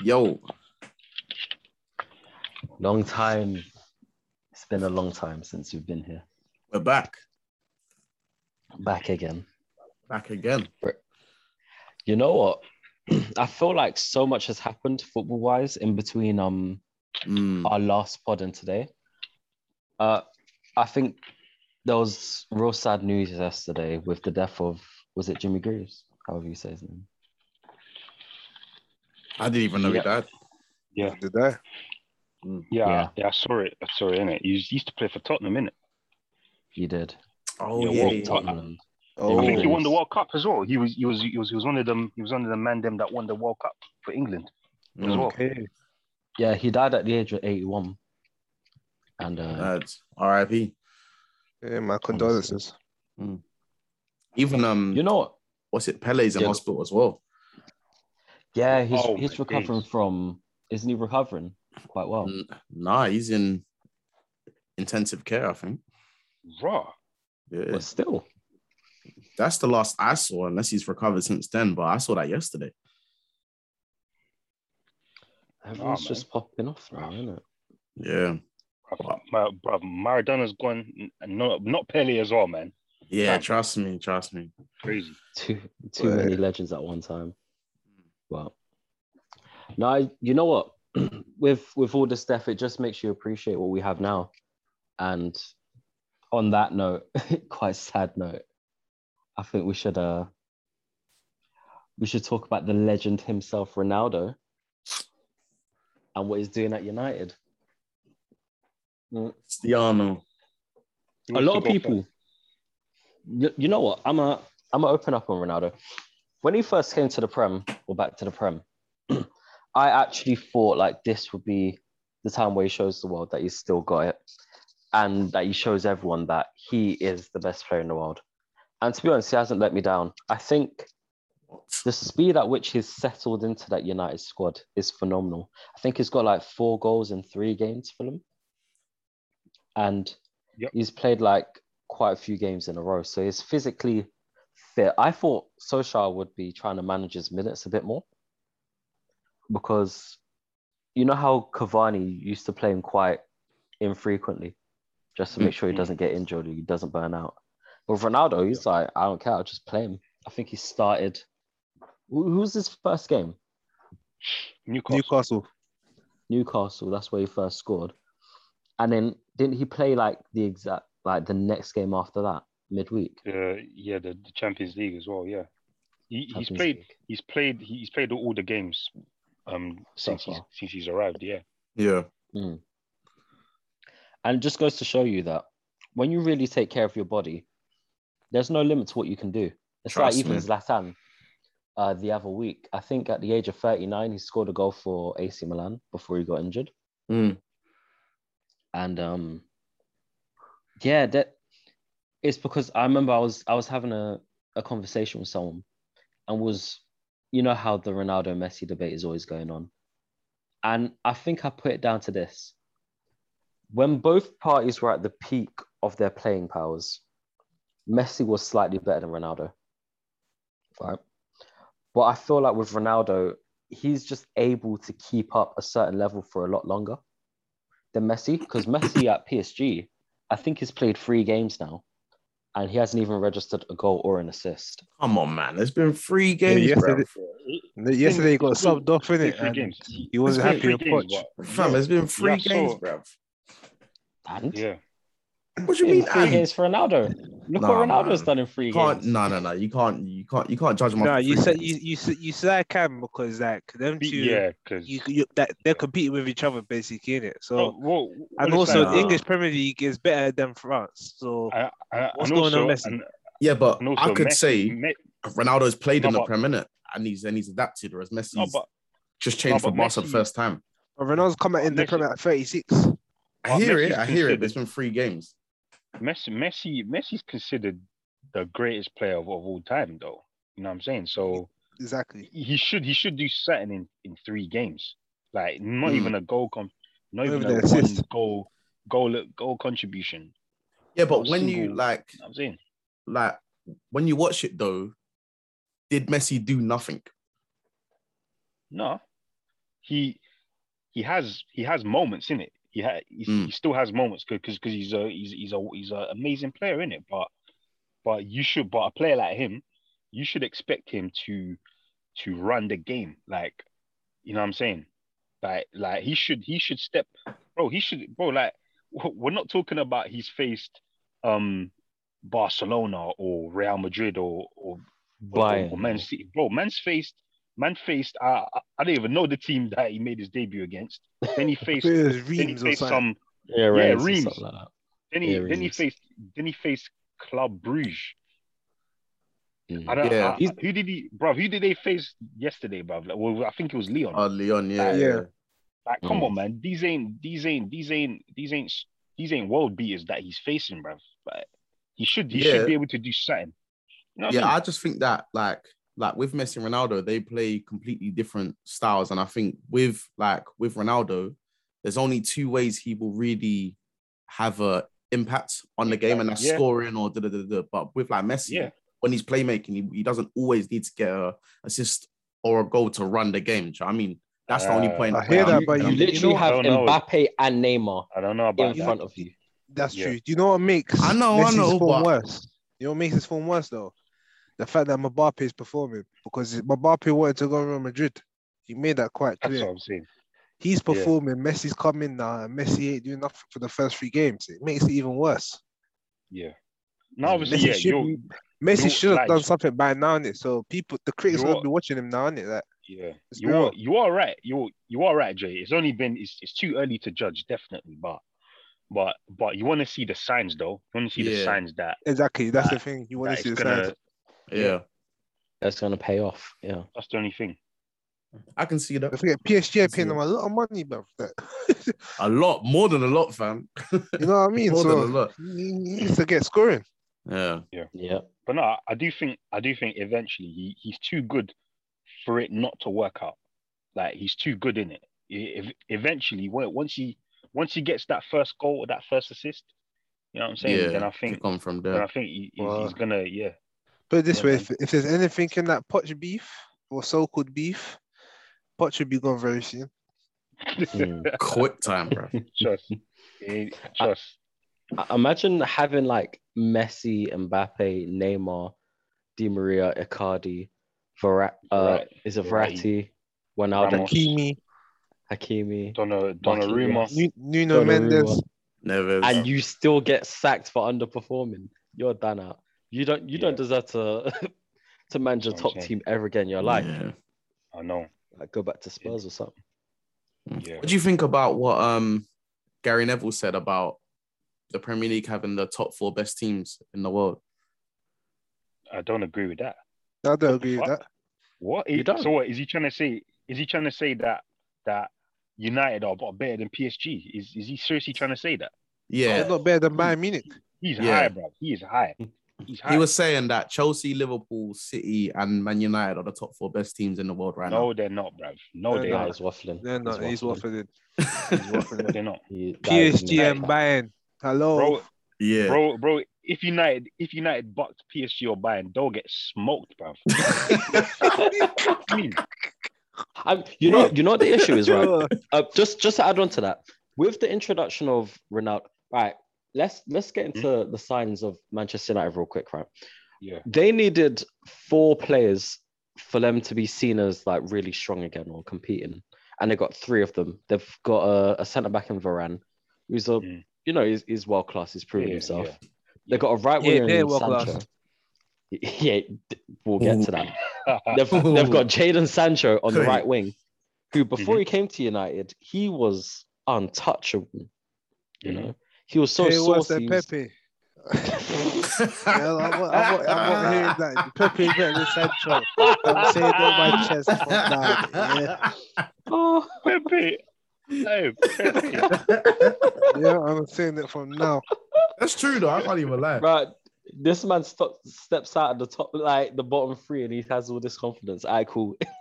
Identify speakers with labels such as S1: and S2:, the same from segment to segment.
S1: Yo,
S2: Long time. It's been a long time since you've been here.
S1: we're back,
S2: Back again.
S1: back again.
S2: You know what? I feel like so much has happened football wise in between um
S1: Mm,
S2: our last pod and today. Uh I think there was real sad news yesterday with the death of was it Jimmy Greaves? However you say his name.
S1: I didn't even know
S2: Yeah.
S1: he died.
S3: Yeah,
S4: Did they?
S3: yeah,
S2: Yeah.
S3: yeah. I saw it. I saw it in it. You used to play for Tottenham, innit?
S2: He did.
S1: Oh
S3: Yeah,
S1: yeah,
S3: well,
S1: yeah,
S3: Tottenham.
S2: Tottenham.
S4: Oh,
S3: I think he
S2: yeah.
S3: won the World Cup as well. He was, he was, he was, he was one of them. He was one of the man them that won the World Cup for England
S1: yeah.
S3: as
S1: Mm,
S3: well.
S4: okay.
S2: Yeah, he died at the age of 81. And uh,
S1: that's R.I.P.
S4: Yeah, my condolences.
S1: Even um,
S2: you know what?
S1: what's it? Pele's in
S2: Yeah.
S1: hospital as well.
S2: Yeah, he's
S3: Oh
S2: he's
S3: my
S2: recovering
S3: days.
S2: from isn't he recovering quite well?
S1: N- Nah, he's in intensive care. I think.
S3: Raw.
S1: Yeah,
S2: But still.
S1: that's the last I saw, unless he's recovered since then. But I saw that yesterday.
S2: Everyone's
S3: man.
S2: just popping off now, isn't it?
S1: Yeah,
S3: My brother, Maradona's gone. and Not, not Pele as well, man.
S1: yeah.
S3: Fam.
S1: Trust me, trust me.
S3: Crazy.
S2: Too too
S4: Right.
S2: many legends at one time. But now you know what? with with all this stuff, it just makes you appreciate what we have now. And on that note, quite sad note, I think we should uh we should talk about the legend himself, Ronaldo, and what he's doing at United.
S1: Stiano.
S3: He
S2: a
S3: wants
S2: lot
S3: to
S2: of
S3: go
S2: people. You, you know what? I'm a I'm a open up on Ronaldo. When he first came to the Prem or back to the Prem, I actually thought like this would be the time where he shows the world that he's still got it, and that he shows everyone that he is the best player in the world. And to be honest, he hasn't let me down. I think the speed at which he's settled into that United squad is phenomenal. I think he's got like four goals in three games for them. And
S3: Yep.
S2: he's played like quite a few games in a row. So he's physically fit. I thought Solskjaer would be trying to manage his minutes a bit more because you know how Cavani used to play him quite infrequently just to make sure he
S3: Mhm.
S2: doesn't get injured or he doesn't burn out. But Ronaldo, he's like, I don't care, I'll just play him. I think he started. Who who was his first game?
S3: Newcastle.
S4: Newcastle.
S2: Newcastle. That's where he first scored. And then didn't he play like the exact like the next game after that midweek?
S3: Uh, yeah, the, the Champions League as well. Yeah, he, he's
S2: Champions
S3: played.
S2: League.
S3: He's played. He's played all the games. Um,
S2: So
S3: since he's,
S2: far.
S3: since he's arrived. Yeah.
S1: Yeah,
S2: And it just goes to show you that when you really take care of your body, there's no limit to what you can do. It's
S1: Trust
S2: like even
S1: me.
S2: Zlatan uh, the other week. I think at the age of 39, he scored a goal for AC Milan before he got injured.
S1: Mm.
S2: and um yeah that it's because i remember i was i was having a, a conversation with someone and was you know how the ronaldo and messi debate is always going on and i think i put it down to this when both parties were at the peak of their playing powers messi was slightly better than ronaldo right but i feel like with ronaldo he's just able to keep up a certain level for a lot longer than Messi because Messi at PSG, I think he's played three games now, and he hasn't even registered a goal or an assist.
S1: come on, man. It's been three
S4: Yeah,
S1: games, bro.
S4: yesterday, yesterday he got
S3: He's played-
S4: subbed off in
S3: Played
S4: it,
S3: three
S4: and
S3: games.
S4: he wasn't
S3: He's played
S4: happy with
S3: three games,
S4: Poch.
S1: Fam, it's been three
S3: Yeah, so-
S1: games, bro.
S2: And
S3: but- Yeah.
S1: What do you
S2: in
S1: mean?
S2: three
S1: and?
S2: games for Ronaldo. Look what
S1: Nah,
S2: Ronaldo's
S1: man.
S2: done in three
S1: You can't.
S2: games.
S1: No, no, no. You can't. You can't. You can't judge him.
S4: No,
S1: after
S4: you
S1: three
S4: said
S1: games.
S4: you you said you said I can because like them two,
S3: Yeah, because
S4: you, you that they're competing with each other basically in it. So
S3: well,
S4: and also
S1: that?
S4: the English Premier League is better than France. So
S3: I, I,
S4: What's
S3: and
S4: going on,
S3: also,
S4: Messi?
S3: and,
S1: Yeah, but
S3: and also
S1: I could
S3: Messi-
S1: say
S3: Me-
S1: Ronaldo's played
S3: No,
S1: in the
S3: but-
S1: Premier minute and he's and he's adapted, whereas Messi's
S3: no, oh, but
S1: just changed
S3: no,
S1: from
S3: but
S1: Barca
S3: Messi-
S1: first time.
S4: but Ronaldo's come out in the
S3: Messi-
S4: Premier at 36.
S1: I
S3: but
S1: hear it.
S3: Messi's
S1: I hear it.
S3: considered-
S1: But it's been three games.
S3: Messi, Messi, Messi's considered the greatest player of, of all time, though. You know what I'm saying? So
S4: Exactly.
S3: he should he should do something in, in three games, like not
S1: Hmm.
S3: even a goal, com- not
S4: Not
S3: even
S4: even
S3: a
S4: an
S3: one
S4: assist.
S3: goal goal goal contribution.
S1: Yeah, but
S3: Not
S1: when you
S3: single.
S1: like
S3: You know what I'm saying?
S1: like when you watch it though, did Messi do nothing?
S3: No, he he has he has moments in it. He ha- he's,
S1: Mm.
S3: he still has moments because because he's a he's he's a he's an amazing player in it. But but you should but a player like him, you should expect him to to run the game. Like you know what I'm saying. Like like he should he should step, bro. He should bro. Like w- we're not talking about he's faced um Barcelona or Real Madrid or or
S2: Bayern.
S3: or Man City. Bro, man's faced man faced uh, I- I don't even know the team that he made his debut against. Then he faced then
S4: There's
S3: he
S4: Reams or
S3: faced
S4: something.
S3: some
S2: Yeah, Reims
S3: Reims or
S2: or
S3: Reims.
S2: something like that.
S3: then he
S2: Yeah,
S3: then he
S2: reasons.
S3: faced then he faced Club Bruges. I
S2: Mm.
S3: don't
S1: Yeah.
S3: I- I- who did he bro who did they face yesterday, bro? Like, well, I think it was Leon.
S1: Oh, Leon, yeah,
S4: Yeah.
S1: yeah.
S3: Like, come
S2: Mm.
S3: on, man. These ain't these ain't these ain't these ain't these ain't world beaters that he's facing, bruv. Like, he should he
S1: Yeah.
S3: should be able to do something. You know what
S1: yeah,
S3: I
S1: I just think that like like with Messi and Ronaldo, they play completely different styles, and I think with like with Ronaldo, there's only two ways he will really have a impact on the game, and that's
S3: Yeah.
S1: scoring or da da da da. But with like Messi,
S3: mean? yeah.
S1: when he's playmaking, he, he doesn't always need to get a assist or a goal to run the game. Do you know what I mean? That's the only
S3: Uh,
S1: point.
S4: I hear
S1: where
S4: that,
S1: I'm-
S4: but
S1: I'm-
S2: you
S4: you
S2: literally
S4: know-
S2: have
S3: I don't know.
S2: Mbappe and Neymar
S3: I don't know
S2: in
S3: about that.
S2: front of you.
S4: That's
S3: Yeah.
S4: true. Do you know what makes
S1: I know, I
S4: Messi's
S1: know,
S4: form
S1: but-
S4: worse? You know what makes his form worse though? The fact that Mbappe is performing because Mbappe wanted to go Real Madrid. He made that quite
S3: That's what
S4: clear.
S3: I'm saying.
S4: He's performing. Messi's coming now, and Messi ain't doing nothing for the first three games. It makes it even worse.
S3: Yeah. Now obviously,
S4: Messi
S3: yeah,
S4: should
S3: you're,
S4: be- Messi
S3: you-
S4: should have
S3: like-
S4: done something by now, innit? So people, the critics
S3: You
S4: will
S3: are-
S4: be watching him now, innit? Like,
S3: Yeah,
S4: Let's
S3: you
S4: be
S3: are
S4: real.
S3: you are right. You you are right, Jay. It's only been it's, it's too early to judge, definitely. But but but you want to see the signs though. You want to see
S1: Yeah.
S3: the signs that,
S4: exactly. That's
S3: Nah,
S4: the thing. You want
S3: that
S4: to see the
S3: it's gonna.
S4: signs.
S1: yeah,
S2: That's gonna pay off. Yeah.
S3: That's the only thing.
S1: I can see that
S4: Don't forget, PSG are
S1: see it.
S4: paying them a lot of money, bro. Like,
S1: a lot, more than a lot, fam.
S4: you know what I mean?
S1: More than a
S4: so
S1: lot.
S4: he needs to get scoring.
S1: Yeah,
S2: Yeah.
S3: But no, I do think I do think eventually he, he's too good for it not to work out. Like he's too good in it. If, eventually, when- once he once he gets that first goal or that first assist, you know what I'm saying?
S1: yeah.
S3: Then I
S1: to
S3: think
S1: come from
S3: then I
S1: there.
S3: think he, he's,
S4: Wow.
S3: he's gonna yeah.
S4: Put it this
S3: Yeah,
S4: way:
S3: man.
S4: if, if there's anything in that Poch beef or so-called beef, Poch should be gone very soon.
S2: Mm.
S1: Quick time, bro.
S3: just eh, just
S2: I- Imagine having like Messi, Mbappe, Neymar, Di Maria, Icardi, Vera- uh,
S3: Verratti.
S2: is it
S3: Verratti.
S2: Verratti, Ronaldo,
S3: Ramos.
S4: Hakimi,
S2: Hakimi,
S3: Donna
S2: Marquinhos.
S3: Donnarumma.
S4: Nu- Nuno
S2: Donnarumma.
S4: Mendes.
S1: Never.
S2: and you still get sacked for underperforming. You're done out. You don't. You
S3: Yeah.
S2: don't deserve to to manage a
S3: That's what I'm
S2: top
S3: saying.
S2: team ever again in your life.
S1: Yeah.
S3: I know.
S2: Like, go back to Spurs or something.
S3: Yeah.
S1: What do you think about what um Gary Neville said about the Premier League having the top four best teams in the world?
S3: I don't agree with that.
S4: I don't agree with
S3: What?
S4: that.
S3: What?
S2: You
S3: Is,
S2: don't?
S3: so what is he trying to say? Is he trying to say that that United are bo- better than PSG? Is is he seriously trying to say that?
S1: Yeah,
S3: Oh,
S4: They're not better than Bayern Munich.
S3: He's
S1: Yeah.
S3: high, bro. He is high. He's high.
S1: he was saying that Chelsea, Liverpool, City, and Man United are the top four best teams in the world right
S3: no, they're not, bro. No,
S4: They're
S3: they
S4: Yeah.
S2: Nah,
S3: are.
S2: he's waffling.
S4: No, no, he's waffling. it. He's
S1: now.
S4: waffling.
S3: No,
S4: it.
S3: they're not.
S2: He- that is
S4: PSG and
S2: mad.
S4: Bayern. Hello.
S3: Bro,
S1: yeah,
S3: bro, bro. If United, if United bucked PSG or Bayern, they'll get smoked, bro. I mean,
S2: I'm, you know, you know what the issue is, right?
S4: Sure.
S2: uh, just just to add on to that, with the introduction of Ronaldo, right? Let's let's get into
S3: Mm-hmm.
S2: the signings of Manchester United real quick, right?
S3: yeah,
S2: They needed four players for them to be seen as like really strong again or competing, and they got three of them. They've got a, a centre back in Varane, who's a
S3: Mm.
S2: you know he's, he's world class. He's proven
S3: Yeah,
S2: himself.
S3: yeah.
S2: They got a right
S4: Yeah,
S2: winger
S4: they're
S2: in
S4: world-class.
S2: Sancho. Yeah, d- we'll get to that they've,
S1: Ooh.
S2: they've got Jadon Sancho on the
S1: Hey.
S2: right wing, who before he came to United, he was untouchable. You know, he was so
S4: Hey, what's that
S2: saucy.
S4: Pepe? Yeah, I'm, not- I'm, not- I'm not hearing that. Pepe better than Sancho. I'm saying it on my chest. fuck that, Yeah.
S2: Oh,
S3: Pepe. No, Pepe.
S4: yeah, I'm saying it from now.
S1: That's true though. I can't even lie.
S2: right. This man sto- steps out of the top, like the bottom three, and he has all this confidence. I cool.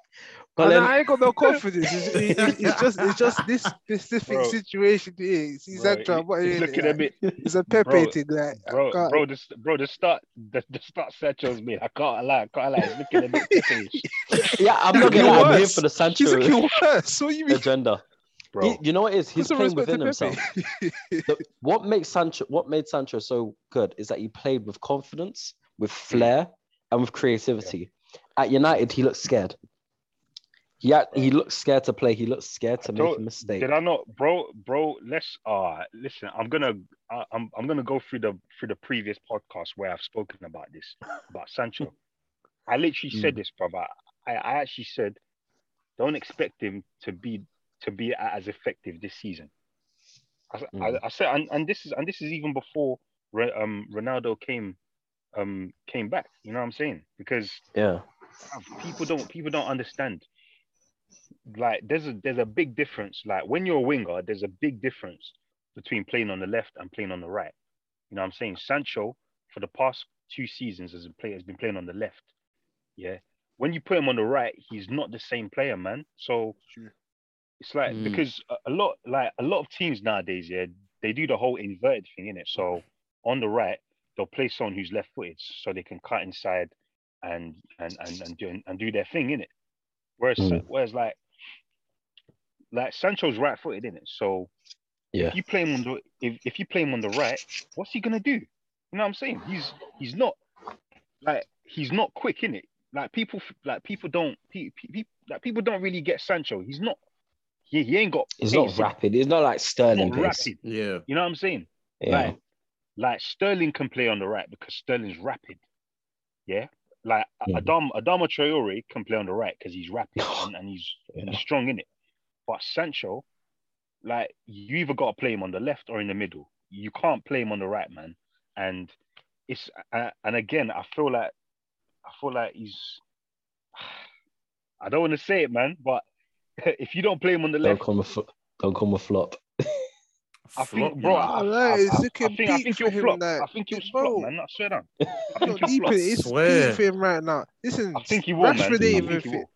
S4: And
S2: Colin,
S4: I ain't got no confidence. It's, it's- it's just it's just this specific
S3: Bro.
S4: situation here. It's
S3: Bro,
S4: exactly
S3: he- he's looking a bit,
S4: It's a Pepe
S3: Bro,
S4: thing. Like, I
S3: bro,
S4: can't-
S3: bro. The bro, the start, the, the start Sancho's made. I can't lie, I can't lie. He's looking a bit pissy,
S2: yeah, I'm not
S4: He's
S2: gonna lie, I'm here
S4: worse.
S2: for the Sancho
S4: he's looking worse. What do you mean?
S2: agenda.
S3: bro.
S2: He- you know what it is?
S4: Put
S2: He's
S4: some
S2: playing
S4: respect to
S2: within
S4: Pepe.
S2: himself. The- what makes Sancho what made Sancho so good is that he played with confidence, with
S3: Hmm.
S2: flair, and with creativity. At United, he looked scared. He act- he looked scared to play. He looked scared to make a
S3: Don't-
S2: mistake.
S3: Did I not, bro, bro? Let's uh listen. I'm gonna I, I'm I'm gonna go through the through the previous podcast where I've spoken about this about Sancho. I literally said this, brother. I, I actually said, don't expect him to be to be a- as effective this season. I, s- I-
S2: Mm.
S3: I said, and, and this is and this is even before Re- um Ronaldo came um came back. You know what I'm saying? Because
S2: Yeah.
S3: bruv, people don't people don't understand. Like there's a there's a big difference. Like when you're a winger, there's a big difference between playing on the left and playing on the right. You know what I'm saying? Sancho for the past two seasons as a player has been playing on the left. Yeah. When you put him on the right, he's not the same player, man. So
S4: True.
S3: it's like
S1: Mm.
S3: because a- a lot like a lot of teams nowadays, yeah, they do the whole inverted thing in it. So on the right, they'll play someone who's left footed so they can cut inside and and and and do, and do their thing in it. Whereas
S2: Mm.
S3: whereas like like Sancho's right footed in it, so
S2: Yeah.
S3: if you play him on the if, if you play him on the right, what's he gonna do? You know what I'm saying? He's he's not like he's not quick in it. Like people f- like people don't pe- pe- pe- like people don't really get Sancho. He's not he, he ain't got
S2: He's
S3: pace
S2: not
S3: in it.
S2: rapid. He's not like
S3: He's
S2: Sterling.
S3: not
S2: pace.
S3: rapid.
S1: Yeah.
S3: You know what I'm saying?
S2: Yeah.
S3: Like, like Sterling can play on the right because Sterling's rapid. Yeah. Like
S2: Mhm.
S3: Adam Adama Traore can play on the right because he's rapid and, and he's,
S2: Yeah.
S3: he's strong in it. But Sancho, like you either got to play him on the left or in the middle. You can't play him on the right, man. And it's uh, and again, I feel like I feel like he's. I don't want to say it, man, but if you don't play him on the
S2: Don't
S3: left,
S2: come a fl- don't come a flop.
S3: I
S1: Flop,
S3: think, bro,
S1: man.
S3: I,
S4: Nah,
S3: I, I,
S4: Oh, it's
S3: I
S4: looking
S3: think, I
S4: deep
S3: think
S4: for
S3: you'll
S4: him,
S3: flop.
S4: like,
S3: I think you'll
S4: bro.
S3: flop, man. I swear down. I think he'll
S4: Not deep
S3: flop.
S4: in it. It's
S1: Swear.
S4: deep for him right now. Listen,
S3: I think he will, man.
S4: Rashford
S3: I
S4: ain't even
S3: think he
S4: fit.
S3: will.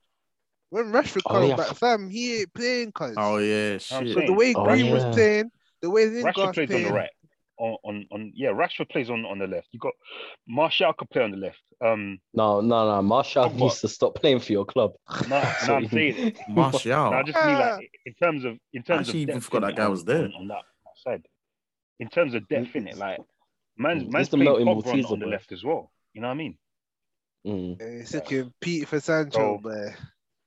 S4: When Rashford
S2: Oh,
S4: comes
S2: yeah.
S4: back, fam, he ain't playing, cuz.
S1: Oh yeah,
S3: I'm
S1: shit.
S4: But the
S3: saying.
S4: way
S2: Oh,
S4: Green
S2: yeah.
S4: was playing, the way
S3: Rashford
S4: Lingard's
S3: plays on
S4: playing,
S3: the right. On, on, on yeah, Rashford plays on, on the left. You got Martial could play on the left. Um,
S2: No, no, no. Marshall
S3: Pogba.
S2: needs to stop playing for your club.
S3: no,
S2: That's
S3: no,
S2: what
S3: I'm
S2: you-
S3: saying.
S1: Martial.
S3: No, I just mean
S4: Ah.
S3: like in terms of in
S1: Oh.
S3: terms
S1: Actually,
S3: of
S1: even
S3: depth
S1: forgot
S3: innit,
S1: that guy
S3: on-
S1: was there.
S3: on, on that side. In terms of depth in it, like
S2: He's
S3: man's man's
S2: the
S3: playing
S2: melting
S3: Pogba on,
S2: Malteser,
S3: on the
S2: bro.
S3: left as well. You know what I mean?
S2: Mm.
S4: eh, it's looking Pete for Sancho,
S3: Bro.
S4: but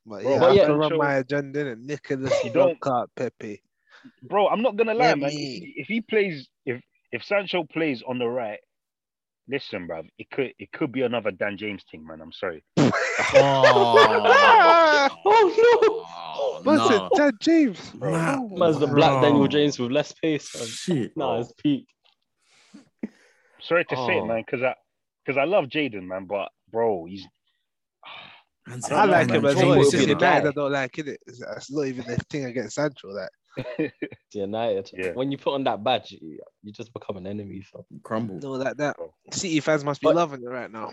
S4: but
S3: Bro,
S4: yeah,
S2: but
S4: I
S2: yeah,
S4: can run
S3: Sancho-
S4: my agenda and Nicholas
S3: You don't-
S4: Lockhart, Pepe.
S3: bro. I'm not gonna lie,
S4: Let
S3: man. If
S4: me-
S3: he, if he plays, if if Sancho plays on the right, listen, bro. It could it could be another Dan James thing, man. I'm sorry.
S1: Oh,
S2: Oh,
S1: no.
S4: What's it, Dad James?
S1: Nah,
S4: Bro.
S2: Man's the black Daniel
S1: bro.
S2: James with less pace. man.
S1: Shit.
S2: Nah,
S3: Bro.
S2: it's peak.
S3: Sorry to say it,
S2: Oh.
S3: man, because I because I love Jaden, man. But bro, he's
S1: Man's
S4: I
S1: a
S4: like
S1: man,
S4: him
S2: Sancho
S4: as
S1: James
S4: well. It's
S2: would
S4: just
S2: be the
S4: United
S2: guy.
S4: I don't like it. That's not even the thing against Sancho. Like,
S2: United.
S3: Yeah.
S2: When you put on that badge, you, you just become an enemy. So.
S1: crumble.
S4: no, like that.
S3: Bro.
S4: City fans must be
S2: But-
S4: loving it right now.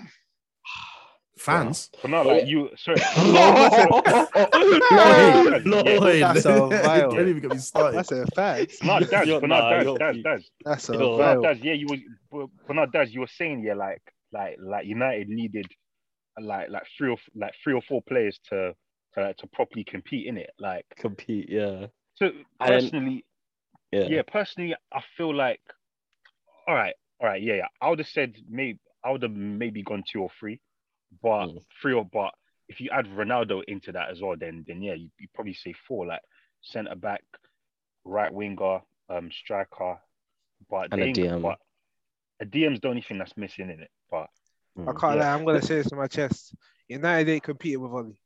S1: Fans.
S3: but not
S2: Oh,
S3: like
S2: yeah.
S3: you. Sorry,
S1: Lloyd,
S3: Yeah.
S1: Lloyd.
S4: That's a vile.
S1: Don't even get me started.
S4: That's a fact.
S3: not Daz,
S2: You're-
S3: but
S2: nah,
S3: not Daz,
S2: you're-
S3: Daz, Daz,
S4: That's a
S2: Yo,
S3: Bernard
S4: fact.
S3: Daz. Yeah, you was Bernard Daz. You were saying yeah, like like like United needed like like three or like three or four players to to, to properly compete in it. Like
S2: compete. Yeah.
S3: so
S2: I didn't-
S3: personally,
S2: Yeah.
S3: yeah, personally, I feel like, all right, all right, yeah, yeah. I would have said maybe I would have maybe gone two or three, but
S2: Mm.
S3: three or but if you add Ronaldo into that as well, then then yeah, you you probably say four, like centre back, right winger, um, striker, but
S2: And
S3: they
S2: a
S3: ain't-
S2: DM.
S3: But a DM's the only thing that's missing in it, but
S4: I
S2: Mm.
S4: can't
S3: Yeah.
S4: lie. I'm gonna say this to my chest. United ain't competing with Oli.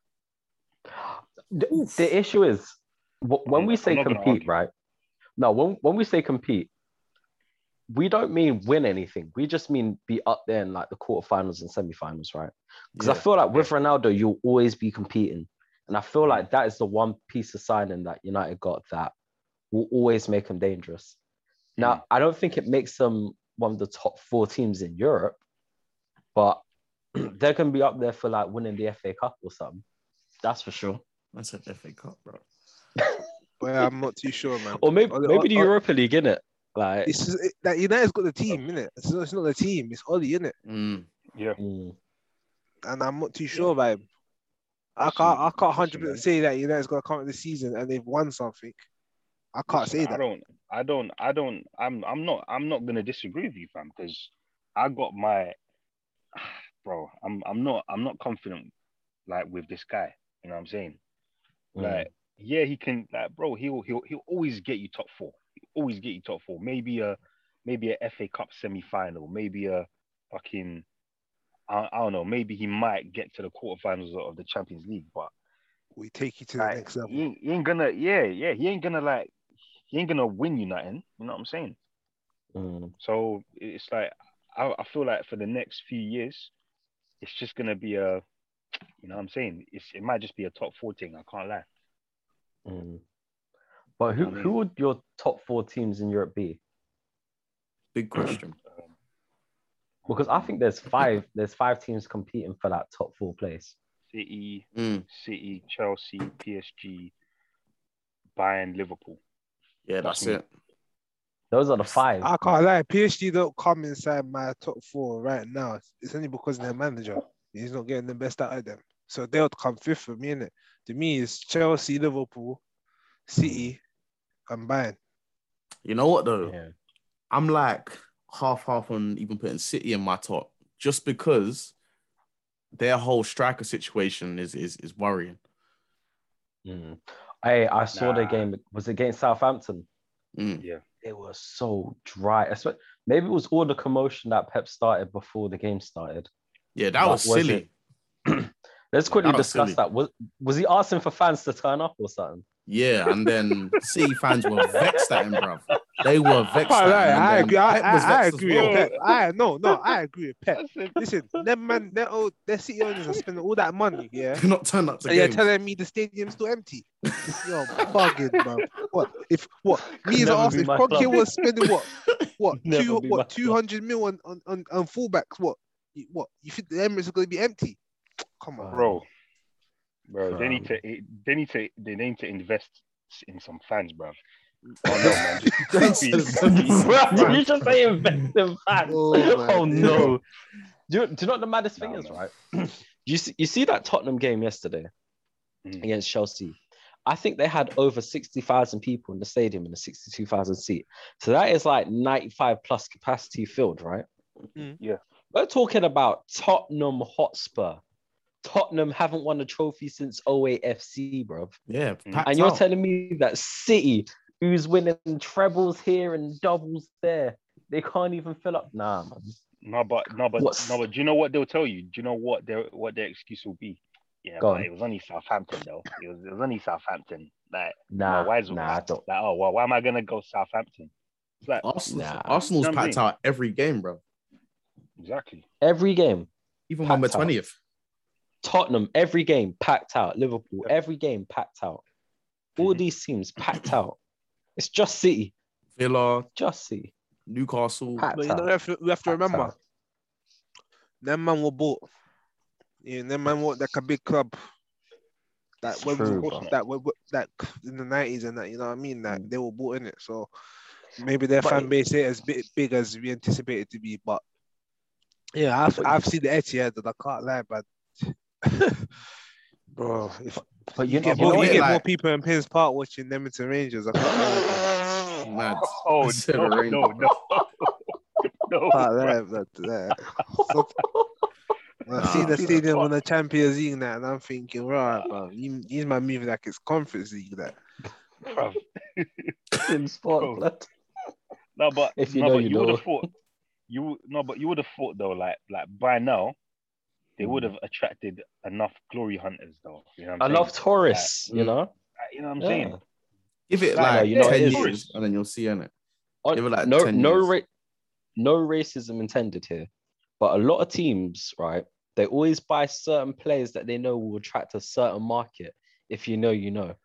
S2: The, the issue is wh- when
S3: I'm-
S2: we
S3: I'm
S2: say
S3: not gonna
S2: compete,
S3: argue.
S2: right? No, when, when we say compete, we don't mean win anything. We just mean be up there in like the quarterfinals and semifinals, right? Because I
S1: Yeah.
S2: feel like with Ronaldo, you'll always be competing. And I feel like that is the one piece of signing that United got that will always make them dangerous. Now, I don't think it makes them one of the top four teams in Europe, but they can be up there for like winning the FA Cup or something. That's for sure.
S1: That's an FA Cup, bro.
S4: But I'm not too sure, man.
S2: Or maybe
S4: Oh,
S2: maybe the
S4: oh, oh.
S2: Europa League, innit? Like
S4: It's just, it, that United's got the team, innit? It's not, it's not the team, it's Oli, innit?
S1: Mm.
S2: mm,
S4: And I'm not too sure about him. I can't, I can't hundred percent say that United's gonna come out this season and they've won something. I can't
S3: Listen,
S4: say
S3: I
S4: that.
S3: don't. I don't. I don't. I'm. I'm not. I'm not gonna disagree with you, fam, because I got my, bro. I'm. I'm not. I'm not confident, like with this guy. You know what I'm saying?
S2: mm.
S3: Like, yeah, he can. Like, bro, he'll he'll he'll always get you top four. He'll always get you top four. Maybe a maybe a FA Cup semi final. Maybe a fucking. I, I don't know. Maybe he might get to the quarterfinals of the Champions League, but
S4: We take you to the
S3: like,
S4: next level.
S3: he, ain't- he ain't gonna. Yeah, yeah. He ain't gonna like. He ain't gonna win you nothing. You know what I'm saying?
S2: mm.
S3: So it's like I, I feel like for the next few years, it's just gonna be a, you know, what I'm saying it's it might just be a top four thing. I can't lie.
S2: Mm. But who,
S3: I mean-
S2: who would your top four teams in Europe be?
S1: Big question.
S3: Um,
S2: Because I think there's five there's five teams competing for that top four place.
S3: City,
S1: Mm.
S3: City, Chelsea, PSG, Bayern, Liverpool.
S1: Yeah, that's it.
S2: Those are the five.
S4: I can't lie. PSG don't come inside my top four right now. It's only because their manager he's not getting the best out of them. So they'll come fifth for me, innit? To me, it's Chelsea, Liverpool, City, and Bayern.
S1: You know what though?
S2: yeah.
S1: I'm like half half on even putting City in my top just because their whole striker situation is is is worrying.
S2: Mm. Hey, I saw the
S3: Nah.
S2: game was it against Southampton.
S1: Mm.
S2: It was so dry. I swear- Maybe it was all the commotion that Pep started before the game started.
S1: Yeah, that
S2: But
S1: was
S2: was
S1: silly.
S2: it? Let's quickly
S1: that was
S2: discuss
S1: silly.
S2: that. Was was he asking for fans to turn up or something?
S1: Yeah, and then City fans were vexed at him, bruv. They were
S4: I
S1: vexed.
S4: can't
S1: at
S4: lie.
S1: him, and then
S4: I agree. I,
S1: Pep was
S4: I, I
S1: vexed as
S4: agree
S1: well.
S4: with Pep. I no, no, I agree with Pep.
S3: Listen,
S4: Listen, them man, their old, their city owners are spending all that money, yeah.
S1: They're not turned up to
S4: And you're
S1: games.
S4: telling me the stadium's still empty? You're bugging, bro. What if what me as
S2: Never
S4: an
S2: be
S4: Arsenal?
S2: my
S4: if Kroenke
S2: club.
S4: was spending what what
S2: Never
S4: two
S2: be my
S4: what
S2: club.
S4: two hundred mil on on, on on fullbacks? What You- what you think the Emirates are going to be empty? Come
S2: Oh.
S4: on,
S3: bro, bro, they need
S2: Fam.
S3: to eh, they need to they need to invest in some fans, bro. Oh no, man. Just, just be-
S2: Bro, you just say investing fans.
S4: Oh,
S2: Oh,
S4: my days.
S2: no. Do you, do you know what the maddest thing
S3: Nah,
S2: is,
S3: man.
S2: right? you see, you see that Tottenham game yesterday
S3: Mm.
S2: against Chelsea. I think they had over 60,000 people in the stadium in the 62,000 seat. So that is like 95 plus capacity filled, right?
S4: Mm.
S3: Yeah.
S2: We're talking about Tottenham Hotspur. Tottenham haven't won a trophy since 08 FC, bro.
S1: Yeah, packed
S2: And you're
S1: out.
S2: telling me that City, who's winning trebles here and doubles there, they can't even fill up. Nah, man.
S3: No, but no, but
S2: What's-
S3: no, but do you know what they'll tell you? Do you know what their what their excuse will be? Yeah,
S2: Go
S3: but
S2: on.
S3: it was only Southampton though. It was, it was only Southampton. Like,
S2: Nah,
S3: my wise was
S2: nah, I don't.
S3: like, oh well, why am I gonna go Southampton? It's like
S1: Arsenal,
S2: Nah.
S1: Arsenal's
S3: You know what I
S1: packed
S3: mean?
S1: out every game, bro.
S3: exactly.
S2: Every game,
S1: Even when we're
S2: Packed out.
S1: twentieth.
S2: Tottenham, every game packed out. Liverpool,
S3: Yeah.
S2: every game packed out. All
S3: Mhm.
S2: these teams packed out. It's just City,
S1: Villa,
S2: just City.
S1: Newcastle.
S2: Packed
S4: But you
S2: out.
S4: know, we have to, we have to
S2: packed
S4: remember
S2: out.
S4: them man were bought. Yeah, them man were like a big club. That
S2: It's
S4: when
S2: true,
S4: we,
S2: bro. Mm.
S4: that when we- that in the nineties and that you know what I mean. That they were bought in it, so maybe their
S2: But
S4: fan
S2: it-
S4: base ain't as big, big as we anticipated to be. But yeah, I've
S2: But-
S4: I've seen the Etihad, and I can't lie, but bro, if
S2: But
S4: you,
S2: you know,
S4: get,
S1: but
S4: more,
S1: what
S4: you
S1: it
S4: get
S1: like-
S4: more people in Pins Park watching them into Rangers. I can't lie, bro.
S1: Mad.
S3: Oh
S1: It's
S3: no,
S1: Severino.
S3: no, no, no.
S4: Can't lie, but, yeah. So- I see
S1: Nah.
S4: the stadium on the Champions League now, and I'm thinking, right, bro, you, he's my moving like it's Conference League. That
S3: bruv.
S2: in sport,
S3: Bro.
S2: blood.
S3: No, but
S2: If you
S3: no,
S2: know,
S3: but
S2: you
S3: you would
S2: know.
S3: have thought you no, but you would have thought though, like like by now they
S2: Mm.
S3: would have attracted enough glory hunters though. You know what
S2: I
S3: I'm
S2: love
S3: saying?
S2: tourists, you know.
S3: Like, You know what I'm
S2: Yeah.
S3: saying?
S1: Give it
S3: Nah,
S1: like
S2: you know what
S1: ten
S2: it
S1: years,
S2: is?
S1: and then you'll see in it.
S2: On-
S1: Give it like
S2: no,
S1: 10
S2: no,
S1: years.
S2: ra- no racism intended here, but a lot of teams, right? They always buy certain players that they know will attract a certain market. If you know, you know.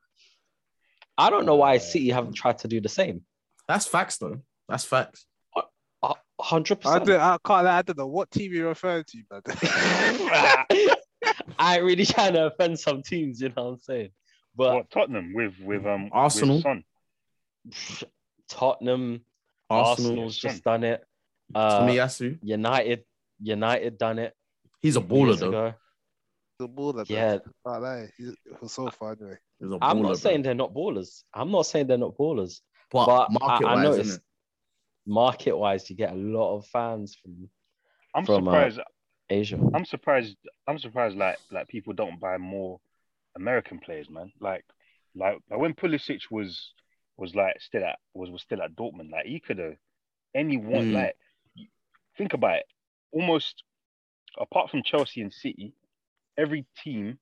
S2: I don't know why
S3: Yeah.
S2: City haven't tried to do the same.
S1: That's facts though. That's facts.
S2: Hundred
S4: I,
S2: percent.
S4: don't, I can't lie, I don't know what team you're referring to, but
S2: I ain't really trying to offend some teams, you know what I'm saying? But
S3: What Tottenham with with um with
S1: Arsenal.
S3: Son.
S2: pff, Tottenham,
S1: Arsenal,
S2: Arsenal's just done it. Uh,
S1: Tomiyasu.
S2: United, United done it.
S1: He's a baller
S2: uh, years
S1: though.
S2: ago.
S4: The baller, though.
S2: Yeah,
S4: Can't lie. He's, he's so far anyway.
S1: He's a baller.
S2: I'm
S1: bro.
S2: not saying they're not ballers. I'm not saying they're not ballers.
S1: but,
S2: but I-
S1: market
S2: I
S1: wise,
S2: noticed- Market wise, you get a lot of fans from
S3: I'm
S2: From, uh,
S3: surprised.
S2: Asia.
S3: I'm surprised. I'm surprised. Like like people don't buy more American players, man. Like like like when Pulisic was was like still at was was still at Dortmund. Like he could have
S1: Mm.
S3: anyone. Like think about it. Almost apart from Chelsea and City, every team,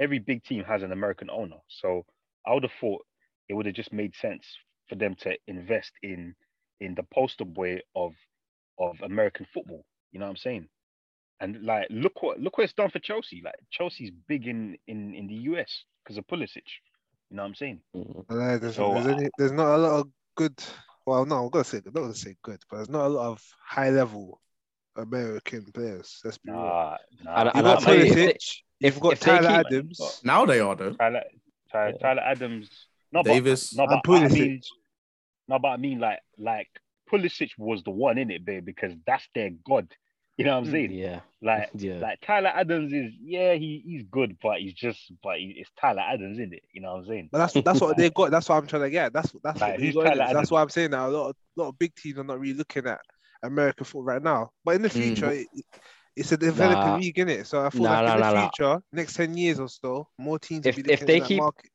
S3: every big team has an American owner. So I would have thought it would have just made sense for them to invest in in the poster boy of of American football. You know what I'm saying? And like, look what look what it's done for Chelsea. Like Chelsea's big in in in the US because of Pulisic. You know what I'm saying?
S2: Mm.
S4: Can't lie, There's,
S3: So,
S4: there's,
S3: uh,
S4: any, there's not a lot of good. Well, no, I'm gonna say not gonna say good, but there's not a lot of high level American players. Let's be real.
S3: Nah, nah.
S2: And-
S4: You've
S2: and I
S4: got
S2: tell you, if they-
S4: Pulisic.
S2: if-
S4: you've got
S2: if they
S4: Tyler
S2: keep-
S4: Adams.
S1: now they are though.
S3: Tyler, Tyler,
S2: Yeah.
S3: Tyler Adams, no,
S1: Davis.
S3: But, no,
S4: And
S3: but I
S4: Pulisic.
S3: mean, no, but I mean, like, like Pulisic was the one in it, babe, because that's their god. You know what I'm saying?
S2: Yeah,
S3: Like,
S2: yeah.
S3: like Tyler Adams is, yeah, he, he's good, but he's just, but he, it's Tyler Adams in it. You know what I'm saying?
S4: But that's that's what they got. That's what I'm trying to get. That's that's
S3: Like,
S4: what they
S3: who's
S4: got. innit?
S3: Tyler
S4: That's
S3: Adams?
S4: why I'm saying that a lot of lot of big teams are not really looking at American football right now. But in the future, it, it's a developing
S2: Mm. Nah.
S4: league, innit? So I feel
S2: Nah,
S4: like in
S2: nah,
S4: the
S2: nah, nah.
S4: future, next ten years or so, more teams
S2: If-
S4: will
S2: if
S4: be looking
S2: they
S4: at
S2: keep-
S4: that market.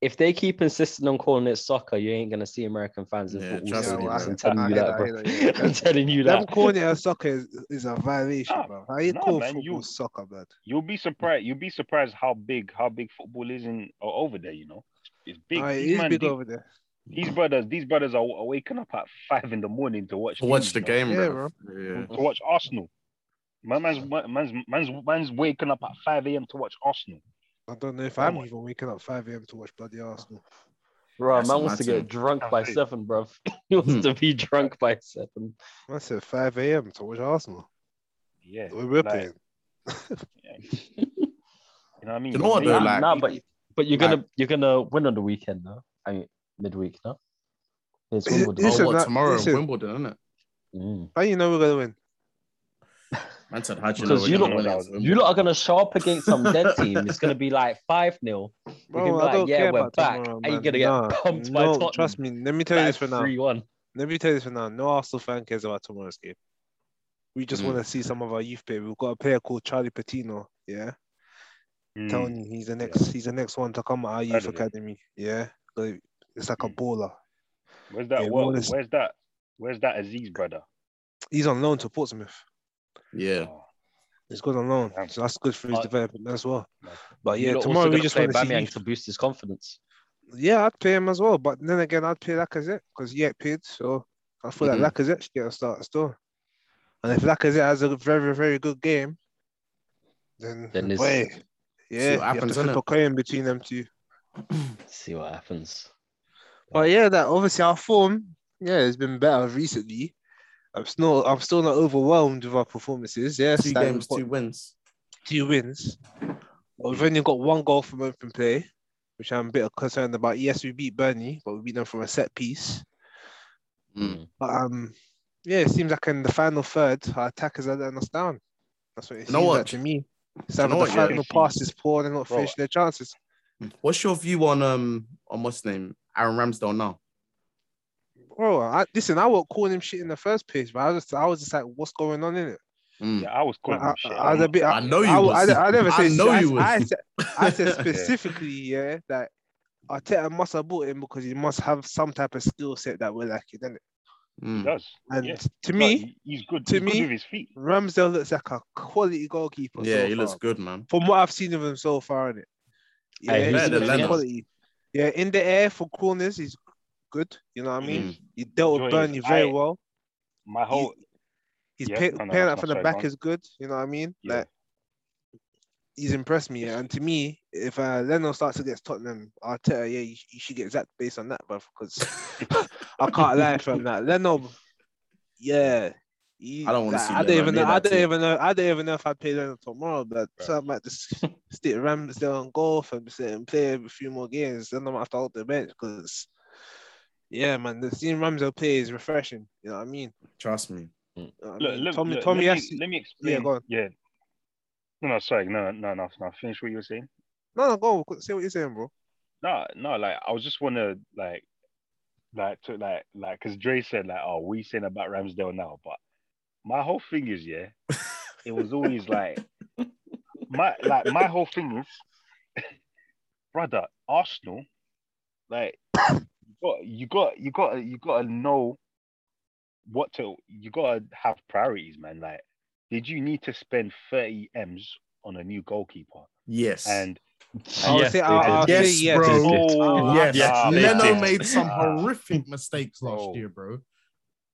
S2: if they keep insisting on calling it soccer, you ain't gonna see American fans in
S1: Yeah,
S2: football
S1: trust
S2: stadiums.
S1: me,
S2: I'm
S1: bro.
S2: telling
S4: I
S2: you
S4: hear
S2: that,
S4: that, I
S2: bro.
S4: hear that.
S2: I'm telling you
S4: Them
S2: that. Ah,
S4: calling it a soccer is, is a violation,
S3: Nah,
S4: bro. How you
S3: nah,
S4: call
S3: man,
S4: football
S3: you-
S4: soccer, blood?
S3: You'll be surprised. You'll be surprised how big how big football is in o- over there. You know, it's big.
S4: Nah, it
S3: These
S4: is
S3: man-
S4: big
S3: these-
S4: over there.
S3: these brothers, these brothers are, are waking up at five in the morning to watch
S1: To watch
S3: games,
S1: the
S3: you know,
S1: game,
S4: Yeah,
S1: bro. Yeah.
S3: to watch Arsenal. My man's man's man's man's waking up at five a.m. to watch Arsenal.
S4: I don't know if
S3: Oh
S4: I'm
S3: my-
S4: even waking up 5 a.m. to watch bloody Arsenal.
S2: Bro,
S1: That's
S2: man
S1: a
S2: wants to
S1: matter.
S2: get drunk
S3: That's
S2: by
S3: it.
S2: seven, bro. he
S4: Hmm.
S2: wants to be drunk by seven.
S4: I said 5 a.m. to watch Arsenal.
S3: Yeah,
S4: We We're
S3: like,
S4: playing.
S3: You know what I mean?
S1: You know what,
S3: They-
S1: though,
S2: nah,
S1: like-
S2: nah, but but you're gonna you're gonna win on the weekend, though. I mean midweek, no. It's
S4: Is it-
S2: Wimbledon.
S1: Oh,
S4: Listen,
S1: what
S4: that-
S1: tomorrow
S4: listen.
S1: in Wimbledon, isn't it?
S2: Mm.
S4: How you know we're gonna win?
S1: Man said, how'd you know
S2: Because
S1: we're
S2: you
S1: gonna
S3: lot-
S1: win against
S2: You lot are
S1: Wimbledon?
S2: gonna show up against some dead team. It's gonna be like five 0 We're
S4: Bro,
S2: gonna be
S4: I
S2: like,
S4: don't
S2: yeah,
S4: care
S2: we're
S4: about
S2: back.
S4: tomorrow,
S2: Are you
S4: man.
S2: gonna get
S4: Nah,
S2: pumped by
S4: no,
S2: Tottenham?
S4: Trust me. Let me tell you
S2: like
S4: this for now.
S2: three one.
S4: Let me tell you this for now. No Arsenal fan cares about tomorrow's game. We just
S1: Mm.
S4: want to see some of our youth play. We've got a player called Charlie Patino. Yeah,
S3: Mm,
S4: telling you he's the next. He's the next one to come out of our
S3: of
S4: youth
S3: it.
S4: academy. Yeah, Like, it's like a
S3: Mm.
S4: baller.
S3: where's that?
S4: Yeah,
S3: where-
S4: well, it's-
S3: where's that? Where's that Aziz brother?
S4: He's on loan to Portsmouth.
S1: Yeah.
S3: Oh,
S4: He's good on loan,
S3: Damn.
S4: so that's good for his
S2: Uh,
S4: development as well.
S3: Yeah.
S4: But
S2: You
S4: yeah,
S2: lot also
S4: tomorrow we
S2: gotta
S4: just
S2: play
S4: want to see.
S2: Aubameyang
S4: youth.
S2: to boost his confidence.
S4: Yeah, I'd play him as well, but then again, I'd play Lacazette because he ain't paid. So I feel
S1: Mhm.
S4: like Lacazette should get a start still. And if Lacazette has a very, very good game, then,
S2: Then it's-
S4: boy, yeah, you
S1: happens,
S4: have to flip
S1: innit?
S4: a coin between them two.
S2: See what happens.
S4: But yeah, that obviously our form, yeah, it's been better recently. I'm still, I'm still not overwhelmed with our performances. Yeah,
S1: Two
S4: Stanley
S1: games,
S4: got
S1: two wins.
S4: two wins. But we've only got one goal from open play, which I'm a bit concerned about. Yes, we beat Burnley, but we beat them from a set piece.
S2: Hmm.
S1: Mm.
S4: But um, yeah, it seems like in the final third, our attackers are letting us down. That's what it
S1: You know
S4: seems
S1: what?
S4: like to me.
S1: You
S4: So
S1: know
S4: the
S1: what, yeah?
S4: final pass is poor, they're not
S3: Bro.
S4: finishing their chances.
S1: What's your view on um on what's his name? Aaron Ramsdale now.
S4: Bro, I, listen, I was calling him shit in the first place, but I was just, I was just like, what's going on in it?
S1: Mm.
S3: Yeah, I was calling
S4: I,
S3: him shit.
S4: I- I was a bit.
S1: I know you
S4: I,
S1: was.
S4: I, I never
S1: I
S4: said.
S1: know
S4: I,
S1: you was.
S4: I, said, I said specifically, yeah, that Arteta must have bought him because he must have some type of skill set that we're lacking, innit?
S3: He
S1: Mm.
S3: does.
S4: And
S3: yeah.
S4: to
S3: No,
S4: me,
S3: he- he's good.
S4: to
S3: he's
S4: me-
S3: good with his feet.
S4: Ramsdale looks like a quality goalkeeper.
S1: Yeah,
S4: so
S1: he looks
S4: far.
S1: good, man.
S4: From what I've seen of him so far, in it. Yeah,
S2: Hey, he's
S1: better
S4: he's
S1: than
S4: looks
S1: Leno.
S4: quality. Yeah, in the air for corners, he's good. You know what I mean?
S1: Mm.
S4: He dealt
S3: Joy
S4: with
S3: is
S4: Burnley very
S3: I-
S4: well.
S3: My whole
S4: He's
S3: Yeah,
S4: pay,
S3: no, no,
S4: paying out
S3: I'm
S4: from the
S3: sorry, go
S4: back
S3: on.
S4: is good. You know what I mean?
S3: Yeah.
S4: Like he's impressed me. And to me, if uh, Leno starts against Tottenham, Arteta, yeah, you, you should get sacked based on that, bruv. Because I can't lie from that. Leno, yeah, He-
S1: I don't wanna see
S4: I don't
S1: LeBron
S4: even
S1: near
S4: know. I
S1: that
S4: don't
S1: team.
S4: even know. I don't even know if I pay them tomorrow. But
S3: Bruh.
S4: so I might just stick Ramsdale on golf and sit and play a few more games. Then I might have to hold the bench because, yeah, man, the seeing Ramsdale play is refreshing. You know what I mean?
S1: Trust me.
S4: You know what I
S3: Look,
S4: mean?
S3: look,
S4: Tommy,
S3: look,
S4: Tommy,
S3: let,
S4: Yasu-
S3: me, let me explain.
S4: go on.
S3: Yeah. No, no, sorry. No, no, no, no. Finish what you were saying.
S4: no, no, go on, say what you're saying, bro.
S3: No, no, like I was just wanna like like to like like because Dre said like oh we saying about Ramsdale now, but my whole thing is yeah, it was always like my like my whole thing is brother, Arsenal, like you got you got you got you gotta know what to you gotta have priorities, man. Like, did you need to spend 30 M's on a new goalkeeper?
S1: Yes.
S3: And
S4: I'll
S3: yes,
S4: say,
S3: they
S4: I'll,
S3: did.
S4: I'll say
S1: Yes,
S4: yes.
S1: bro.
S4: Oh,
S1: yes,
S4: ah,
S3: they
S1: Leno
S3: did.
S1: made some
S3: Ah.
S1: horrific mistakes last
S3: Bro.
S1: year, bro.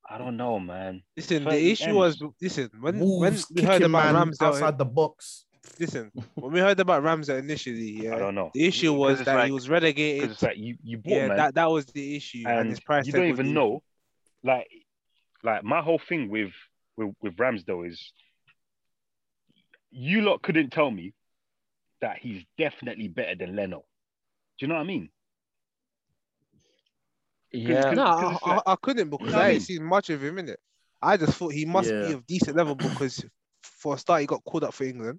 S3: I don't know, man.
S4: Listen, the
S3: 30
S4: issue was
S3: M's.
S4: listen when when
S1: Wolves
S4: we heard
S1: kicking
S4: about
S1: man
S4: Ramsdale.
S1: outside the box.
S4: Listen, when we heard about Ramsdale initially,
S3: I
S4: yeah,
S3: don't know.
S4: the issue
S3: Because
S4: was
S3: it's
S4: that
S3: like,
S4: he was
S3: 'cause
S4: relegated.
S3: it's like you you bought
S4: Yeah,
S3: man,
S4: that, that was the issue, and,
S3: and
S4: his price
S3: you
S4: tag
S3: don't
S4: was the
S3: even
S4: issue.
S3: know. Like, like my whole thing with with with Ramsdale is, you lot couldn't tell me that he's definitely better than Leno. Do you know what I mean?
S2: Yeah.
S4: No,
S3: because
S4: I,
S3: it's like-
S4: I, I couldn't because
S1: Yeah.
S4: I didn't see much of him in it. I just thought he must
S1: Yeah.
S4: be of decent level because, for a start, he got called up for England.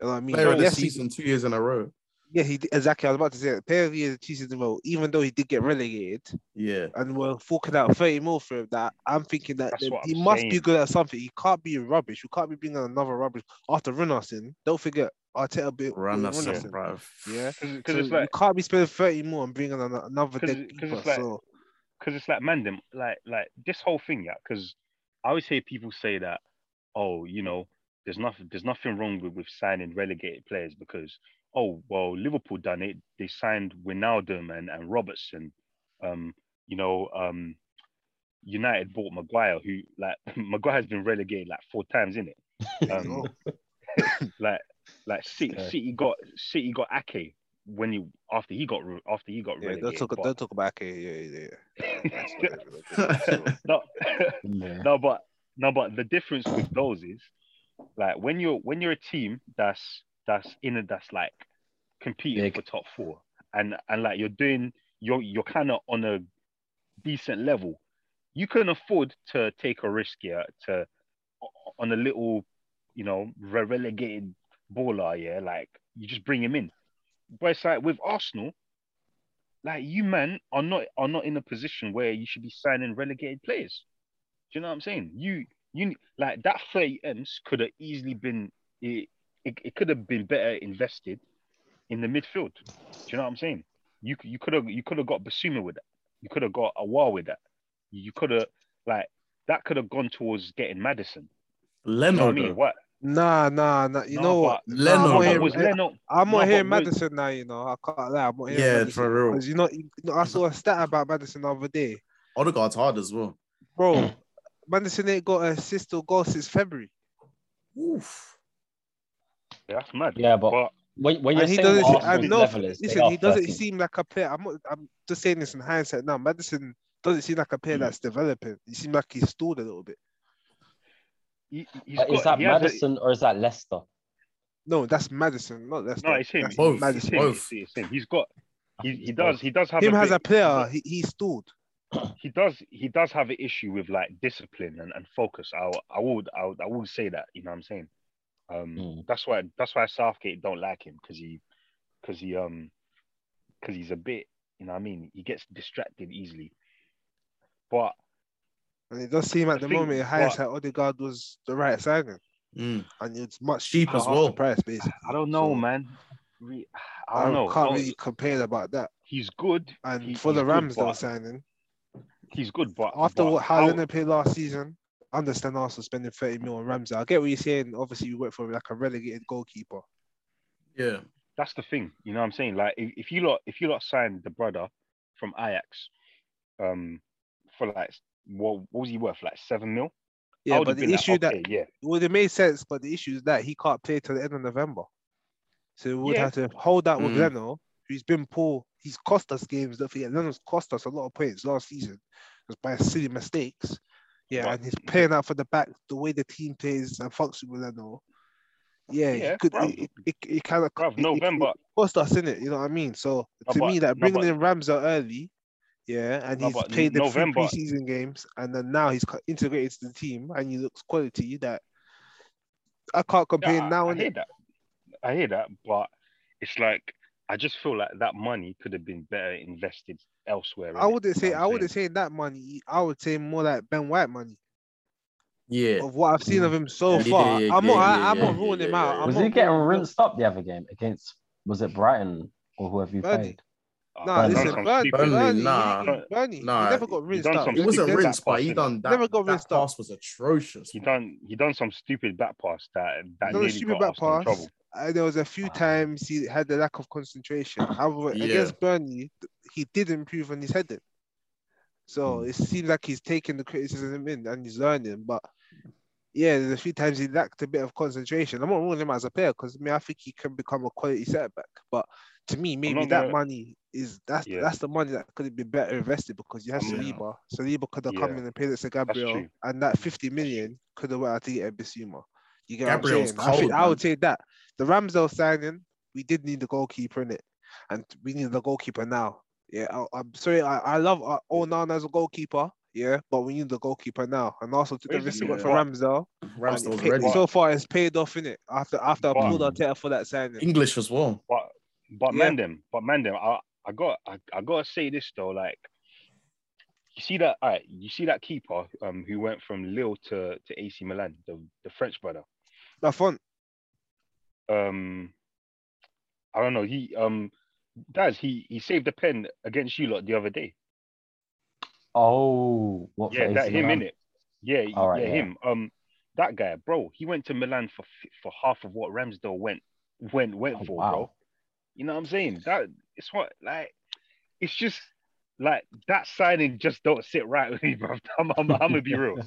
S4: You know what I mean?
S1: Player of the
S4: Yes, he-
S1: season two years in a row.
S4: yeah, he did- exactly. I was about to say that. Player of the year, two seasons in a row, even though he did get relegated
S1: Yeah.
S4: and we're forking out 30 mil for him, that I'm thinking that
S3: That's
S4: then
S3: what
S4: he
S3: I'm
S4: must be
S3: saying.
S4: good at something. He can't be rubbish. You can't be bringing another rubbish after Runas in. Don't forget, Arteta bit
S1: Run us
S4: Runas
S1: in,
S4: in.
S1: bro.
S4: Yeah.
S3: because
S4: So
S3: it's
S4: you
S3: like
S4: can't be spending 30 more and bringing an- another
S3: 'Cause
S4: dead
S3: it- 'cause
S4: keeper.
S3: it's like-
S4: so
S3: because it's like man, them like like this whole thing, yeah. Because I always hear people say that, oh, you know, there's nothing there's nothing wrong with, with signing relegated players because oh well, Liverpool done it. They signed Wijnaldum and and Robertson. Um, you know, um, United bought Maguire, who like Maguire's been relegated like four times in it. Um,
S4: Oh.
S3: like like City,
S2: Yeah.
S3: City got City got Ake when he after he got re- after he got
S4: yeah,
S3: relegated.
S4: don't talk
S3: but-
S4: don't talk about it. Yeah, yeah, yeah. That's not even
S1: Yeah.
S4: a good one.
S3: no,
S2: Yeah.
S3: no, but no, but the difference with those is like when you're when you're a team that's that's in a that's like competing
S2: Big.
S3: for top four and and like you're doing you're you're kind of on a decent level, you can afford to take a risk here to on a little you know re- relegated baller yeah like you just bring him in. But it's like with Arsenal. Like you, man, are not are not in a position where you should be signing relegated players. Do you know what I'm saying? You you like that 30 M's could have easily been it, it, it could have been better invested in the midfield. Do you know what I'm saying? You c- you could have you could have got Basuma with that. You could have got Awar with that. You could have like that could have gone towards getting Madison. You know
S1: Leno,
S3: what I mean?
S1: though.
S3: What
S4: Nah, nah, nah. You
S3: No,
S4: know
S3: but
S4: what? Nah,
S1: Leno,
S4: I'm not
S1: but
S4: hearing-
S3: was Leno?
S4: I'm
S3: No,
S4: not
S3: but
S4: hearing
S3: was-
S4: Madison now, you know. I can't lie. I'm not hearing
S1: yeah,
S4: Madison.
S1: for real.
S4: Because you know, you know, I saw a stat about Madison the other day.
S1: Odegaard's Oh, hard as well.
S3: Mm.
S4: Bro, Madison ain't got an assist or goal since February.
S1: Oof.
S3: Yeah, that's mad.
S2: Yeah, but,
S3: But
S2: when when you're
S4: And he
S2: saying
S4: doesn't
S2: what
S4: se- and
S2: Arsenal's
S4: no,
S2: level is, they
S4: listen,
S2: are
S4: he doesn't
S2: 13th.
S4: seem like a player. I'm not, I'm just saying this in hindsight now. Madison doesn't seem like a player
S3: Mm.
S4: that's developing. He seems like he's stalled a little bit.
S3: he, he's
S2: But is
S3: got-
S2: that
S3: he has a-
S2: Madison or is that Leicester?
S4: No, that's Madison. Not that's
S3: no, it's him.
S4: That's
S1: Both.
S3: It's
S4: Madison.
S3: him.
S1: Both.
S3: It's, it's him. He's got.
S2: I
S3: He,
S2: think
S3: he
S2: it's
S3: does.
S2: both.
S3: He does have
S4: Him
S3: a
S4: has
S3: bit-
S4: a player. He, he's stalled.
S3: he does he does have an issue with like discipline and, and focus. I I would I would, I would say that you know what I'm saying. Um,
S2: Mm.
S3: that's why that's why Southgate don't like him because he because he um because he's a bit you know what I mean he gets distracted easily. But
S4: And it does seem at
S3: The
S4: the
S3: thing-
S4: moment in
S3: but-
S4: hindsight, Odegaard was the right signing.
S1: Mm.
S4: And it's much
S1: Cheap as
S4: half
S1: well.
S4: The price, basically.
S3: I don't know,
S4: So,
S3: man. Re- I
S4: I
S3: don't know.
S4: can't
S3: Don't-
S4: really complain about that.
S3: He's good.
S4: And
S3: He-
S4: for the
S3: he's good,
S4: Rams, though,
S3: but-
S4: signing
S3: he's good, but
S4: after
S3: but
S4: what how Lennon played last season, I understand Arsenal spending 30 mil on Ramsey. I get what you're saying. Obviously, you went for like a relegated goalkeeper.
S1: Yeah.
S3: that's the thing. You know what I'm saying? Like if, if you lot if you lot signed the brother from Ajax, um, for like what what was he worth? Like seven mil. I
S4: Yeah,
S3: would've
S4: but the
S3: been like,
S4: issue that
S3: okay, yeah,
S4: would it made sense, but the issue is that he can't play till the end of November. So we would
S3: Yeah.
S4: have to hold out with
S1: Mm.
S4: Leno, who's been poor. He's cost us games. Don't forget, Leno's cost us a lot of points last season just by silly mistakes. Yeah,
S3: But-
S4: and he's playing out for the back, the way the team plays and functions with and all. Yeah,
S3: Yeah,
S4: he could.
S3: bruv.
S4: It, it, it kind of
S3: Bruv, November.
S4: cost us in it. You know what I mean? So
S3: No,
S4: to
S3: but-
S4: me, that
S3: no,
S4: bringing
S3: but-
S4: in Ramsdale early, yeah, and
S3: No,
S4: he's
S3: but
S4: played the three
S3: November-
S4: preseason games, and then now he's co- integrated to the team, and he looks quality that I can't complain
S3: I-
S4: now.
S3: I
S4: innit?
S3: hear that. I hear that, but it's like I just feel like that money could have been better invested elsewhere.
S4: I
S3: innit?
S4: wouldn't
S3: You
S4: say
S3: know
S4: I
S3: what I'm
S4: wouldn't say that money. I would say more like Ben White money.
S1: Yeah.
S4: Of what I've seen of him so
S1: Yeah,
S4: far,
S1: yeah,
S4: I'm not.
S1: yeah,
S4: I- I'm
S1: yeah,
S4: not
S1: yeah,
S4: ruling him
S1: yeah,
S4: out.
S1: yeah.
S4: I'm
S2: Was
S4: not
S2: he getting
S4: ruling him out.
S2: rinsed up the other game against? Was it Brighton or whoever you
S4: Burnley.
S2: played?
S3: saying?
S4: Nah,
S3: Uh,
S2: Burnley.
S4: listen,
S3: Duncan's
S4: Burnley,
S3: keeping-
S4: Burnley,
S1: Burnley,
S4: Burnley,
S1: nah.
S4: he- Burnley,
S1: Nah,
S4: he never got
S3: he
S4: rinsed
S3: done
S4: out.
S3: some
S1: It wasn't
S3: He did that
S1: rinsed, but
S3: pass,
S1: he
S3: innit?
S1: done that.
S4: Never got
S1: that
S4: rinsed up.
S1: pass was atrocious.
S3: He done he done some stupid back pass that that
S4: He done a
S3: nearly
S4: stupid
S3: got
S4: back
S3: Arsenal in
S4: pass.
S3: trouble.
S4: Uh, there was a few
S2: Wow.
S4: times he had the lack of concentration. However,
S1: Yeah.
S4: against Burnley, th- he did improve on his heading. So
S3: Hmm.
S2: Mm.
S4: it seems like he's taking the criticism in and he's learning. But yeah, there's a few times he lacked a bit of concentration. I'm not ruling him out as a player because I mean I think he can become a quality setback. But to me, maybe
S3: not
S4: that
S3: gonna-
S4: money is that's
S3: Yeah.
S4: that's the money that could have been better invested because you have
S3: I'm not-
S4: Saliba. Saliba could have come
S3: Yeah.
S4: in and played at Sir Gabriel,
S3: true.
S4: and that 50 million could have went out to get Bissuma. You get
S1: Gabriel's
S4: what I'm saying? I, think,
S1: cold,
S4: I
S1: man.
S4: would say that the Ramsdale signing, we did need the goalkeeper in it, and we need the goalkeeper now. Yeah, I, I'm sorry. I, I love uh, Onana as a goalkeeper. Yeah, but we need the goalkeeper now. And also took the
S3: Where's
S4: risk
S3: the
S4: he got for
S3: goalkeeper?
S4: Ramsdale. and it
S1: Ramsdale's
S4: paid-
S1: ready.
S4: So far, it's paid off in it. After after I
S3: But-
S4: pulled Arteta for that signing.
S1: English as well.
S3: But but
S4: Yeah.
S3: man them, but man them, I, I got I, I gotta say this though, like you see that all right, you see that keeper um who went from Lille to, to AC Milan, the, the French brother.
S4: That fun.
S3: Um I don't know, he um Daz, he he saved a pen against you lot the other day.
S2: Oh, what?
S3: Yeah,
S2: for
S3: that
S2: AC
S3: him in
S2: Milan?
S3: it. Yeah,
S2: All right,
S3: yeah,
S2: yeah.
S3: him. Um that guy, bro, he went to Milan for f- for half of what Ramsdale went went went
S2: Oh,
S3: for, bro.
S2: wow.
S3: You know what I'm saying? That it's what like it's just like that signing just don't sit right with me, bro. I'm, I'm, I'm gonna be real.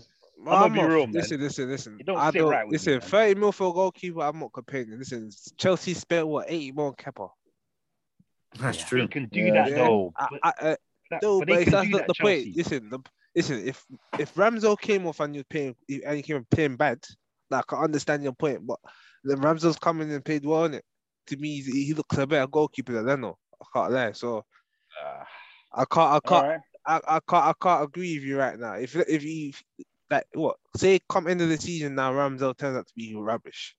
S3: I'ma be
S4: not-
S3: real, man.
S4: Listen, listen, listen.
S3: It don't
S4: I
S3: sit
S4: don't,
S3: right with me,
S4: listen,
S3: man.
S4: 30 mil for a goalkeeper, I'm not complaining. Listen, Chelsea spent what 80 more on Kepa.
S1: That's
S3: Yeah,
S1: true.
S3: They can do
S2: Yeah.
S3: that
S4: Yeah.
S3: though.
S4: I,
S3: but
S4: I, I,
S3: that-
S4: no,
S3: Uh, but
S4: but,
S3: they
S4: it's,
S3: can
S4: that's
S3: do
S4: not
S3: that,
S4: the point.
S3: Chelsea.
S4: Listen, the, listen. If if Ramsdale came off and you're playing and he came and playing bad, like I understand your point, but then Ramsdale's coming and played well in it. To me, he, he looks a better goalkeeper than Leno. I can't lie. So
S3: Ah,
S4: I can't, I can't,
S3: alright.
S4: I, I can't, I can't agree with you right now. If if you like what say come end of the season now, Ramsdale turns out to be rubbish,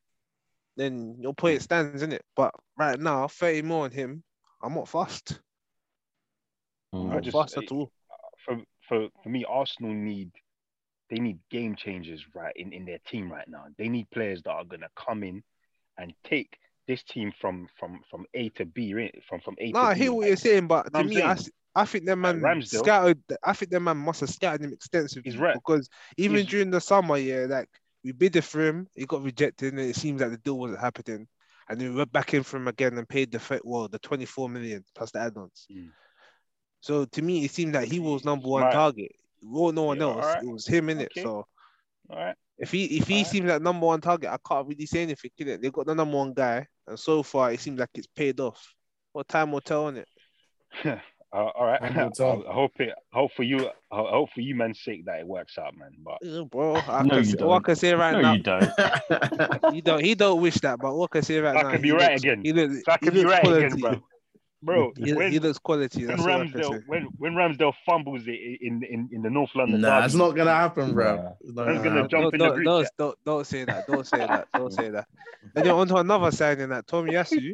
S4: then your point stands, in it. But right now, thirty more on him, I'm not fast. I'm
S3: I
S4: not
S2: Mm.
S3: just-
S4: fast at all.
S3: For, for for me, Arsenal need they need game changers right in, in their team right now. They need players that are gonna come in and take this team from from from A to B, right? From from A
S4: No,
S3: to
S4: I
S3: B.
S4: hear what
S3: like,
S4: you're saying, but to
S3: I'm
S4: me,
S3: saying,
S4: I, s- I think them
S3: like
S4: man
S3: Ramsdale-
S4: scouted. I think them man must have scouted him extensively.
S3: He's right.
S4: because even
S3: He's-
S4: during the summer, yeah, like we bid it for him, he got rejected, and it seems like the deal wasn't happening. And then we went back in for him again and paid the fe- well the 24 million plus the add-ons.
S3: Mm.
S4: So to me, it seemed like he was number one
S3: Right.
S4: target. Well, no one
S3: Yeah,
S4: else.
S3: alright.
S4: It was him in it.
S3: Okay.
S4: So
S3: All right.
S4: if he if he
S3: Alright.
S4: seems like number one target, I can't really say anything. Innit? They got the number one guy, and so far it seems like it's paid off. What time will tell on it?
S3: Uh, all right.
S1: Time will tell.
S3: I, I hope it. I hope for you. I hope for you, man's sake, that it works out, man. But
S4: Yeah, bro. I
S2: No,
S4: can
S2: you
S4: say, What I
S2: don't.
S4: can say right
S2: No,
S4: now,
S2: you don't.
S4: he don't. He don't wish that, but what I can say right
S3: I
S4: now,
S3: could
S4: he
S3: be right
S4: looks-
S3: again.
S4: He looks,
S3: I
S4: he
S3: could be
S4: looks
S3: right
S4: quality.
S3: again, bro. Bro,
S4: He,
S3: when,
S4: he looks quality.
S3: when
S4: That's all I can say.
S3: Ramsdale when when Ramsdale fumbles it in in, in the North London
S1: nah,
S3: derby,
S1: it's not gonna happen, bro.
S2: Nah.
S1: It's not
S3: Man's
S1: gonna
S3: gonna
S1: happen.
S3: jump
S4: don't,
S3: in the
S4: don't,
S3: group
S4: don't,
S3: chat.
S4: don't, don't say that. Don't say that. Don't say that. Then you're onto another signing that Tomiyasu.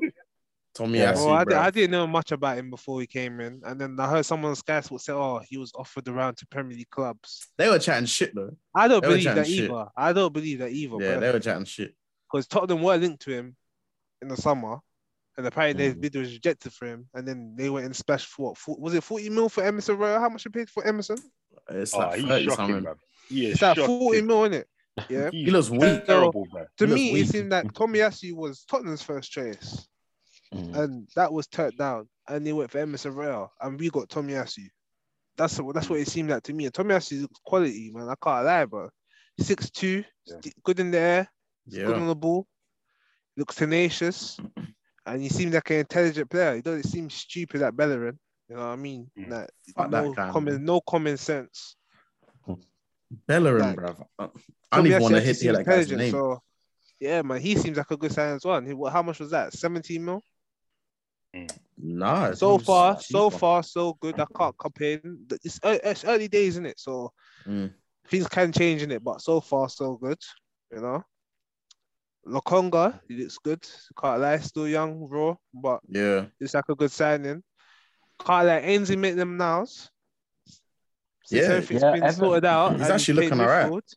S1: Tommy
S2: Yeah.
S1: Asu,
S4: Well, Oh, I, di-
S1: bro.
S4: I didn't know much about him before he came in, and then I heard someone on Sky Sports say, "Oh, he was offered around to Premier League clubs."
S1: They were chatting shit though.
S4: I don't
S1: They were
S4: believe
S1: chatting
S4: that
S1: shit.
S4: either. I don't believe that either,
S1: Yeah,
S4: because
S1: they were chatting shit.
S4: Tottenham were linked to him in the summer, and apparently his
S2: Mm.
S4: bid was rejected for him, and then they went and splashed for what? For, was it forty mil for Emerson Royal? How much they paid for Emerson?
S1: It's
S3: Oh,
S1: like
S3: he's
S1: 30
S3: shocking,
S1: something.
S3: bro. He is
S4: It's like
S3: shocking.
S4: forty mil, innit? Yeah.
S3: He's
S1: He looks weak.
S3: terrible, bro.
S4: To
S1: He looks
S4: me,
S1: weak.
S4: it seemed like Tomiyasu was Tottenham's first choice,
S2: Mm.
S4: and that was turned down, and they went for Emerson Royal, and we got Tomiyasu. That's what that's what it seemed like to me. And Tomiyasu is quality, man. I can't lie, bro. Six two,
S3: Yeah.
S4: good in the air, good
S1: Yeah.
S4: on the ball, looks tenacious, and he seems like an intelligent player. He doesn't seem stupid at Bellerin. You know what I mean?
S3: Mm.
S4: Like,
S1: Fuck that
S4: no,
S1: guy,
S4: common,
S1: man.
S4: no common sense.
S1: Bellerin,
S4: Like-
S1: bruv. I- I don't even
S4: Tomiyasu
S1: want to
S4: actually
S1: hit hear
S4: seems
S1: that guy's
S4: intelligent,
S1: name.
S4: So, yeah, man, he seems like a good sign as well. And he, what, how much was that? 17 mil?
S1: nah,
S4: So
S1: he's
S4: far,
S1: cheap,
S4: so
S1: bruv.
S4: far, so good. I can't complain. Th- It's, ear- it's early days, isn't it? So
S1: Mm.
S4: things can change in it, but so far, so good. You know, Lokonga, he looks good. Can't lie, still young, raw, but
S1: Yeah,
S4: it's like a good signing. Can't let Ainsley make them nows. Since
S1: Yeah.
S4: everything's
S2: Yeah,
S4: been
S2: Evan-
S4: sorted out.
S1: He's
S4: and
S1: actually
S4: played
S1: looking alright.
S4: midfield,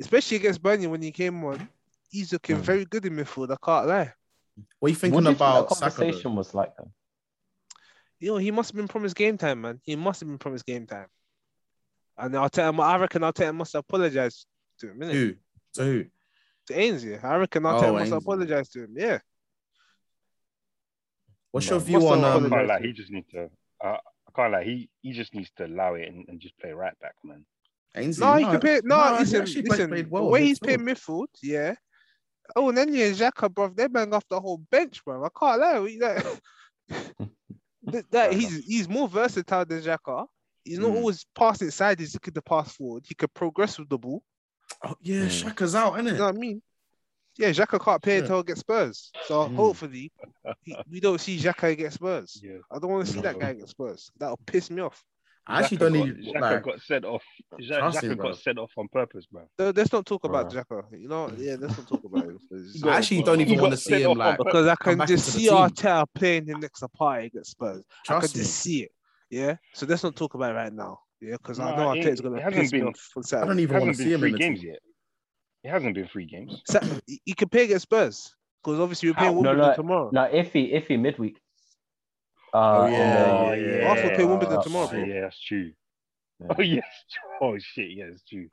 S4: Especially against Burnley when he came on. He's looking
S2: Mm.
S4: very good in midfield. I can't lie.
S1: what are you
S2: What
S1: thinking
S2: do you think that
S1: about Saka? though?
S2: conversation was like though?
S4: You know, he must have been promised game time, man. He must have been promised game time. And I'll tell him, I reckon I'll tell him must apologize to him, innit?
S1: Who? To who?
S4: To Ainsley. I reckon I'll tell
S1: Oh,
S4: him must
S1: Ainsley.
S4: apologize to him. Yeah.
S1: What's
S2: No.
S1: your view
S4: What's
S1: on
S4: the-
S3: I
S1: um,
S3: can't lie. He just needs to. Uh, I can't lie. He he just needs to allow it and, and just play right back, man.
S1: Ainsley?
S4: No, he can play. No,
S1: he
S4: listen,
S1: actually played-
S4: listen.
S1: played
S4: the
S1: well
S4: way he's
S1: midfield.
S4: playing midfield, yeah. Oh, and then yeah, Xhaka, bro, they bang off the whole bench, bro. I can't lie. we- That, that, that- he's he's more versatile than Xhaka. He's not
S1: Mm.
S4: always passing sideways. He could pass forward. He could progress with the ball.
S1: Oh, yeah,
S2: Mm.
S1: Shaka's out, isn't
S4: You know
S1: it?
S4: what I mean? Yeah, Xhaka can't play
S1: Yeah.
S4: until against Spurs. So
S2: Mm.
S4: hopefully, he, we don't see Xhaka against Spurs.
S3: Yeah.
S4: I don't want to see that
S3: No.
S4: guy against Spurs. That'll piss me off.
S1: I actually
S3: Xhaka
S1: don't
S3: got,
S1: need
S3: Xhaka
S1: like
S3: got sent off. Xha-
S1: Trust him,
S3: Xhaka
S1: bro.
S3: got sent off on purpose, bro.
S4: No, Let's not talk about
S2: Bruh.
S4: Xhaka. You know, yeah, let's not talk about him. 'cause it's-
S3: got-
S1: I actually don't
S3: he
S1: even
S3: got
S1: want to see
S3: sent
S1: him
S3: off on
S1: like
S3: purpose.
S4: because I
S1: come
S4: can
S1: back
S4: just
S1: into the
S4: see our
S1: team.
S4: Arteta playing him next to party against Spurs. I could
S1: trust me.
S4: just see it. Yeah. So let's not talk about it right now. Yeah, because I
S3: No,
S4: know
S3: it-
S4: Arteta's
S3: it
S4: gonna
S3: hasn't
S4: piss me
S3: been-
S4: off for
S1: I
S4: Saturday.
S1: don't even want to
S3: hasn't
S1: see
S3: been
S1: him in
S3: three
S1: the
S3: games
S1: team.
S3: yet. It hasn't been three games.
S4: Sa- he- he can play against Spurs because obviously we're playing
S2: How? No,
S4: Wimbledon
S2: no.
S4: tomorrow.
S2: No, iffy, iffy midweek. Uh,
S1: Oh,
S2: on
S1: yeah,
S2: the-
S4: yeah. Arsenal play Wimbledon
S3: Oh,
S4: tomorrow.
S3: Yeah, that's true.
S2: Yeah.
S3: Oh yes. Oh shit. Yeah, it's true.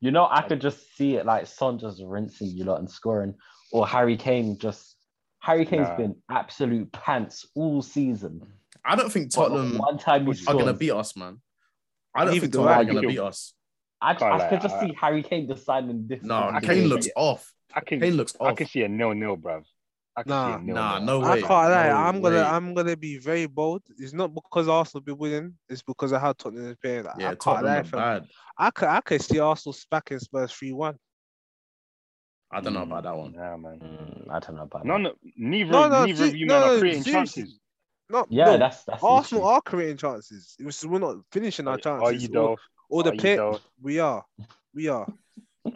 S2: You know, I could just see it like Son just rinsing you lot and scoring, or Harry Kane just. Harry Kane's
S3: Nah.
S2: been absolute pants all season.
S1: I don't think Tottenham
S2: one time he
S1: are
S2: scores.
S1: gonna beat us, man. I don't
S4: Neither
S1: think
S4: do
S1: Tottenham
S2: I.
S1: are gonna
S3: You'll-
S1: beat us.
S2: I, I
S3: Can't lie,
S2: could just
S3: I-
S2: see Harry Kane deciding this.
S1: No,
S2: is the
S1: Kane
S2: game.
S1: looks off.
S3: I can.
S1: Kane looks
S3: I
S1: off.
S3: can see a nil-nil, bruv. I can
S4: Nah.
S3: see a nil-nil.
S1: Nah, no
S4: I
S1: way.
S4: can't lie.
S1: No
S4: I'm gonna
S1: way.
S4: I'm gonna be very bold. It's not because Arsenal be winning, it's because of how Tottenham is playing. I-
S1: Yeah,
S4: I can't lie,
S1: Tottenham are
S4: fam.
S1: bad.
S4: I could I could see Arsenal spacking Spurs 3-1.
S1: I don't know about that one.
S3: Nah, man.
S2: Mm, I don't know about
S3: None.
S2: that.
S3: of- Neither.
S4: No, no,
S3: neither of
S4: see-
S3: you
S4: no,
S3: men
S4: no,
S3: are creating
S4: seriously.
S3: chances.
S4: No,
S2: Yeah,
S4: no,
S2: that's that's the
S4: Arsenal
S2: issue.
S4: are creating chances. It was, we're not finishing our chances.
S3: Are you
S4: or-
S3: though?
S4: Or the
S3: Are you
S4: pit.
S3: though?
S4: We are. We are.
S3: All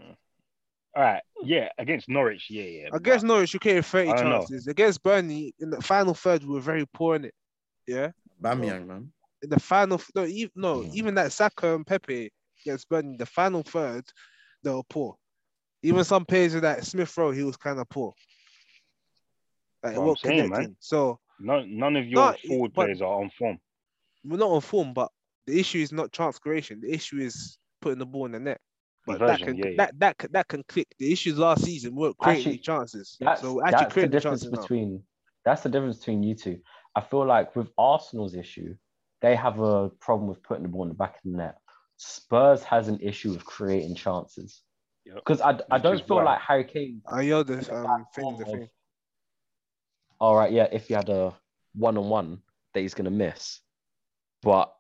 S3: right. Yeah, against Norwich. Yeah, yeah.
S4: Against
S3: but-
S4: Norwich, you created 30
S3: I don't know.
S4: chances. Against Burnley, in the final third, we were very poor in it. Yeah.
S1: Bamiyang, man.
S4: In the final, no, even, no,
S2: Mhm.
S4: even that Saka and Pepe against Burnley, the final third, they were poor. Even some players of that Smith Rowe, he was kind of poor. Like,
S3: What
S4: it
S3: I'm
S4: was
S3: saying, man.
S4: connecting. So
S3: None, none of your
S4: No, it-
S3: forward
S4: but-
S3: players are on form.
S4: we're not on form, but the issue is not chance creation. The issue is putting the ball in the net. But that
S3: Conversion,
S4: can,
S3: yeah, yeah.
S4: That, that, can- that can click. The issues last season weren't creating
S2: Actually,
S4: any chances.
S2: That's,
S4: so we're actually
S2: that's the
S4: creating
S2: difference
S4: chances now.
S2: between that's the difference between you two. I feel like with Arsenal's issue, they have a problem with putting the ball in the back of the net. Spurs has an issue with creating chances
S3: Yep.
S2: because I, I
S3: Which
S2: don't
S3: is
S2: feel
S3: why.
S2: like Harry Kane.
S4: I yelled this um thing the
S2: form
S4: thing.
S2: of- All right, yeah, if you had a one on one that he's gonna miss, but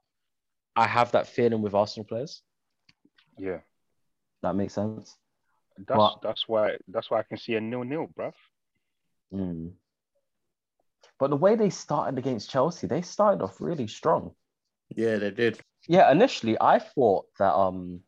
S2: I have that feeling with Arsenal players.
S3: Yeah,
S2: That makes sense.
S3: that's
S2: But-
S3: that's why that's why I can see a nil-nil, bruv.
S2: Mm. But the way they started against Chelsea, they started off really strong.
S1: Yeah, they did.
S2: Yeah, initially I thought that um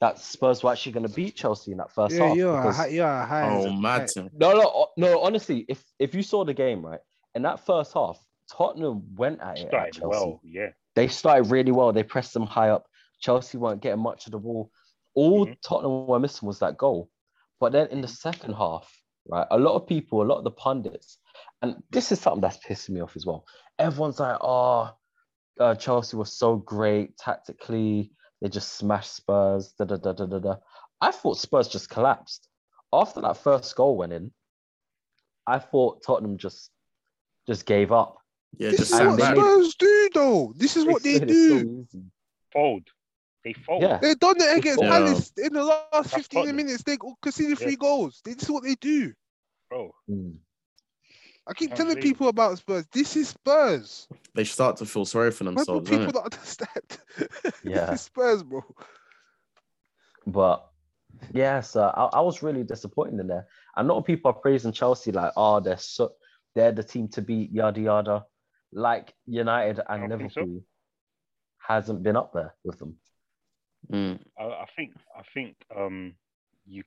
S2: that Spurs were actually going to beat Chelsea in that first
S4: Yeah,
S2: half.
S4: you're a
S2: because-
S4: high, you're a high. as
S1: Oh,
S4: a
S1: mad
S4: kite.
S1: Tim.
S2: No, no, o- no. Honestly, if if you saw the game right in that first half, Tottenham went at it. at
S3: Started
S2: Chelsea.
S3: well, yeah.
S2: They started really well. They pressed them high up. Chelsea weren't getting much of the ball. All
S4: Mm-hmm.
S3: Mhm.
S2: Tottenham were missing was that goal. But then in the second half, right, a lot of people, a lot of the pundits, and this is something that's pissing me off as well. Everyone's like, oh, uh, Chelsea was so great tactically. They just smashed Spurs. Da, da, da, da, da, da. I thought Spurs just collapsed. After that first goal went in, I thought Tottenham just just gave up.
S1: Yeah,
S4: This
S1: just
S2: And
S4: is
S1: sat
S4: what
S2: they
S1: back.
S2: made-
S4: Spurs do, though. This is what they
S2: said it's so
S4: do.
S2: easy.
S3: Fold. They fold.
S2: Yeah.
S4: They've done it
S2: It's
S4: against
S2: so-
S4: Palace in the last
S3: That's
S4: 15
S3: Tottenham.
S4: minutes. They conceded
S3: Yeah.
S4: three goals. This is what they do.
S3: bro.
S2: Mm.
S4: I keep
S3: Can't
S4: telling
S3: believe it.
S4: people about Spurs. This is Spurs.
S1: They start to feel sorry for
S4: Why do
S1: themselves.
S4: people
S1: innit?
S4: not understand?
S2: Yeah.
S4: this is Spurs, bro.
S2: But yeah, so I, I was really disappointed in there. A lot of people are praising Chelsea like, oh, they're so they're the team to beat, yada yada. Like United
S3: I
S2: and
S3: don't think so.
S2: Liverpool hasn't been up there with them.
S1: Mm.
S3: I, I think I think um you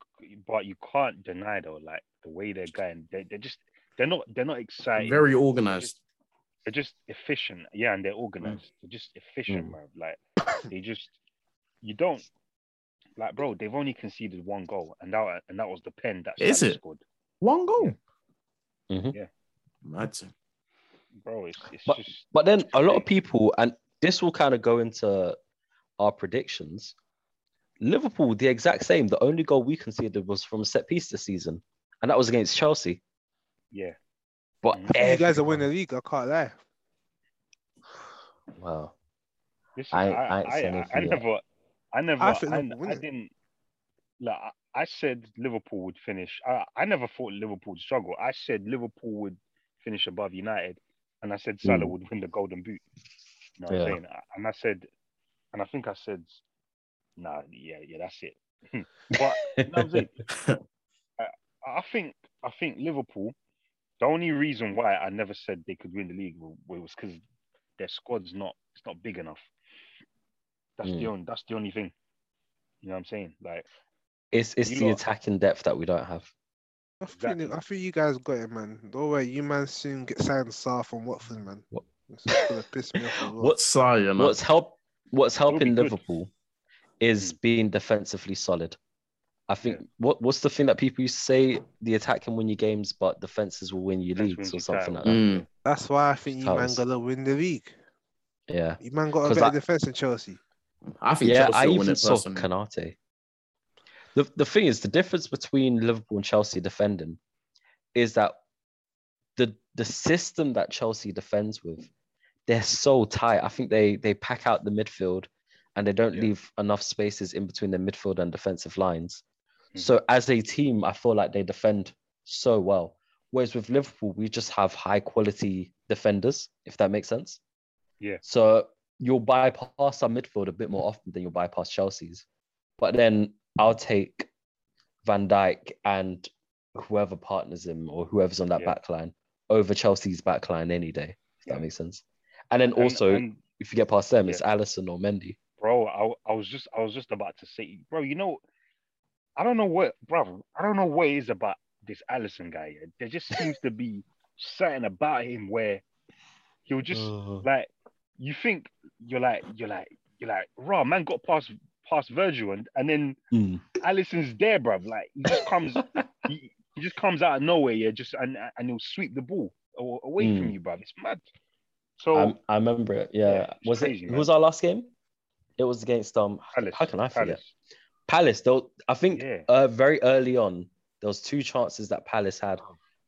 S3: but you can't deny though like the way they're going they they're just they're not they're not exciting
S1: Very organized.
S3: they're just efficient yeah and they're organized they're just efficient
S2: Mm.
S3: man like they just you don't like bro they've only conceded one goal and that and that was the pen that
S1: Is
S3: Salah
S1: it?
S3: scored
S1: One goal.
S2: Mhm.
S3: Yeah.
S1: Mad.
S3: bro it's, it's
S2: But-
S3: just
S2: But then a lot of people, and this will kind of go into our predictions. Liverpool, the exact same. The only goal we conceded was from a set piece this season, and that was against Chelsea.
S3: yeah
S2: But
S3: Mhm.
S4: You guys are
S2: everyone-
S4: winning the league. I can't lie.
S2: Wow.
S3: Listen,
S2: I-
S3: I,
S2: I
S3: I,
S2: ain't
S3: I,
S2: saying
S3: I,
S2: anything yet.
S3: never, I never,
S4: I
S3: I,
S4: think
S3: I,
S4: Liverpool win it.
S3: didn't. Like, I- I said Liverpool would finish. I, I never thought Liverpool would struggle. I said Liverpool would finish above United, and I said Salah
S2: Mm.
S3: would win the Golden Boot. You know what I'm
S2: Yeah.
S3: saying? I- And I said, and I think I said, nah, yeah, yeah, that's it. but you know what I'm saying? I, I think, I think Liverpool. The only reason why I never said they could win the league wa- was because their squad's not it's not big enough. That's the only that's the only thing. You know what I'm saying? Like
S2: It's it's
S3: You
S2: the
S3: lot-
S2: attacking depth that we don't have.
S4: I think,
S3: Exactly.
S4: I think you guys got it, man. Don't worry, you man soon get signed Sar from Watford, man.
S2: What-
S4: It's gonna piss me off. as well.
S2: What-
S1: Sorry, you know.
S2: What's help what's
S3: be
S2: helping
S3: good. Hmm.
S2: Liverpool is being defensively solid. I think what what's the thing that people used to say the attack can win you games, but defenses will win you
S3: Defense
S2: leagues
S3: wins
S2: or
S3: you
S2: something like
S3: titles.
S2: that.
S1: Mm.
S4: That's why I think you man
S2: Titles.
S4: gonna win the league.
S2: Yeah.
S4: You man got a
S2: 'Cause
S4: better
S2: I-
S4: defense than Chelsea.
S1: I think
S2: Yeah,
S1: Chelsea
S2: I
S1: will win
S2: even
S1: it
S2: saw
S1: personally.
S2: Kanate. The the thing is the difference between Liverpool and Chelsea defending is that the the system that Chelsea defends with, they're so tight. I think they they pack out the midfield and they don't
S3: Yeah.
S2: leave enough spaces in between the midfield and defensive lines.
S3: Mhm.
S2: So as a team, I feel like they defend so well. Whereas with Liverpool, we just have high quality defenders, if that makes sense.
S3: Yeah.
S2: So you'll bypass our midfield a bit more often than you'll bypass Chelsea's. But then I'll take Van Dijk and whoever partners him or whoever's on that
S3: Yeah.
S2: back line over Chelsea's back line any day, if
S3: Yeah.
S2: that makes sense. And then
S3: and-
S2: also,
S3: and,
S2: if you get past them, it's Allison or Mendy.
S3: bro, I, I was just I was just about to say, bro, you know, I don't know what, bro, I don't know what it is about this Allison guy. Yeah? There just seems to be something about him where he'll just
S4: Uh,
S3: like you think you're like you're like you're like raw man got past past Virgil and and then
S2: Mm.
S3: Allison's there, bro. Like he just comes, he, he just comes out of nowhere, yeah. Just and and he'll sweep the ball a- away from
S2: Mm.
S3: you, bro. It's mad. So
S2: I'm- I, remember it. Yeah.
S3: Yeah, it's
S2: was
S3: crazy,
S2: it? Who
S3: man.
S2: was our last game? It was against um.
S3: Palace,
S2: How can I forget?
S3: Palace.
S2: Palace. Though I think
S3: Yeah,
S2: uh, very early on there was two chances that Palace had,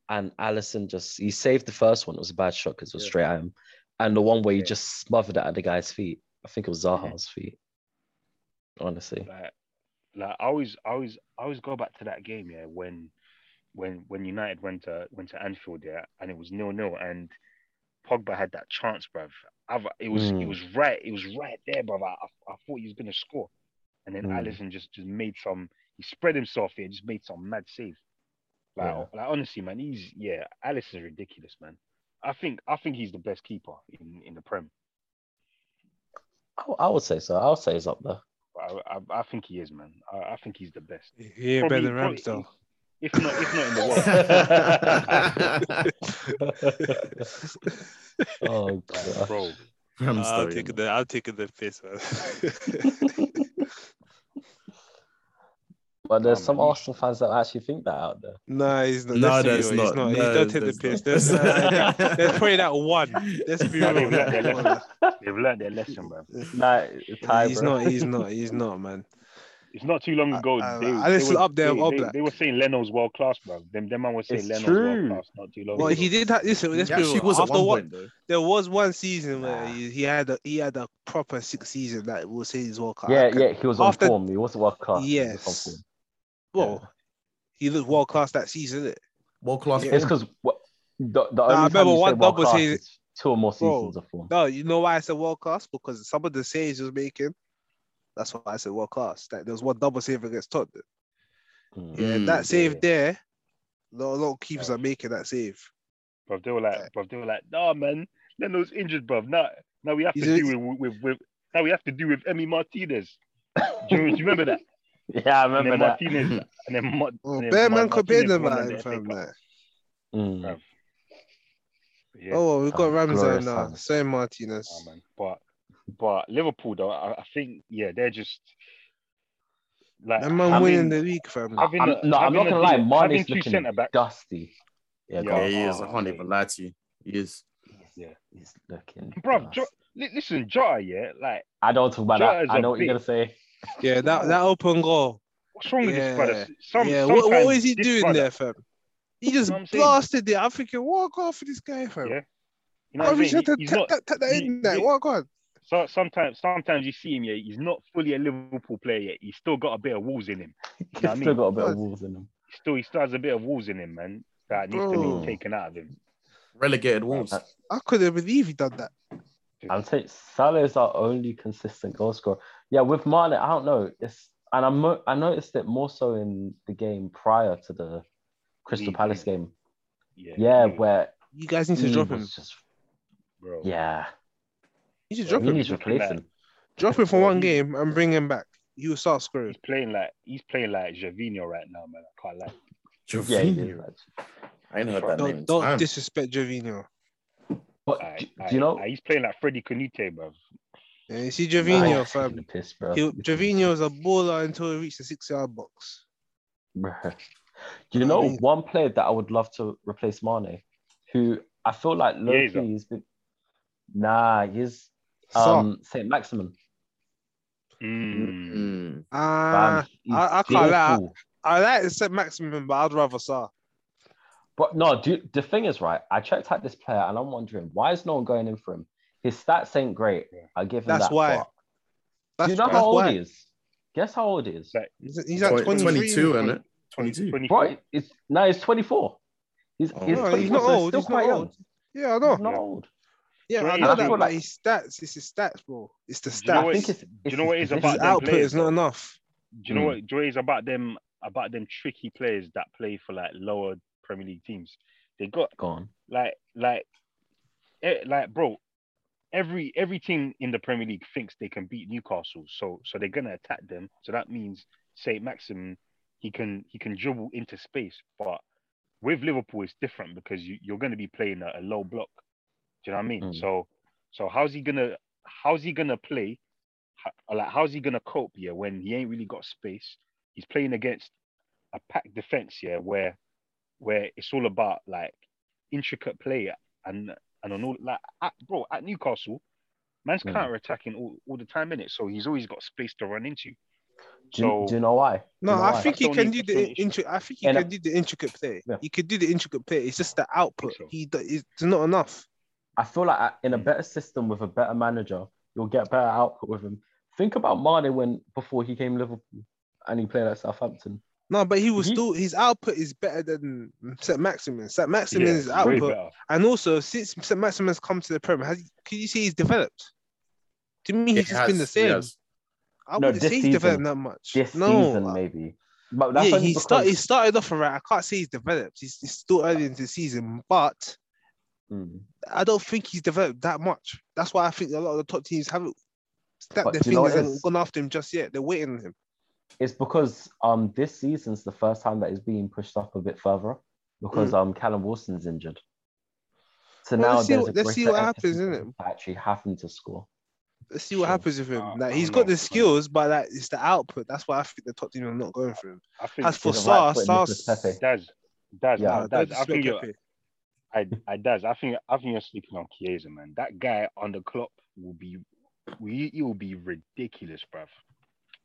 S2: and Allison just he saved the first one. It was a bad shot because it was
S3: Yeah.
S2: straight at him, and the one where he
S3: Yeah.
S2: just smothered it at the guy's feet. I think it was Zaha's feet. Honestly,
S3: like, like I always, I always, I always go back to that game, yeah. When, when, when United went to went to Anfield, yeah, and it was nil nil, and Pogba had that chance, bruv. I've, it was, it
S2: Mm.
S3: was right, it was right there, bruv. I, I, I thought he was gonna score, and then
S2: Mm.
S3: Allison just just made some. He spread himself here, just made some mad save. Like,
S2: Yeah.
S3: like honestly, man, he's yeah, Allison's ridiculous, man. I think I think he's the best keeper in, in the Prem.
S2: I, I would say so. I'll say he's up there.
S3: I, I, I think he is, man. I, I think he's the best.
S4: Yeah, better than
S3: Probably-
S4: Ramsdale.
S3: If not, if not in the world.
S2: oh
S3: Like,
S2: god.
S3: bro,
S1: I'm
S4: I'll
S1: sorry,
S4: take
S1: you
S4: the I'll take the piss,
S2: But there's
S3: Nah,
S2: some
S3: man, you-
S2: Arsenal fans that actually think that out there.
S4: nah, he's not.
S1: No,
S4: Let's be
S1: that's
S4: real, he's
S1: not.
S4: He
S1: No,
S4: don't take the
S1: that's
S4: piss.
S1: not.
S4: There's, uh, there's probably that one. Let's be
S3: Nah,
S4: real.
S3: they've learned their
S4: that one.
S3: lesson. They've learned their lesson, bro.
S2: Nah, Ty,
S4: he's
S2: bro.
S4: not. He's not. He's not, man.
S3: It's not too long
S4: I-
S3: ago.
S4: I-
S3: they,
S4: I listen
S3: they were,
S4: up there,
S3: They,
S4: up
S3: they-
S4: there.
S3: they were saying Leno's world class, bro. Them, them man were saying
S2: It's
S3: Leno's
S2: true.
S3: world class not too long
S4: Well,
S3: ago.
S4: he did have. Listen, let's
S1: He
S4: be
S1: actually
S4: real.
S1: was at
S4: After
S1: one
S4: what
S1: point though.
S4: there was one season where
S2: Nah.
S4: he, he had a he had a proper six season that we'll say he's world class.
S2: Yeah,
S4: I can-
S2: yeah, he was on
S4: After-
S2: form. He wasn't world class. He was on
S4: Yes.
S2: form.
S4: Well, he looked world class that season. Innit?
S1: World class.
S4: Yeah.
S1: player.
S2: It's because the, the
S4: I
S2: only time
S4: remember
S2: you say
S4: one
S2: world
S4: double
S2: class
S4: season-
S2: is two or more
S4: Bro.
S2: seasons of form.
S4: No, you know why I said world class because some of the saves he was making That's why I said world class. Like, there was one double save against Tottenham.
S2: Mm.
S4: Yeah,
S1: Mm.
S4: that save
S3: Yeah.
S4: there, a lot, a lot of keepers are making that save.
S3: Bruv, they were like, bruv, they were like, nah, man, Leno's injured, bruv. Now, now we have to
S4: He's
S3: do with, with, with now we have to do with Emmy Martinez. Do you, do you remember that?
S2: Yeah, I
S3: And
S2: remember
S3: then
S2: that.
S3: Martinez, and then Ma-
S4: Oh,
S3: and then
S4: bear
S3: Ma-
S4: man compared
S3: Martinez
S4: them
S3: won
S4: at
S3: the
S4: him,
S3: FA
S4: fam.
S3: Cup.
S4: like.
S2: Mm.
S3: Yeah.
S4: Oh, well, we've got
S2: Oh,
S4: Ramsey
S2: glorious
S4: now.
S2: times.
S4: So Martinez.
S3: Nah, man. But but Liverpool though, I, I think yeah, they're just like
S4: That man
S2: I
S4: winning
S3: having,
S4: the league, fam.
S3: having
S2: I'm,
S3: a-
S2: no, I'm
S3: having
S2: not
S3: a
S2: gonna lie.
S3: decent-
S2: Mane's
S3: having two
S2: looking
S3: centre backs.
S2: dusty. Yeah,
S3: Yeah.
S2: go
S1: Yeah,
S2: on.
S1: he is. I
S3: Oh,
S1: can't
S3: mate.
S1: even lie to you. He is.
S3: Yeah.
S2: He's looking.
S3: Bruv,
S2: dusty.
S3: jo- li- listen, Jota, yeah, like
S2: I don't talk about
S3: Jota
S2: that.
S3: is
S2: I
S3: a
S2: know what you're gonna
S3: big-
S2: say.
S4: Yeah, that, that open goal.
S3: what's wrong with
S4: Yeah.
S3: this brother? Some,
S4: yeah, what, what
S3: sometimes
S4: was he
S3: this
S4: doing
S3: brother-
S4: there, fam? He just
S3: know what I'm saying?
S4: blasted it. I'm thinking, walk off for this guy, fam.
S3: Yeah, You know what
S4: Bro,
S3: I'm
S4: he
S3: saying?
S4: should have
S3: He- he's
S4: tap-
S3: not.
S4: tap- tap that
S3: he-
S4: in there.
S3: he-
S4: Walk on.
S3: So sometimes, sometimes you see him. Yeah, he's not fully a Liverpool player yet. He's still got a bit of wolves in him.
S2: He's
S3: know what I
S2: still
S3: mean?
S2: got a bit of
S4: What?
S2: wolves in him.
S3: He still, he still has a bit of wolves in him, man. That needs to
S1: Bro.
S3: be taken out of him.
S1: Relegated Wolves.
S2: That-
S4: I couldn't believe he done that.
S2: I'll say Salah is our only consistent goal scorer. Yeah, with Marley, I don't know. It's and I'm mo- I noticed it more so in the game prior to the Crystal
S3: Leeds,
S2: Palace
S3: innit?
S2: game.
S3: Mm, Yeah,
S2: Yeah,
S3: yeah,
S2: where
S4: You guys need to
S2: he
S4: drop
S3: Mm.
S4: him.
S2: was just
S3: bro.
S2: yeah,
S4: You should drop
S2: he
S4: him.
S2: needs replacing.
S4: Drop him for
S3: Bro,
S4: one
S3: he-
S4: game and bring him back. He will start scoring.
S3: He's playing like he's playing like Javinho right now, man. I can't lie.
S2: Yeah, he
S1: Jovino.
S2: is actually.
S1: I ain't heard that name.
S4: Don't,
S1: in
S4: don't
S1: time.
S4: disrespect Jovino.
S2: But
S3: Aye,
S2: do,
S3: aye,
S2: do you know?
S3: aye, he's playing like Freddy Canute, bro.
S4: Yeah, you see
S2: Nah,
S4: Jovino,
S2: taking the
S4: fam.
S2: piss, bro.
S4: uh, He'll- Jovino's a baller until he reaches the six yard box.
S2: Bruh. You
S4: know what I
S2: know,
S4: mean?
S2: one player that I would love to replace Mane, who I feel like low
S3: Chiesa.
S2: key has been. Nah, he's
S4: So,
S2: um Saint Maximin.
S3: Mm.
S1: Mm.
S4: ah,
S2: Fam, he's
S4: I- I can't lie.
S2: fearful.
S4: I like to set maximum, but I'd rather Saar.
S2: But no, do, the thing is, right? I checked out this player and I'm wondering why is no one going in for him? His stats ain't great.
S3: Yeah.
S2: I give him
S4: That's
S2: that.
S4: why.
S2: but-
S4: That's,
S2: do you know
S4: that's
S2: how old
S4: why.
S2: he is? Guess how old he is?
S3: Like-
S4: He's, he's at
S1: Twen-
S4: 23.
S1: 22, isn't it? 22.
S3: 24.
S2: Right? It's no, he's 24. He's,
S1: Oh.
S2: he's,
S1: No, he's
S2: 24,
S4: not
S2: so he's
S4: old,
S2: still
S4: he's not
S2: quite young.
S4: old. Yeah, I
S2: He's
S4: know.
S2: not
S3: Yeah.
S2: old.
S4: Yeah, I
S3: Jordan
S4: know
S2: Ayew.
S4: that.
S2: I feel
S4: But
S2: like-
S4: his stats, it's his stats, bro. It's the
S3: Do you know
S2: I
S3: what
S4: stats.
S2: think it's,
S3: it's- do you know what it is
S2: his
S3: about
S4: His
S2: position.
S3: them
S4: output
S3: players,
S4: is not
S3: bro?
S4: enough.
S3: Do you know what joy is about them about them tricky players that play for like lower Premier League teams? They got
S2: Go on.
S3: like like eh, like bro, every every team in the Premier League thinks they can beat Newcastle, so so they're gonna attack them. So that means Saint Maxim he can he can dribble into space, but with Liverpool it's different because you, you're gonna be playing a, a low block. Do you know what I mean?
S2: Mm.
S3: So so how's he gonna how's he gonna play? ho- Like how's he gonna cope here when he ain't really got space? He's playing against a packed defense here where where it's all about like intricate play and and on all like at, bro at Newcastle, man's
S2: Mm.
S3: counter attacking all, all the time in it, so he's always got space to run into.
S2: Do you,
S3: So-
S2: do you know why?
S4: No,
S2: you know
S4: I
S2: why?
S4: think he
S3: That's the
S4: can
S3: only-
S4: do
S3: that's the
S4: the
S3: only issue.
S4: intricate. I think he
S2: And
S4: can
S2: I-
S4: do the intricate play.
S2: Yeah.
S4: He could do the intricate play. It's just the output.
S3: so.
S4: He do- it's not enough.
S2: I feel like in a
S3: Mm.
S2: better system with a better manager, you'll get better output with him. Think about Mane when before he came Liverpool and he played at Southampton.
S4: No, but he was
S2: He-
S4: still his output is better than Set Maximin. Set
S3: Yeah,
S4: Maximin's
S3: it's way
S4: output
S3: better.
S4: And also, since St. Maximin's come to the Prem, has can you see he's developed? To me,
S1: He
S4: he's just been the
S1: has, he
S4: same.
S1: has.
S4: I
S2: No,
S4: wouldn't
S2: this
S4: say he's
S2: season.
S4: developed that much.
S2: This
S4: no,
S2: season, maybe. But that's
S4: yeah,
S2: only
S4: he
S2: because
S4: started. He started off alright. I can't say he's developed. He's, he's still early into the season, but
S2: Mm.
S4: I don't think he's developed that much. That's why I think a lot of the top teams haven't snapped
S2: But
S4: their
S2: do you know what
S4: fingers
S2: it
S4: and
S2: is?
S4: gone after him just yet. They're waiting on him.
S2: it's because um this season's the first time that he's being pushed up a bit further because um Callum Wilson's injured. So
S4: Mm. Well,
S2: now
S4: let's see
S2: there's
S4: what-
S2: a
S4: let's see
S2: greater
S4: what happens,
S2: emphasis
S4: innit?
S2: on actually having to score.
S4: Let's see what
S2: Sure.
S4: happens with him.
S3: Uh,
S4: like
S3: I
S4: he's
S3: don't
S4: got
S3: know, I
S4: the
S3: don't know.
S4: skills, but like it's the output. That's why I think the top team are not going for him.
S3: I think
S4: As for
S2: He's a
S4: Sar,
S2: right-footed
S4: Sar,
S2: Nicolas Pepe.
S3: Daz, Daz,
S2: Yeah.
S3: nah,
S4: nah,
S3: Daz,
S4: don't
S3: I
S4: disrespect
S3: think you're,
S4: Pepe.
S3: I, I Daz, I think, I think you're sleeping on Chiesa, man. That guy on the clock will be, we, he will be ridiculous, bruv.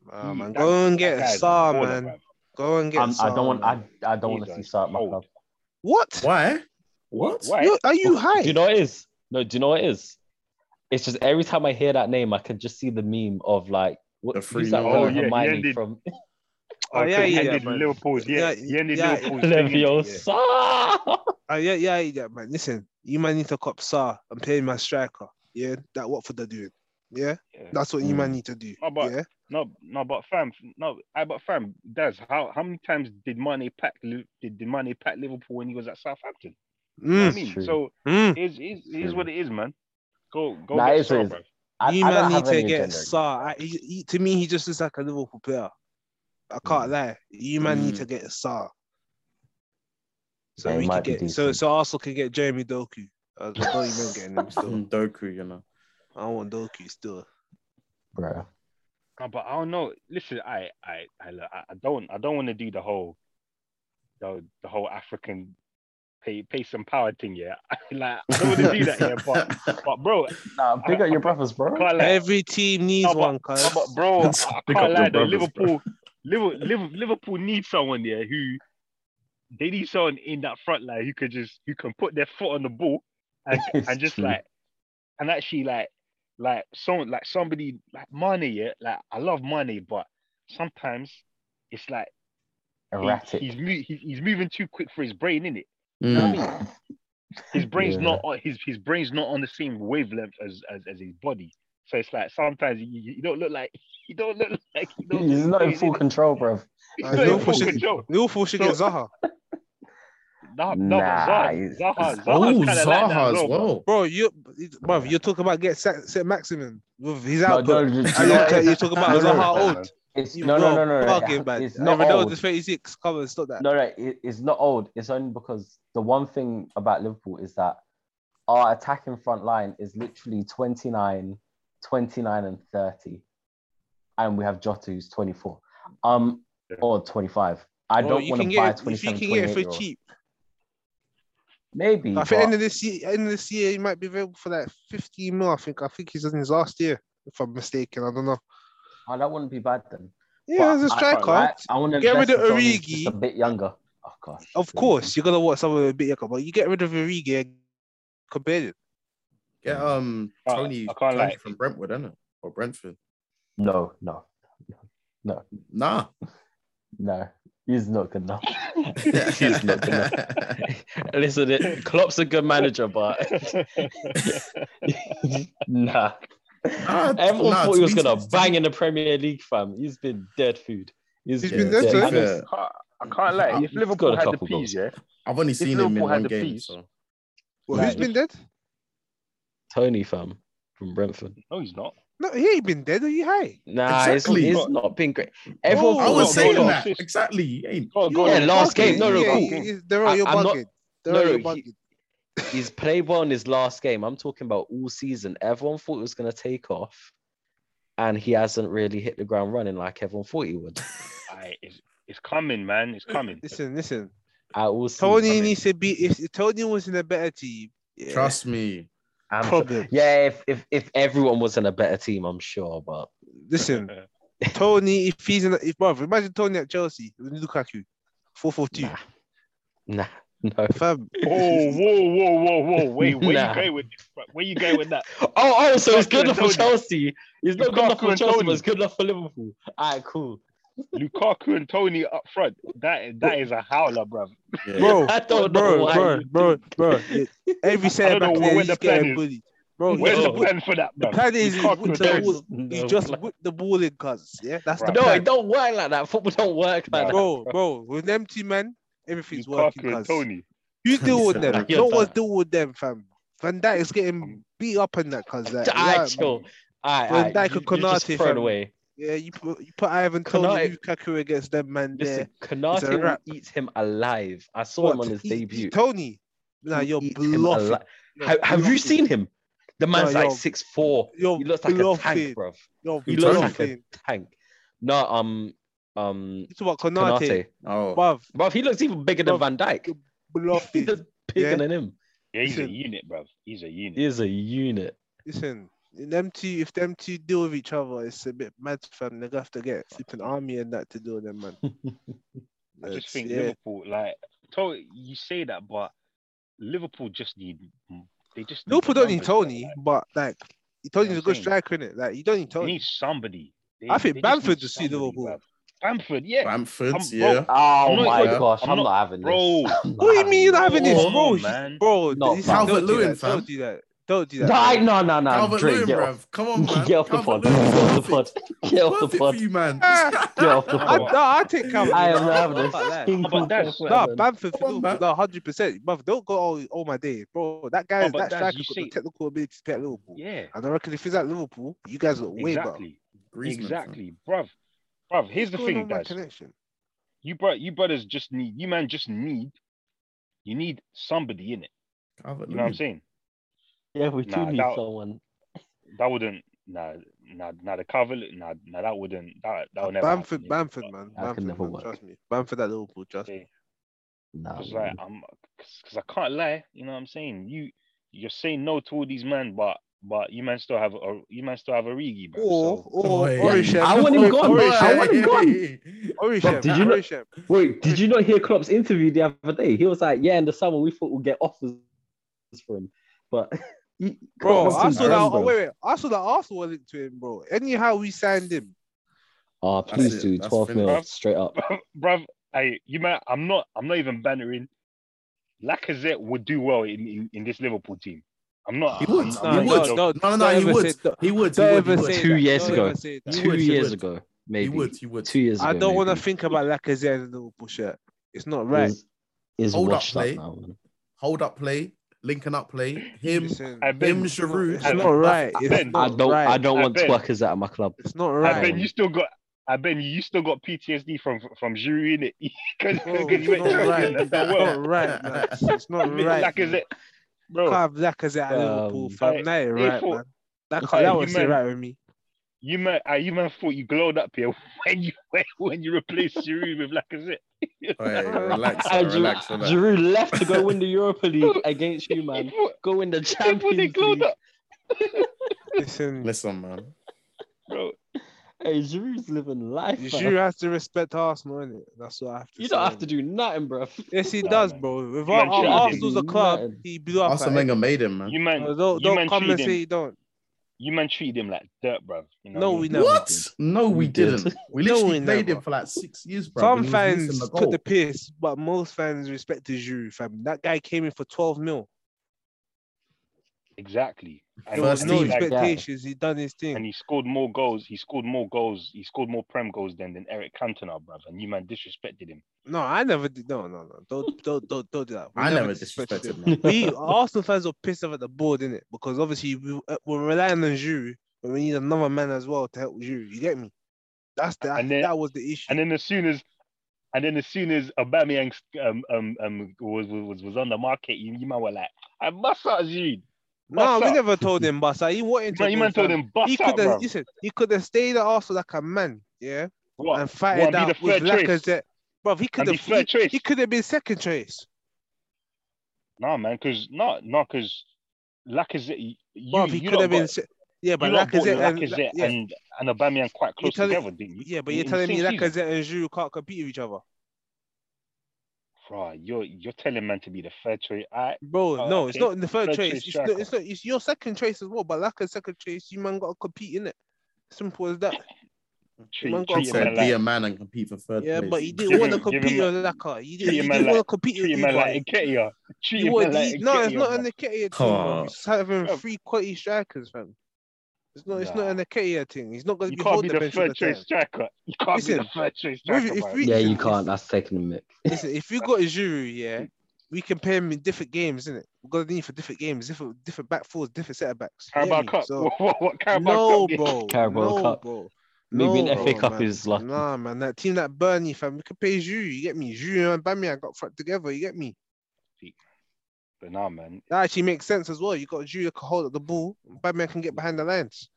S4: Nah,
S3: He-
S4: man,
S3: that-
S4: go and
S3: that
S4: get
S3: guy's a
S4: Sar,
S3: baller,
S4: man.
S3: bruv.
S4: Go and get.
S2: Um, I
S4: Sar,
S2: don't want
S4: man.
S2: I, I don't want to
S3: He's
S2: see
S3: a
S2: Sarr at my
S3: cold.
S2: club.
S4: What?
S1: Why? What?
S3: Why?
S4: Yo, are you high?
S2: Do you know what it is? No, do you know what it is? It's just every time I hear that name, I can just see the meme of like what,
S1: The free
S2: who's that
S1: man.
S2: girl
S1: Oh,
S3: yeah, he
S2: Hermione
S3: ended-
S2: from
S4: Oh, yeah,
S3: he
S4: yeah,
S3: ended
S4: man.
S3: Liverpool's, yeah,
S4: Yeah,
S3: he ended
S4: yeah.
S3: Liverpool's thing, yeah.
S2: Leviosa?
S4: Uh, yeah, yeah, yeah, man. Listen, you might need to cop Sar and play my striker. Yeah, that what for they doing? Yeah,
S3: Yeah.
S4: that's what you
S2: Mm.
S4: man need to do.
S2: Oh,
S3: No, but-
S4: yeah,
S3: No, no, but fam, no, I but fam, Daz, how how many times did Mane pack Li- did the Mane pack Liverpool when he was at Southampton? You know what
S4: mm.
S2: That's
S3: I mean,
S2: true.
S3: so
S4: Mm.
S3: here's here's, here's
S2: True.
S3: what it is, man. Go go
S2: Nah,
S3: get
S2: it's-
S3: Saul,
S2: it's-
S3: bruv.
S2: I,
S4: you
S2: I
S4: man
S2: don't
S4: need
S2: have
S4: to
S2: any
S4: get
S2: agenda.
S4: Sar. I, he, he- to me, he just looks like a Liverpool player. I can't
S2: Mm.
S4: lie. You man need
S1: Mm.
S4: to get Sar. So
S2: Yeah, he
S4: we could
S2: might be
S4: get so
S2: decent.
S4: so Arsenal could get Jeremy Doku. I don't even getting him
S2: Mm.
S4: still.
S1: Doku, you know.
S4: I want Doku still.
S2: Bro.
S3: No, but I don't know. Listen, I I I look, I I don't I don't want to do the whole the, the whole African pay pay some power thing, yeah. like I don't want to do that, yeah. But but bro,
S2: Nah, big up your brothers, bro.
S3: can't lie.
S4: Every team needs
S3: No, but-
S4: one, cuz.
S3: No, but bro, I
S1: Pick
S3: oh, I
S1: up
S3: can't lie
S1: your
S3: though.
S1: brothers, bro.
S3: Liverpool, Liverpool, Liverpool, Liverpool needs someone there who they need someone in that front line who could just who can put their foot on the ball and,
S2: It's
S3: and just
S2: true.
S3: like and actually like like someone like somebody like Mane, yeah. Like I love Mane, but sometimes it's like he-
S2: Erratic.
S3: he's, mo- he's he's moving too quick for his brain, innit?
S1: Mm.
S3: His brain's
S2: Yeah.
S3: not on, his his brain's not on the same wavelength as as, as his body. So it's like sometimes you, you you don't look like you don't look like you don't
S2: He's not in full control, bro.
S4: Uh,
S3: He's not in
S4: Liverpool
S3: full
S4: should-
S3: control.
S4: Liverpool should
S3: So-
S4: get Zaha.
S3: Nah, nah,
S2: Nah,
S3: but Zaha,
S2: he's-
S3: Zaha, Zaha's
S1: Oh,
S3: kinda
S1: Zaha
S3: like that
S1: as
S3: bro.
S1: well.
S4: Bro, you bruv, you're talking about get set, set maximum with his
S2: No,
S4: output.
S2: no, you- you
S4: And
S2: know what
S4: you're,
S2: it
S4: talking-
S2: is?
S4: you're talking about
S2: No, no,
S4: Zaha
S2: no,
S4: old.
S2: It's
S4: You
S2: no, no, no,
S4: bro,
S2: no, no.
S4: Bargain, man.
S2: It's not old.
S4: Evernold is 36. Come on, stop that.
S2: No, no, it, it's not old. It's only because the one thing about Liverpool is that our attacking front line is literally 29, 29 and 30. And we have Jota who's 24. Um or 25. I
S4: Bro,
S2: don't
S4: you
S2: want
S4: can
S2: to buy
S4: get if you
S2: 27,
S4: can get it
S2: 28
S4: for
S2: year old.
S4: cheap.
S2: Maybe.
S4: I think end
S2: but-
S4: of this year, end of this year, he might be available for like 15 mil. I think. I think he's in his last year, if I'm mistaken. I don't know.
S2: Oh, that wouldn't be bad then.
S4: Yeah,
S2: But
S4: as a
S2: I-
S4: striker,
S2: I, I, want to
S4: Get rid of
S2: A
S4: Origi.
S2: bit younger, Oh, of course.
S4: of course, you're gonna want someone a bit younger, but you get rid of Origi and compare it.
S1: Get um
S3: Uh,
S1: Tony,
S3: I can't
S1: Tony
S3: lie.
S1: from Brentwood, innit? Or Brentford.
S2: No, no,
S1: Nah.
S2: no. He's not good enough. He's not good enough.
S1: yeah,
S2: Listen, it, Klopp's a good manager, but nah.
S1: Nah,
S2: Everyone
S1: Ah, nah,
S2: thought
S1: to
S2: he was
S1: be-
S2: gonna
S1: to be-
S2: bang in the Premier League, fam. He's been dead food.
S4: He's
S1: to
S4: been dead
S1: be
S4: food.
S2: food.
S1: fair,
S3: I can't lie. If
S2: He's got
S3: Liverpool
S2: a
S3: had the
S2: couple goals.
S3: peas, yeah,
S1: I've only seen him in
S3: Liverpool had
S1: one
S3: the
S1: game.
S3: piece-
S1: So.
S4: Well,
S2: Nah,
S4: who's been dead?
S2: Tony, fam, from Brentford.
S3: no, he's not.
S4: No, he ain't been dead. Are you high?
S2: Nah, it's-
S1: Exactly.
S2: it's, not been great.
S3: Oh,
S2: Everyone
S4: Bro,
S1: I
S2: thought
S1: was
S2: he
S1: saying
S2: good.
S1: that exactly. He ain't.
S3: Go on, go
S2: Yeah,
S3: on.
S2: last game. No, no,
S4: yeah,
S2: cool.
S4: yeah, yeah, Darrell,
S2: I-
S4: you're
S2: I'm not-
S4: bugging.
S2: no,
S4: Darrell,
S2: no,
S4: you're
S2: he-
S4: bugging.
S2: he's played well in his last game. I'm talking about all season. Everyone thought it was going to take off, and he hasn't really hit the ground running like everyone thought he would.
S3: Aye, it's, it's coming, man. It's coming.
S4: Listen, listen.
S2: At all season.
S4: Tony
S3: mean-
S4: needs to be. If Tony was in a better team, yeah,
S1: Trust me.
S2: I'm sure-
S4: problem.
S2: yeah, if, if if everyone was in a better team, I'm sure. But
S3: Uh,
S4: Listen, Tony, if he's in, if brother, imagine Tony at Chelsea with Lukaku, four four two.
S2: nah, nah, no.
S4: Fam,
S3: Oh, whoa, whoa, whoa, whoa! Wait, where
S2: Nah.
S3: you going with this? bro? Where you going with that?
S2: Oh, oh, so it's
S3: Lukaku
S2: good
S3: and
S2: enough for
S3: Tony.
S2: Chelsea. He's not good enough
S3: Lukaku
S2: for
S3: and
S2: Chelsea,
S3: Tony.
S2: but it's good enough for Liverpool. All right, cool.
S3: Lukaku and Tony up front. That that is a howler, bruv.
S1: Yeah.
S4: bro,
S2: I don't know
S4: bro,
S2: why
S4: bro,
S2: you
S4: bro, bro, Every
S3: I
S4: centre
S3: don't know
S4: back
S3: where
S4: there, he's
S3: the plan
S4: getting
S3: is.
S4: bullied. Bro, he
S2: Where's
S3: Where's
S4: just
S2: No.
S3: the
S4: whipped-
S3: plan for that,
S4: the
S3: bruv?
S4: plan is he
S3: Lukaku
S4: whipped
S3: and
S4: the
S3: Tony.
S4: ball.
S2: There's
S4: He
S2: no
S4: just
S2: plan.
S4: whipped the ball in, cuz. Yeah, that's the
S3: Right.
S2: No,
S4: plan.
S2: it don't work like that. Football don't work like
S3: Nah.
S2: that.
S4: Bro, bro, with them two man, everything's working,
S3: Lukaku and
S4: cuz.
S3: Tony.
S4: You deal with them.
S2: Nah, you're
S4: No one's
S2: done.
S4: deal with them, fam. Van Dijk is getting beat up in that, cuz. Like,
S2: Aight,
S4: yeah,
S2: chill. All right,
S4: Van
S2: all right.
S4: Dijk and
S2: You, you just
S4: Konate,
S2: throw it
S4: fam.
S2: away.
S4: yeah, you put you put Ivan Tony
S2: Konate-
S4: Lukaku against them, man. There,
S2: Listen, Konate will
S4: wrap.
S2: eat him alive. I saw him
S4: What?
S2: on his
S4: He- he-
S2: debut.
S4: Tony, nah,
S2: He'll
S4: you're
S2: eat him
S4: bluffing.
S2: alive.
S4: You're
S2: Have, have you
S4: bluffing.
S2: seen him? The man's
S4: No,
S2: like
S4: you're-
S2: six four.
S4: You're
S2: He looks like a
S4: bluffing.
S2: tank, bruv.
S4: You're
S2: He
S1: Who,
S2: looks
S1: Tony?
S2: like a
S4: bluffing.
S2: tank. No, um, um,
S4: It's about Konate,
S2: Konate.
S1: Oh,
S4: bruv.
S2: Bruv, he looks even bigger than
S4: Bruv,
S2: Van Dyke. He's
S4: Bluffing.
S2: bigger
S4: Yeah.
S2: than him.
S3: Yeah, he's a
S4: Listen.
S3: unit, bruv. He's a unit.
S2: He is a unit.
S4: Listen, them two, if them two deal with each other, it's a bit mad, fam. They're gonna have to get flipping army and that to deal with them, man.
S3: I
S4: That's-
S3: just think
S4: yeah.
S3: Liverpool, like, Tony, you say that, but Liverpool just need. They just need
S4: Liverpool don't need
S3: numbers, bruv.
S4: Tony,
S3: Like,
S4: but like, Tony's a
S3: I'm
S4: good
S3: saying.
S4: striker, innit? Like, you don't need
S3: they
S4: Tony.
S3: need somebody. They-
S4: I think
S3: they just
S4: Bamford
S3: need
S4: just see
S3: somebody,
S4: Liverpool.
S3: bruv. Bamford, yeah. I'm-
S1: Bamford's,
S3: bro,
S1: yeah.
S2: Oh
S3: I'm not-
S2: my
S1: I'm
S2: gosh, I'm,
S3: not-
S2: not, having
S3: bro.
S2: this. I'm not
S4: What do you
S2: having
S4: mean you're not having
S3: this.
S4: this,
S3: Come
S4: bro?
S3: on, man.
S4: Bro,
S2: No,
S4: this-
S2: fam.
S4: don't do
S1: Calvert-Lewin,
S4: that. Don't
S1: fam.
S4: do that. Don't do that.
S2: No, I- no, no, no.
S1: Calvert
S2: Drake,
S1: Lewin,
S2: get, off,
S1: bruv. Come on, man.
S2: get off the pod.
S1: Calvert
S2: Get
S1: Lewin's
S2: off the
S1: perfect.
S2: pod. Get off the
S1: Perfect
S2: pod.
S1: for you, man.
S4: Ah.
S2: Get off the
S4: I,
S2: pod.
S4: no, I take Calvin.
S2: I am not having a
S4: Fuck that.
S2: fucking
S3: How about
S2: clue
S3: that?
S2: for
S4: No,
S2: that, man.
S4: Bamford
S1: Come on,
S4: Fidel,
S1: man.
S4: no, hundred percent. But don't go all, all my day, bro. That guy,
S3: No, but
S4: that
S3: that's-
S4: striker
S3: you
S4: got the
S3: see-
S4: technical ability to play at Liverpool.
S3: Yeah,
S4: And I reckon if he's at Liverpool, you guys look way better.
S3: exactly,
S1: Griezmann, fam.
S3: exactly, bruv. Bruv, here's the
S4: What's going
S3: thing,
S4: on with my
S3: guys.
S4: connection?
S3: You bro, you brothers just need, you man, just need, you need somebody in it.
S1: Calvert
S3: You know what I'm
S1: Lewin.
S3: saying?
S2: Yeah, we do
S3: Nah,
S2: need
S3: that-
S2: someone.
S3: That wouldn't, nah, nah, nah. The cover, nah, nah. That wouldn't, that, that would never.
S4: Bamford,
S3: happen, innit?
S4: Bamford,
S3: But-
S4: man.
S2: I can
S4: Bamford,
S2: never
S4: man.
S2: work.
S4: Trust me. Bamford at Liverpool, trust me.
S3: Yeah.
S2: Nah,
S3: Because like I'm, because I can't lie. You know what I'm saying? You you're saying no to all these men, but but you man still have a you man still have a Rigi, bro.
S4: Or,
S3: so,
S4: or,
S1: Oi.
S4: Orishem.
S2: Oh, I want him
S4: Or-
S2: gone, bro. I want him
S1: gone.
S4: Orishem.
S2: Did you know-
S4: Orishem.
S2: Wait, did you not hear Klopp's interview the other day? He was like, "Yeah, in the summer we thought we'll get offers for him, but he- Klopp
S4: Bro,
S2: wants
S4: I
S2: him
S4: saw that.
S2: gone,
S4: Oh,
S2: bro.
S4: wait, wait. I saw that Arsenal were linked to him, bro. Anyhow, we signed him.
S2: Oh,
S1: That's
S2: please
S1: it.
S2: do
S1: That's
S2: twelve mil
S3: finished.
S2: straight up.
S3: bruv, hey, you man, I'm not I'm not even bannering. Lacazette would do well in in, in this Liverpool team. I'm not.
S1: He would.
S3: I'm-
S1: He
S3: I'm not
S1: would.
S3: joking.
S1: No, no, no. He
S4: ever
S1: would.
S4: say- don't-
S1: He would. He
S4: don't
S1: would.
S4: ever
S1: He would.
S4: say
S2: Two
S4: that.
S2: years
S4: Don't
S2: ago.
S4: ever say that.
S1: He
S2: Two
S1: would, he
S2: years
S1: would.
S2: ago,
S1: He
S2: maybe.
S1: would. He would.
S2: Two years ago.
S4: I don't want to
S2: maybe.
S4: think about Lacazette in a Liverpool shirt. It's not right.
S2: Is, is
S1: Hold up,
S2: washed up,
S1: mate.
S2: now, man.
S1: Hold up, play. Linking up, play. Him.
S4: Listen,
S3: I bet.
S1: Him, Giroud.
S4: it's
S3: I-
S4: not right. It's
S3: Ben,
S2: I
S4: not
S2: don't.
S4: right.
S2: I don't
S3: I
S2: want
S3: bet.
S2: twerkers out of my club.
S4: It's not
S3: I
S4: right.
S3: bet you still got. I bet you still got PTSD from from Giroud in it because
S4: Bro,
S3: you went
S4: it's not
S3: Champions
S4: right.
S3: League. That's not well.
S4: It's not right, man. It's not right. man.
S3: Lacazette, bro.
S4: Can't have Lacazette at Liverpool,
S2: Um,
S4: fam. That ain't right,
S3: Hey,
S4: man. That, can't,
S3: hey,
S4: that
S3: you
S4: was
S3: man-
S4: right with me.
S3: You man, I even thought you glowed up here when you when, when you replaced Giroud with Lacazette.
S4: Oh,
S1: Hey, relax,
S2: And
S1: relax,
S2: Giroud-
S1: relax.
S2: Giroud left to go win the Europa League against you, man.
S3: People,
S2: Go win the
S3: people they
S2: Champions
S3: glowed
S2: League.
S3: up,
S4: Listen,
S1: Listen, man.
S3: bro.
S2: Hey, Giroud's living life.
S4: you
S2: man.
S4: has to respect Arsenal, innit? That's what I have to
S2: You
S4: say.
S2: don't have to do nothing, bro.
S4: Yes, he
S3: Nah,
S4: does,
S3: man.
S4: bro. If
S3: man
S4: Ar-
S3: cheated.
S4: Arsenal's a club,
S2: Nothing.
S4: he blew up.
S1: Arsene
S4: at it.
S1: Wenger made him, man.
S3: You man,
S4: So Uh, Oh, don't
S3: you
S4: don't
S3: man
S4: come and
S3: treated
S4: say
S3: him.
S4: you don't.
S3: You man treated him like dirt, bro. You know
S4: No,
S3: what I
S4: we
S3: mean?
S4: never.
S1: What? No, we
S2: We did.
S1: didn't. We
S4: No,
S1: literally
S4: we
S1: played
S4: never.
S1: him for like six years, bro.
S4: Some
S1: when he was
S4: fans
S1: missing the
S4: took
S1: goal.
S4: the piss, but most fans respected you, fam. That guy came in for 12 mil.
S3: exactly. And,
S4: There
S1: First
S4: was no
S1: team.
S3: and, he, like,
S4: expectations. He done his
S3: and
S4: thing.
S3: he scored more goals. He scored more goals. He scored more prem goals than than Eric Cantona, bro. And you man disrespected him.
S4: No, I never did. No, no, no. Don't don't don't don't do that. We
S1: I never
S4: disrespected
S1: disrespected
S4: him.
S1: him.
S4: We Arsenal fans were pissed off at the board, innit? Because obviously we, uh, we're relying on you, but we need another man as well to help you. You get me? That's the
S3: And then-
S4: that was the issue.
S3: And then as soon as, and then as soon as Aubameyang um um um was was was on the market, you, you man were like, I must out Giroud.
S4: no,
S3: bust
S4: we
S3: up.
S4: never told him, Basa. He
S3: You
S4: wanted to.
S3: man, you
S4: go,
S3: man told
S4: fam.
S3: him bust
S4: He
S3: out,
S4: could
S3: bro.
S4: have. Listen, he could have stayed at Arsenal like a man, yeah,
S3: What?
S4: and
S3: Go
S4: fighted
S3: and be
S4: out
S3: the
S4: with
S3: third choice.
S4: Lacazette, bro. He could
S3: And be
S4: have.
S3: fair
S4: He,
S3: choice.
S4: he could have been second choice.
S3: No, man, because no, no, because Lacazette, you,
S4: Bro,
S3: you
S4: he
S3: you
S4: could
S3: lot
S4: have been.
S3: got-
S4: se- Yeah,
S3: you
S4: but
S3: lot bought
S4: Lacazette and
S3: Lacazette
S4: yeah.
S3: and and Aubameyang quite close
S4: telling-
S3: together, didn't you?
S4: Yeah, but
S3: In-
S4: you're
S3: in
S4: telling
S3: the
S4: me
S3: same season.
S4: Lacazette and Giroud can't compete with each other,
S3: Bruh, you're you're telling man to be the fair choice. I
S4: bro.
S3: Oh,
S4: no, it's
S3: okay.
S4: not in the third
S3: Third
S4: choice.
S3: choice
S4: It's, not,
S3: striker.
S4: it's not. It's your second choice as well. But Lacazette second choice, you man got to compete in it. Simple as that.
S3: treat,
S4: man got
S3: treat
S1: He
S3: a
S1: said,
S3: man
S1: be
S3: like
S1: a man and compete for third
S4: Yeah,
S1: place. Mm.
S4: but he
S3: Give
S4: didn't
S3: him-
S4: want to
S3: give him
S4: compete
S3: a-
S4: with Lacazette. He
S3: treat
S4: didn't, he
S3: a
S4: didn't
S3: man
S4: want to
S3: like-
S4: compete with
S3: treat a man like
S4: Udogie.
S3: Nketiah. Treat
S4: You
S3: a man
S4: want,
S3: like
S4: he, no, it's
S3: Nketiah,
S4: not
S3: man.
S4: an Nketiah team,
S1: Come
S4: bro.
S1: on.
S4: He's having
S3: Bro.
S4: three quality strikers, man. It's not. It's
S3: Nah.
S4: not an Nketiah thing. He's not going to
S3: You
S4: be
S3: can't
S4: holding
S3: be
S4: the
S3: the
S4: bench all the
S3: third
S4: time.
S3: choice striker. You can't be
S4: Listen,
S3: the third choice
S4: if-
S3: striker,
S4: if
S3: bruv.
S4: we-
S2: Yeah, you
S4: If-
S2: can't. That's taking the mick.
S4: Listen, if you got Giroud, yeah, we can pair him in different games, isn't it? We're gonna need for different games, different different back fours, different set of backs. you get
S3: Carabao
S4: me?
S3: Cup.
S4: So,
S3: what, what, what Carabao
S4: no,
S3: Cup? game?
S4: bro.
S2: Carabao
S4: no,
S2: Cup.
S4: bro.
S2: Maybe
S4: no,
S2: an FA
S4: bro,
S2: Cup
S4: man.
S2: is lucky.
S4: Nah, man, that team that Burnley fam, we could pay you. You get me? You and Bamia got front together. You get me?
S3: But nah, man.
S4: That actually makes sense as well. You got Giroud that can hold up the ball. Bamia can get behind the lines.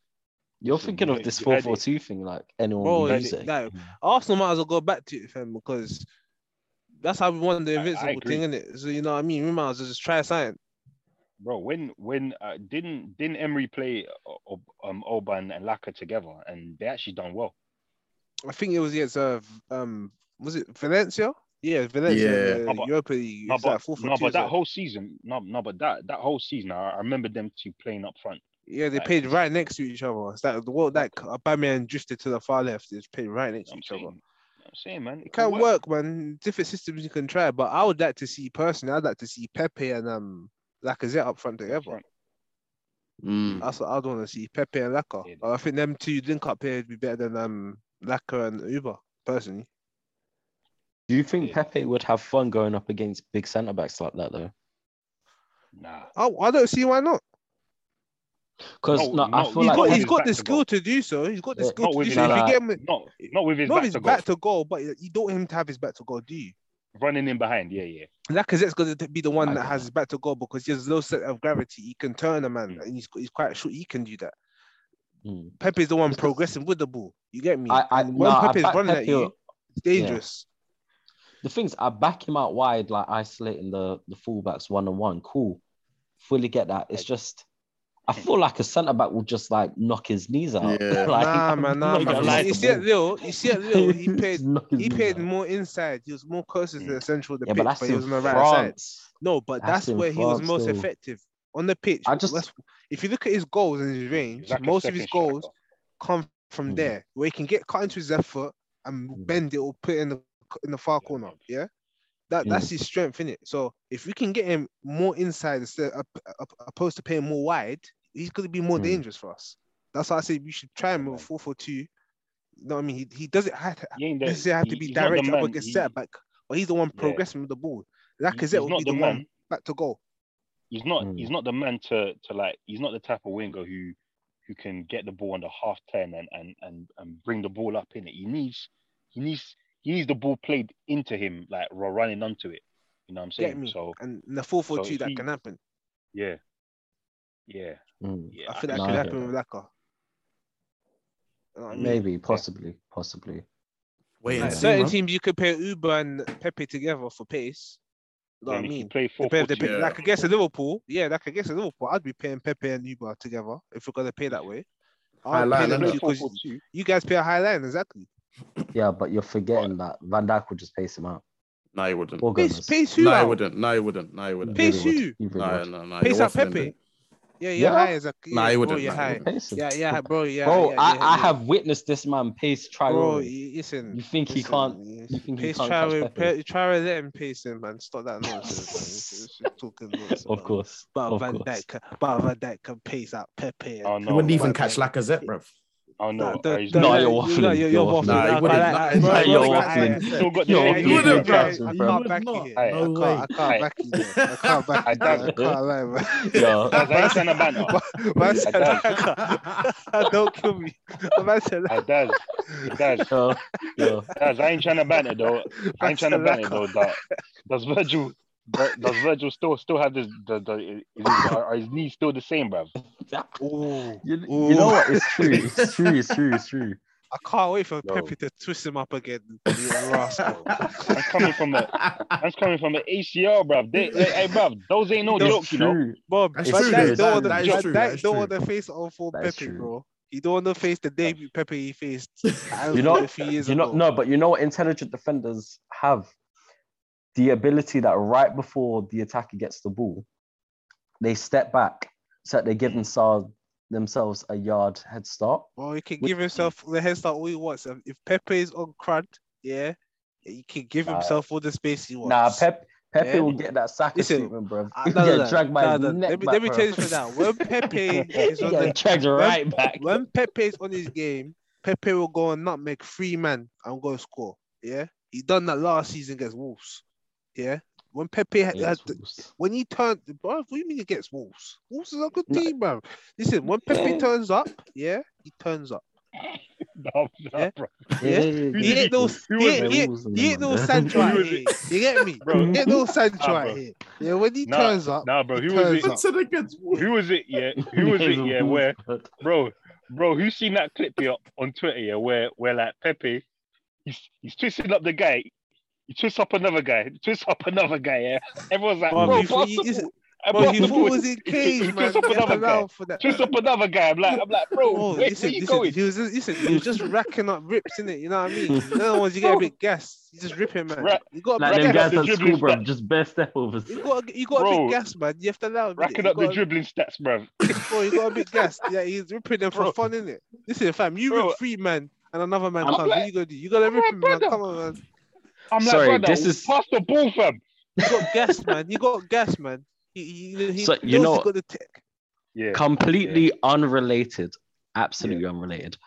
S2: You're
S3: Listen,
S2: thinking
S3: you
S2: of
S3: heard-
S2: this
S3: you heard
S2: four
S3: it.
S2: four two thing, like anyone
S4: Bro,
S2: would
S3: you
S2: use
S4: heard
S2: it.
S4: it. Arsenal might as well go back to it, fam, because that's how we won the
S3: I- I
S4: invincible
S3: agree.
S4: thing, innit? So you know what I mean? We might as well just try something.
S3: Bro, when when uh, didn't didn't Emery play uh, um Oban and Laka together, and they actually done well.
S4: I think it was against uh, v- um was it Valencia? Yeah,
S1: Yeah.
S4: Valencia. uh,
S3: No, but-
S4: Europa League.
S3: No,
S4: it's like
S3: but,
S4: four for
S3: no,
S4: two,
S3: but
S4: so-
S3: that whole season, no, no, but that that whole season, I, I remember them two playing up front.
S4: yeah, they
S3: like-
S4: played right next to each other. It's like the world like Aubameyang drifted to the far left. They played right next to
S3: I'm
S4: each
S3: saying,
S4: other.
S3: I'm saying, man,
S4: It can
S3: could
S4: work, man. Different systems you can try, but I would like to see personally. I'd like to see Pepe and um Lacazette up front
S3: up
S4: together.
S3: front.
S1: Mm.
S4: That's what I'd want to see. Pepe and Laka.
S3: Yeah.
S4: I think them two link up here would be better than um Laka and Uber, personally.
S2: Do you think
S3: Yeah.
S2: Pepe would have fun going up against big centre backs like that though?
S3: Nah.
S4: Oh, I don't see why not.
S2: Because
S3: No,
S2: no, I
S3: no,
S2: feel
S4: he's
S2: like
S4: got
S3: with
S4: he's
S3: his
S4: got
S3: back
S4: the
S3: to
S4: skill to do so. He's got the
S2: Yeah.
S4: skill
S3: Not
S4: to
S3: with
S4: do
S3: his
S4: so. If
S2: back.
S4: you get him,
S3: Not not with his
S4: not
S3: back
S4: his
S3: to
S4: back
S3: goal.
S4: to goal, but you don't want him to have his back to goal, do you?
S3: Running in behind. Yeah, yeah.
S4: Lacazette's going to be the one
S2: I
S4: that
S2: get
S4: has
S2: that.
S4: his back to goal because he has low set of gravity. He can turn a man,
S3: Mm.
S4: and he's he's quite sure he can do that.
S2: Mm.
S4: Pepe's the one
S2: Because-
S4: progressing with the ball. You get me?
S2: I, I,
S4: And
S2: no, I
S4: Pepe's
S2: back
S4: running at
S2: Pepe-
S4: you, it's dangerous.
S2: the things I back him out wide, like isolating the the fullbacks one on one. Cool, fully get that. It's just I feel like a centre back will just like knock his knees out.
S1: Yeah.
S2: like,
S4: nah,
S2: I'm
S4: man, nah,
S2: not
S1: even
S4: man. You
S2: gonna
S1: lie
S4: see,
S2: like
S4: you
S2: the
S4: see at
S2: ball.
S4: Lille, you see at Lille, he played
S2: Just knock his
S4: he
S2: knees
S4: played
S2: out.
S4: more inside. He was more closer to
S3: Mm.
S4: the central of the
S2: Yeah,
S4: pitch,
S2: but
S4: but,
S2: that's
S4: he
S2: in
S4: was on the right side.
S2: France.
S4: No, but
S2: That's
S4: that's,
S2: in
S4: where he was
S2: France,
S4: most
S2: though.
S4: effective on the pitch.
S2: I just-
S4: that's- if you look at his goals and his range,
S3: He's like a
S4: most of his
S3: second
S4: goals
S3: striker.
S4: come from
S2: Mm.
S4: there, where he can get cut into his left foot and
S2: Mm.
S4: bend it or put it in the in the far
S3: Yeah,
S4: corner.
S3: man.
S4: Yeah, that
S2: Mm.
S4: that's his strength in it. So if we can get him more inside instead of, op- opposed to playing more wide, he's going to be more
S2: Mm.
S4: dangerous for us. That's why I say we should try him with
S3: man.
S4: four for two. You know what I mean? He, he doesn't have to,
S3: He ain't the-
S4: necessarily have to
S3: he-
S4: be
S3: he's not the
S4: direct up
S3: man.
S4: against
S3: He-
S4: set back, but he's the one
S3: Yeah.
S4: progressing with the ball.
S3: he- he's
S4: Lacazette will
S3: not
S4: be
S3: the
S4: the
S3: man.
S4: one back to goal.
S3: He's not
S2: Mm.
S3: he's not the man to to like. He's not the type of winger who who can get the ball on the half turn and and and and bring the ball up in it. He needs he needs he needs the ball played into him like ru- running onto it. You know what I'm
S4: Get
S3: saying?
S4: me?
S3: So
S4: And in the four for
S3: So
S4: two
S3: if
S4: that
S3: he-
S4: can happen.
S3: yeah, yeah,
S2: Mm.
S3: yeah.
S4: I think
S2: can see
S3: can
S4: that could
S3: see
S4: happen
S2: that.
S4: with Laka. You know what I mean?
S2: Maybe, possibly, possibly.
S1: Wait and
S2: Yeah. Yeah.
S4: Like
S1: see,
S4: certain
S1: man.
S4: teams you could pair Uber and Pepe together for pace. You know
S3: And
S4: what I
S3: if you
S4: mean?
S3: play
S4: They
S3: four,
S4: pair,
S3: four,
S4: they
S3: two,
S4: pair,
S1: Yeah.
S4: like against a Liverpool, yeah, like against a Liverpool, I'd be paying Pepe and Uber together if we're gonna pay that way.
S1: High
S4: I'd
S1: line,
S4: pay
S3: if you
S4: them
S1: innit?
S3: play
S4: two
S3: four,
S4: because
S3: four, two,
S4: you guys pay a high line exactly.
S2: Yeah, but you're forgetting that Van Dijk would just pace him out. Oh,
S1: No, you wouldn't.
S2: Or
S4: Pace,
S2: Gomez.
S4: pace who
S1: No, you
S4: out?
S1: wouldn't. No, you wouldn't. No, you
S2: He
S1: wouldn't.
S2: really
S4: Pace
S2: would.
S4: you.
S2: He really
S1: No,
S2: would.
S1: no, no.
S4: Pace
S1: you're
S4: out
S1: waffling,
S4: Pepe.
S1: dude.
S4: Yeah,
S2: Yeah.
S4: yeah, high exactly.
S1: Nah,
S4: yeah,
S1: he
S4: bro,
S1: wouldn't,
S4: you're
S1: nah, he
S4: high.
S1: wouldn't.
S2: Pace him.
S4: Yeah, yeah, bro, yeah.
S2: Bro,
S4: yeah,
S2: I,
S4: yeah,
S2: I
S4: yeah.
S2: have witnessed this man pace
S4: Bro,
S2: Traore.
S4: y- listen.
S2: You think he
S4: listen,
S2: can't?
S4: yes.
S2: you think he
S4: pace
S2: can't
S4: try
S2: catch
S4: with
S2: Pepe?
S4: pe- try with them pace him, man. Stop that nonsense, man. It's- it's just talking nonsense.
S2: Of
S4: man.
S2: course.
S4: But
S2: of
S4: Van
S2: course.
S4: Dijk, but Van Dijk can pace out Pepe. and
S3: Oh,
S1: He
S3: no.
S1: wouldn't even
S4: Van
S1: catch
S4: Dijk.
S1: Lacazette, bruv.
S3: Oh no,
S4: Nah,
S3: he's
S4: the-
S2: No,
S3: not-
S2: you're
S4: you-
S2: waffling,
S4: no, You're, you're
S2: you're
S4: waffling.
S2: waffling.
S1: Nah, he
S4: I can't-
S1: wouldn't.
S4: I-
S1: Nah,
S4: I- bro,
S1: nah,
S4: I
S2: you're
S4: can't- I-
S2: waffling.
S4: I-
S3: He's still got the
S2: Yo,
S4: yeah,
S3: yeah,
S2: he
S3: yeah,
S4: you know,
S1: wouldn't,
S3: yeah,
S4: bro,
S1: would've, bruv.
S3: yeah.
S4: I
S2: He
S4: can't
S2: would
S4: back you
S1: not.
S4: here.
S3: Hey,
S4: I
S1: No
S4: can't,
S1: way.
S4: I can't
S3: Hey.
S4: back you here. I can't back
S3: I
S4: you here.
S3: doubt
S4: I
S3: it.
S4: can't lie, man.
S2: Yo,
S3: That's how you trying to banter.
S4: Man- Man said,
S3: I
S4: don't kill me. Man said,
S3: It does. It does.
S2: yo, yo.
S3: Does. I ain't trying to banter though. I ain't trying to banter though. Does, does Virgil? Does does Virgil still still have this? The, the, is his, are, are his knees still the same, bruv?
S4: Ooh,
S2: You, you
S4: Ooh.
S2: know what? It's true. It's true. It's true. It's true.
S4: I can't wait for
S3: No.
S4: Pepe to twist him up again. you rascal.
S3: That's coming from a that's coming from an ACL, bruv. They, hey, hey, bruv, those ain't no
S4: Those-
S3: joke, you know.
S4: Bro,
S1: That's
S4: Van
S2: true,
S4: Dijk
S2: though.
S4: don't want
S2: That- that
S4: to
S2: is
S4: Van
S1: true, that
S4: Dijk
S1: is
S4: don't
S1: true.
S4: want to face old for
S2: That is
S4: Pepe,
S2: true.
S4: bro. He don't want to face the debut Pepe he faced at
S2: You know-
S4: Anfield a few years
S2: You know,
S4: ago.
S2: no, but you know what? Intelligent defenders have the ability that right before the attacker gets the ball, they step back so that they
S4: Mm.
S2: give themselves themselves a yard head start.
S4: Well, he can
S2: Which-
S4: give himself the head start all he wants. Um, If Pepe is on crud, yeah, he can give
S2: Nah.
S4: himself all the space he wants.
S2: Nah, Pep Pepe
S4: Yeah.
S2: will get that Saka
S4: Listen,
S2: treatment, bro.
S4: Ah,
S2: He
S4: no, no,
S2: get
S4: no,
S2: dragged by
S4: no,
S2: his
S4: no.
S2: neck
S4: Let me
S2: back,
S4: let me
S2: bruv.
S4: tell you for that. When Pepe is
S2: He
S4: on
S2: get
S4: the
S2: dragged right back.
S4: when Pepe is on his game, Pepe will go and nutmeg three man and go and score. Yeah, he done that last season against Wolves. Yeah, when Pepe had,
S2: Yeah,
S4: had
S2: it's Wolves.
S4: when he turned, bro, what do you mean against Wolves? Wolves is a good
S2: No.
S4: team, bro. Listen, when Pepe turns up, yeah, he turns up.
S3: No, no,
S4: Yeah.
S3: bruv.
S4: Yeah. He ain't
S3: Who
S4: no, he
S3: was
S4: ain't,
S3: it?
S4: he ain't,
S2: Wolves in
S4: he
S2: the
S4: ain't no
S2: Monday.
S4: Sancho out
S3: Who was
S4: here. You get me?
S3: Bro.
S4: He ain't no Sancho
S3: Nah,
S4: out
S3: bro.
S4: here. Yeah, when he
S3: Nah,
S4: turns up,
S3: Nah, bro.
S4: he
S3: Who was
S4: turns
S3: it?
S4: up.
S1: Hudson against Wolves.
S3: Who was it? Yeah. Who was it? Yeah. Where bro, bro, who seen that clip here on Twitter here where where like Pepe, he's he's twisting up the guy, he twists up another guy, twists up another guy. Yeah, everyone's like,
S4: Bro,
S3: bro,
S4: he-
S3: pass
S4: he-
S3: the
S4: he's-
S3: ball. I
S4: Bro,
S3: pass
S4: he
S3: the
S4: thought
S3: ball.
S4: it was in
S3: He-
S4: cage,
S3: he
S4: man.
S3: twists up
S4: Get
S3: another guy.
S4: allowed for that.
S3: Twists up another guy. I'm like, I'm like, bro,
S4: Oh,
S3: where,
S4: listen,
S3: where you
S4: listen,
S3: going?
S4: he was just, listen, he was just racking up rips in it. You know what I mean? In other words, you get a bit gassed. You just rip him, man.
S3: Ra-
S4: You got a
S2: Like
S4: bit
S2: them
S3: Rack up
S2: guys
S4: gassed.
S3: the
S2: at school,
S3: dribbling
S2: bro,
S3: stats.
S2: just bare step overs.
S4: You got, you got a
S3: Bro.
S4: bit gassed, man. You have to allow him. innit?
S3: Racking
S4: You
S3: up the
S4: got a-
S3: dribbling stats, bro.
S4: Bro, you got a bit gassed. Yeah, he's ripping them for
S3: Bro.
S4: fun, innit? Listen, fam, you
S3: Bro.
S4: rip three man and another man
S2: I'm
S4: comes. What
S3: like-
S4: you gonna do? You gotta
S3: I'm
S4: rip
S3: like,
S4: him, man.
S3: brother.
S4: Come on, man.
S3: I'm
S2: Sorry,
S3: like, brother,
S2: this is-
S3: pass the ball, fam.
S4: You got gas, man. You got gas, man. He, he, he,
S2: So,
S4: he
S2: you
S4: knows
S2: know-
S4: he got the tech.
S3: Yeah.
S2: completely unrelated, absolutely unrelated.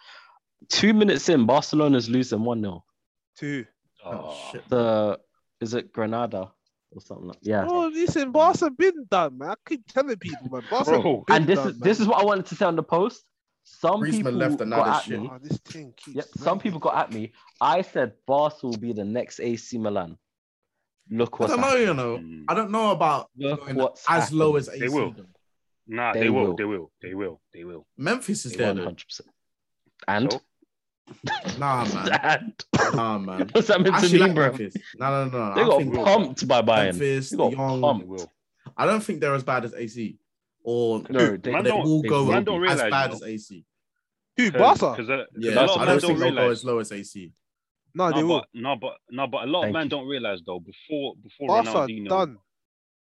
S2: Two minutes in, Barcelona's losing one 0
S4: Two.
S1: Oh, shit.
S2: The is it Granada or something? Like, yeah.
S4: Oh, listen, Barca been done, man. I keep telling people, man. Barca
S3: Bro.
S4: been
S2: and this
S4: done,
S2: is
S4: man.
S2: this is what I wanted to say on the post. Some
S1: Griezmann
S2: people
S1: left another
S2: got at
S1: shit.
S2: me.
S4: Oh, this thing keeps.
S2: Yep, some people got at me. I said Barca will be the next AC Milan. Look
S1: I
S2: what
S1: don't know, you know.
S3: Mm.
S1: I don't know about
S2: Look
S1: going
S2: what's
S1: as low
S2: happened.
S1: as AC.
S3: They will. Nah, they,
S2: They
S3: will.
S2: will.
S3: They will. They will. They will.
S1: Memphis is there
S2: one
S1: though.
S2: hundred percent. And
S1: Oh,
S3: So?
S1: Nah, man.
S2: and
S1: Nah, man.
S2: what's that meant to
S1: Actually,
S2: mean,
S1: like
S2: bro?
S1: Memphis. No, no, no. no.
S2: They
S1: I think
S2: got
S3: will.
S2: pumped by Bayern.
S1: Memphis,
S2: They got
S1: Young.
S3: They
S2: pumped.
S3: will.
S1: I don't think they're as bad as AC, or
S2: No, they,
S1: they,
S3: Man
S2: they-
S3: don't-
S1: will go
S3: man
S1: as
S3: don't realise,
S1: bad
S3: you
S1: as AC.
S4: Who,
S3: Because uh,
S4: Barca?
S1: Yeah,
S3: a
S2: that's
S3: lot
S1: I
S2: what
S3: of
S1: don't
S3: men
S1: think
S2: I'm
S3: don't
S1: they'll go
S3: realize.
S1: as low as AC.
S4: No, they
S3: No,
S4: will.
S3: but, no, but no, but a lot
S2: Thank
S3: of men
S2: you.
S3: don't realize though. Before before
S4: Barca
S3: Ronaldinho,
S4: done.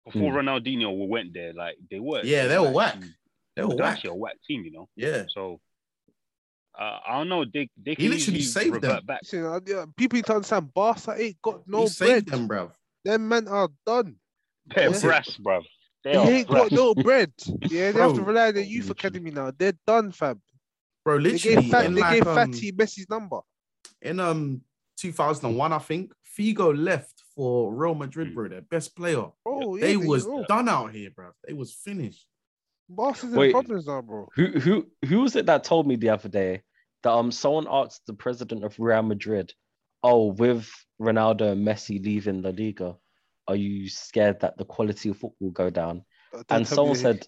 S3: before Ronaldinho we went there, like they were.
S1: Hmm. Yeah, they were whack.
S3: actually-
S1: They were
S3: They're
S1: whack.
S3: actually a whack team, you know.
S1: Yeah,
S3: So uh, I don't know. They they
S1: He
S3: can
S1: literally
S3: easily
S1: saved
S3: revert
S1: them.
S3: back.
S4: Listen, I- yeah, people need to understand Barca ain't got
S1: no
S4: no
S1: you
S4: bread.
S1: saved them, bruv.
S4: Them men are done.
S3: They're
S1: Yeah.
S3: brass, bruv. They
S4: They
S3: are
S4: ain't got
S3: brass.
S4: no bread. Yeah, they have to
S1: Bro.
S4: rely on the youth
S2: Literally.
S4: academy now. They're done, fam.
S1: Bro,
S4: They
S1: literally,
S4: gave, Fat,
S1: in,
S4: they
S1: like,
S4: gave
S1: um,
S4: Fatty Messi's number.
S1: in um 2001, I think Figo left for Real
S2: Mm.
S1: Madrid, bro. Their best player.
S4: Bro, yeah,
S1: They was
S4: oh,
S1: done out here, bruv. They was finished.
S4: Barca's in
S2: Wait.
S4: problems now, bro.
S2: Who who who was it that told me the other day that um someone asked the president of Real Madrid, oh, with Ronaldo and Messi leaving La Liga, are you scared that the quality of football will go down?
S4: Don't
S2: and
S4: tell
S2: someone
S4: me-
S2: said,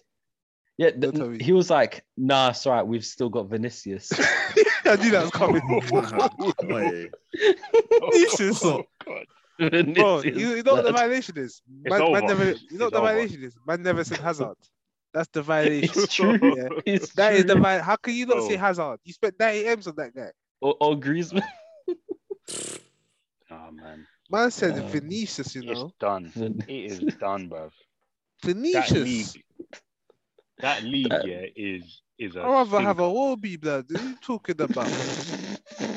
S2: yeah, th-
S4: Don't tell me.
S2: he was like, nah, it's all right, we've still got Vinicius.
S4: I knew that was coming.
S1: Wait.
S4: This is-
S3: Oh, God.
S4: Bro,
S2: Vinicius,
S4: you, you know what the
S2: blood.
S4: violation is? Man, man
S3: over.
S4: never, you know what
S3: It's
S4: the
S3: over.
S4: violation is? Man never said Hazard. That's the violation.
S2: It's true.
S4: Yeah.
S2: It's
S4: That is the
S2: true.
S4: vi- How can you not say
S3: Oh.
S4: Hazard? You spent 90 M's on that guy.
S2: or, or Griezmann.
S3: Nah, Oh, man,
S4: Man said
S2: Um,
S4: Vinicius, you
S3: it's
S4: know.
S3: done. It is done, bruv. That league,
S4: Vinicius.
S3: that league,
S1: Uh,
S2: That-
S3: yeah, is is a.
S4: I'd rather have a
S3: stinker.
S4: Wobby, blood. What are you talking about?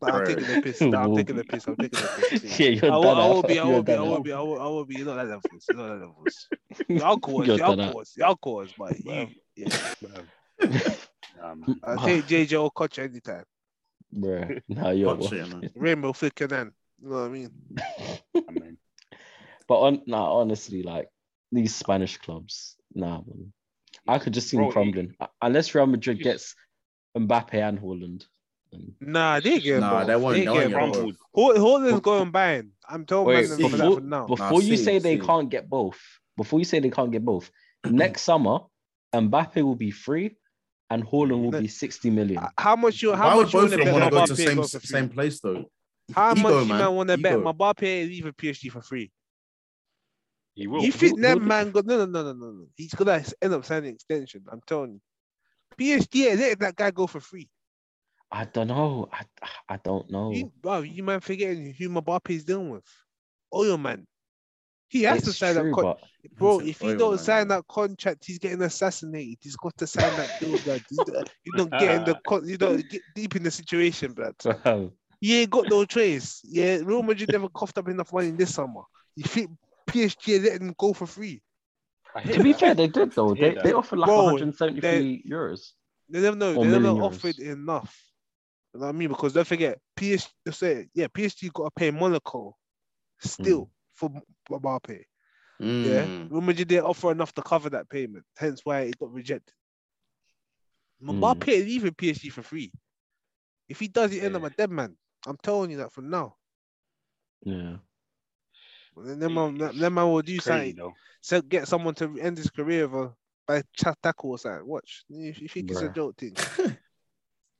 S4: Nah,
S1: Bro.
S4: I'm taking the piss. Nah, I'm
S2: Wobby.
S4: taking the piss. I'm taking the piss.
S2: yeah, you're
S4: I will,
S2: done
S4: I will
S2: out.
S4: be, I
S2: You're
S4: will be, I
S2: done
S4: will
S2: out.
S4: be, I will, I will be. You're not that levels. You're not that levels. Your uncle was,
S2: You're
S4: your
S2: done
S4: uncle
S2: out.
S4: was, your uncle was, but you,
S3: Bruv.
S4: yeah.
S3: Bruv. Nah, man.
S4: I take JJ or Koch anytime.
S2: Bruh, nah, you're
S1: Watch it, man.
S4: Rainbow flicking then. You know what I mean?
S3: Nah, man.
S2: But on nah, honestly, like these Spanish clubs, nah, man. I could just see them
S3: Bro, it-
S2: crumbling Uh, unless Real Madrid
S3: it's-
S2: gets Mbappe and Holland.
S4: Nah, they get
S1: Nah,
S4: both.
S1: they won't.
S4: They
S1: They won't
S4: get
S1: get
S4: both.
S1: both.
S4: Hol- Holland's going buying. I'm telling
S1: Wait,
S4: Oh, man them for that
S2: before-
S4: for now.
S2: Before you
S1: see,
S2: say they
S1: see.
S2: can't get both, before you say they can't get both, next summer Mbappe will be free, and Holland will be sixty million.
S4: Uh, How much you? How
S1: Why would
S4: much you
S1: both
S4: want
S1: of them
S4: to bet
S1: want to
S4: on
S1: go
S4: Mbappe
S1: to the same
S4: goes for free?
S1: same place though?
S4: How
S1: Ego,
S4: much you
S1: man.
S4: man want to bet
S1: Ego.
S4: Mbappe ain't leaving PSG for free?
S3: He will.
S4: you think
S2: who-
S4: that
S2: who-
S4: man got no, no, no, no, no, no. He's gonna s- end up signing extension. I'm telling you. PSG ain't letting that guy go for free.
S2: I don't know. I I don't know.
S4: You, bro, you man forgetting who Mbappe is dealing with? Oil man. He has to
S2: It's
S4: sign
S2: true,
S4: that con-
S2: but
S4: bro.
S1: It's
S4: If he
S1: oil,
S4: don't
S1: man.
S4: sign that contract, he's getting assassinated. He's got to sign that deal, blood. You don't- You don't get in the con- you don't get deep in the situation, blood. You ain't got no choice. Yeah, Real Madrid never coughed up enough money this summer. You think PSG are letting him go for free?
S3: I hear
S2: to be
S3: that.
S2: fair, they did though. They
S3: Yeah.
S2: they offered like
S4: Bro,
S2: 173 euros.
S4: They never know.
S2: Or
S4: They never
S2: million euros.
S4: offered enough. You know what I mean? Because don't forget, PSG. Say, yeah, PSG got to pay Monaco still for M- Mbappe. Yeah,
S3: Hmm.
S1: Mm.
S4: Real Madrid didn't offer enough to cover that payment. Hence why it got rejected.
S3: Hmm.
S4: Mbappe is leaving PSG for free. If he does, he end up
S3: Yeah.
S4: a dead man. I'm telling you that from now.
S2: Yeah.
S4: Then them man, them man will do
S3: Crazy
S4: something.
S3: though.
S4: so get someone to end his career with a by chat tackle or something. Watch. You, you think it's a
S2: Bruh.
S4: joke thing?
S2: Oh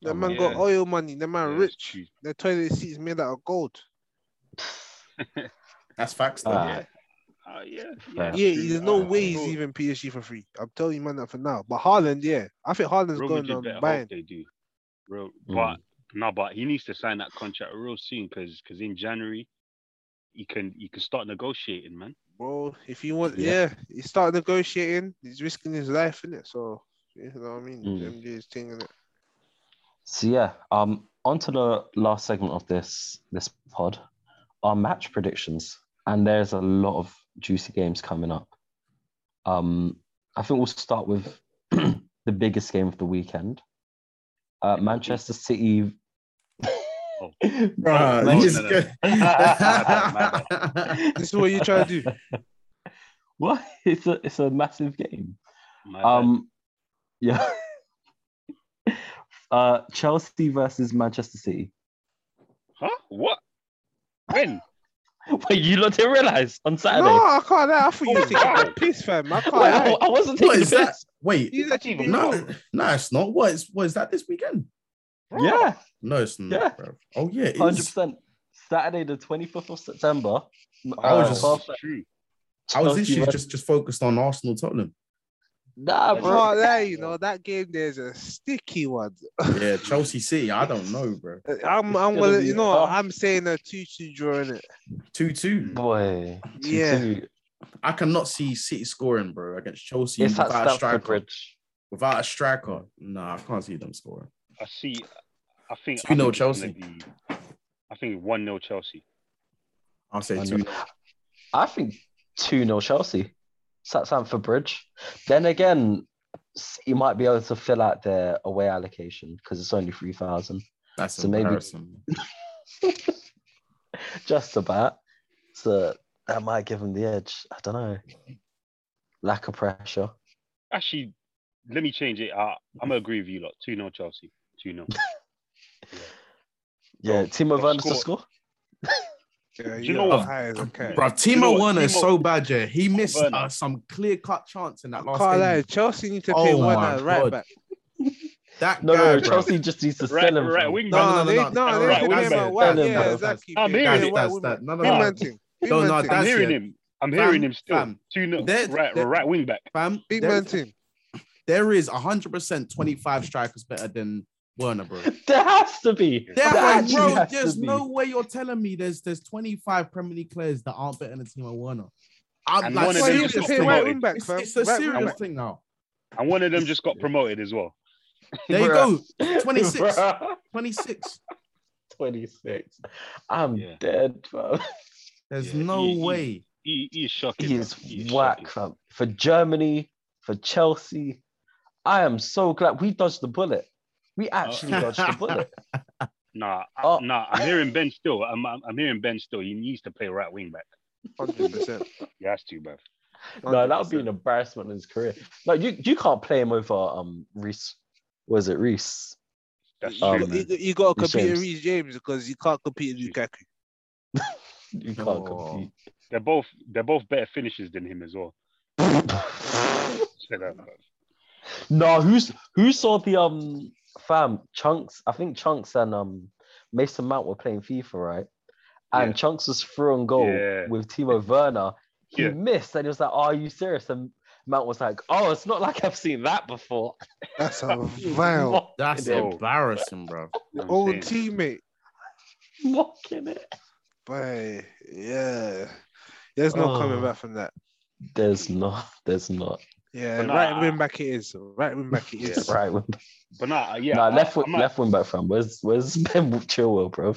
S4: the
S2: my
S4: man got
S3: God.
S4: oil money. The man
S3: Yeah, it's
S4: rich.
S3: true.
S4: The toilet seats made out of gold.
S1: That's facts though.
S2: Ah.
S1: yeah.
S3: Ah, yeah.
S2: Fair.
S4: yeah,
S3: true.
S4: there's no
S3: Ah,
S4: way he's
S3: bro,
S4: leaving PSG for free. I'm telling you, man, that for now. But Haaland, yeah, I think Haaland's
S3: Real
S4: going
S3: Madrid
S4: on
S3: better
S4: buying.
S3: hope they do. Real,
S2: Mm.
S3: but no, but he needs to sign that contract real soon because in January he can he can start negotiating, man.
S4: Bro, if you want, yeah,
S2: Yeah.
S4: he start negotiating. He's risking his life in it. So you know what I mean.
S2: Mm.
S4: Them dudes thing in it.
S2: So yeah, um, on to the last segment of this this pod, our match predictions, and there's a lot of juicy games coming up. Um, I think we'll start with the biggest game of the weekend. Uh, Manchester City.
S1: Bruh,
S3: no,
S1: this
S3: no, no,
S1: guy-
S3: My
S4: This is what you try to do.
S2: What? It's a it's a massive game.
S3: My bad.
S2: Um, yeah. uh, Chelsea versus Manchester City.
S3: huh? What? When?
S2: Wait, you lot didn't realize on Saturday.
S4: No, I can't lie. I thought you were taking
S3: Wow.
S4: the piss, fam. I can't
S2: Wait, I,
S4: lie.
S2: I wasn't
S1: What
S2: taking the
S1: is that?
S2: piss.
S1: Wait,
S4: He's actually doing
S1: no,
S4: well.
S1: no, it's not. What is what is that this weekend?
S3: Bruh.
S2: Yeah,
S1: No, it's not.
S2: Yeah.
S1: bruv. Oh yeah, it
S2: hundred
S1: is.
S2: percent. Saturday, the twenty fifth of September.
S1: I was
S2: uh,
S1: just-
S2: Barca-
S3: It's true.
S1: I was
S2: Chelsea
S1: literally
S2: versus-
S1: just just focused on Arsenal, Tottenham.
S2: Nah,
S4: I
S2: bro.
S4: can't lie, you know, that game there's a sticky one. Uh,
S1: Yeah, Chelsea City. I don't know, bro.
S4: I'm, I'm
S2: gonna
S4: gonna,
S2: be
S4: you know,
S2: tough.
S4: I'm saying a 2 2 draw in it.
S1: Two two.
S2: Boy,
S4: Yeah.
S2: two-two.
S1: I cannot see City scoring, bro, against Chelsea
S2: it's at
S1: without a
S2: Stamford
S1: striker.
S2: Bridge.
S1: Without a striker, nah, I can't see them scoring.
S3: I see. I think.
S1: 2-0
S3: I think it's gonna
S1: Chelsea.
S3: be- I think one 0 Chelsea.
S1: I'll say
S2: I
S1: two.
S2: know. I think two 0 Chelsea. It's at Stamford Bridge. Then again, City might be able to fill out their away allocation because it's only three thousand.
S1: That's
S2: So maybe-
S1: embarrassing.
S2: just about. So that might give him the edge. I don't know. Lack of pressure.
S3: Actually, let me change it. Uh, I'm gonna agree with you lot. Two 0 Chelsea. Two 0
S2: Yeah,
S3: Don't-
S2: Timo
S3: don't
S2: Werner's to
S3: score.
S2: score.
S4: Yeah,
S3: you
S4: you
S3: know
S4: know
S3: what?
S4: high as a cat.
S1: Bro,
S3: You
S1: Timo
S3: know what,
S1: Werner is
S3: Timo-
S1: so bad, yeah. He missed
S3: Werner.
S1: uh, some clear cut chance in that last
S4: Can't
S1: game.
S4: lie, Chelsea need to
S1: Oh
S4: play one
S1: my
S4: at right
S1: God.
S4: back.
S1: That
S2: No,
S1: guy,
S2: no, no,
S1: bruv.
S2: Chelsea just needs to
S3: Right,
S2: sell him.
S3: right
S2: fam.
S3: wing back.
S4: No,
S1: no,
S4: they,
S1: no,
S4: no,
S1: no.
S4: they
S3: Right,
S4: could
S3: wing
S4: play him
S3: back.
S4: at one.
S2: Tell him,
S4: Yeah,
S2: bro.
S4: exactly.
S3: I'm
S4: Play
S3: hearing
S4: him
S1: That's,
S4: at
S3: it.
S1: that's
S4: one.
S1: that. No, no,
S4: Big
S1: no.
S4: man team. Big
S1: No, no,
S4: man team.
S3: I'm
S1: that's
S3: hearing
S1: it.
S3: him. I'm
S1: Fam,
S3: hearing him still.
S1: fam.
S3: Two 0
S1: There-
S3: Right,
S1: there-
S3: right wing back.
S1: Fam,
S4: Big
S1: there,
S4: man team.
S1: there is 100% 25 strikers better than Werner, bro.
S2: There has to be.
S1: There,
S2: There
S1: are-
S2: actually
S1: bro,
S2: has to
S1: there's
S2: be.
S1: no way you're telling me there's there's 25 Premier League players that aren't better than Timo Werner. I'm
S3: And
S1: like,
S3: one of
S4: Why
S3: them
S4: you
S1: serious
S3: just
S4: should
S3: got
S4: play
S1: thing.
S4: right
S3: promoted.
S4: wing back,
S1: It's,
S4: fam.
S1: it's a
S4: Right wing
S1: serious
S4: back.
S1: thing now.
S3: And one of them just got promoted as well.
S1: There you go.
S2: Bruh.
S1: 26.
S2: Bruh.
S1: 26.
S2: 26. I'm
S3: Yeah.
S2: dead, bro.
S1: There's
S3: Yeah,
S1: no
S3: he- he-
S1: way.
S3: He, he is shocking.
S2: He
S3: man.
S2: is
S3: He is
S2: whack,
S3: shocking.
S2: fam. For Germany, for Chelsea. I am so glad we dodged the bullet. We
S1: Oh.
S2: actually dodged the bullet.
S3: Nah, I-
S2: Oh.
S3: nah. I'm hearing Ben still. I'm, I'm, I'm hearing Ben still. He needs to play right wing back.
S4: 100%.
S3: He has to, bruv.
S2: No, that would be an embarrassment in his career. No, you you can't play him over um Reese. Was it Reese?
S3: That's
S2: Oh,
S3: true,
S2: man.
S3: man.
S4: you, you got to
S2: Reece
S4: compete
S2: James.
S4: with Reece James because you can't compete with Lukaku.
S2: You can't
S1: Oh.
S2: compete.
S3: They're both they're both better finishers than him as well. So that-
S2: no, who's who saw the um fam chunks? I think chunks and um Mason Mount were playing FIFA, right? And
S3: Yeah.
S2: chunks was through on goal
S3: Yeah.
S2: with Timo Werner. He
S3: Yeah.
S2: missed, and he was like, oh, "Are you serious?" And Mount was like, "Oh, it's not like I've seen that before."
S4: That's a vile.
S1: That's
S3: Bro.
S1: embarrassing, bro.
S3: I'm
S4: Old
S3: saying.
S4: teammate.
S2: Mocking it.
S4: Boy, yeah. There's no coming
S2: Oh.
S4: back from that.
S2: There's not. There's not.
S4: Yeah,
S3: But nah,
S4: right
S3: I-
S4: wing back it is. Right wing back it is.
S2: Right. When
S3: But nah, yeah.
S2: nah,
S3: I-
S2: left
S3: I'm
S2: wing,
S3: not-
S2: left wing back fam. Where's where's Ben Chilwell, bro?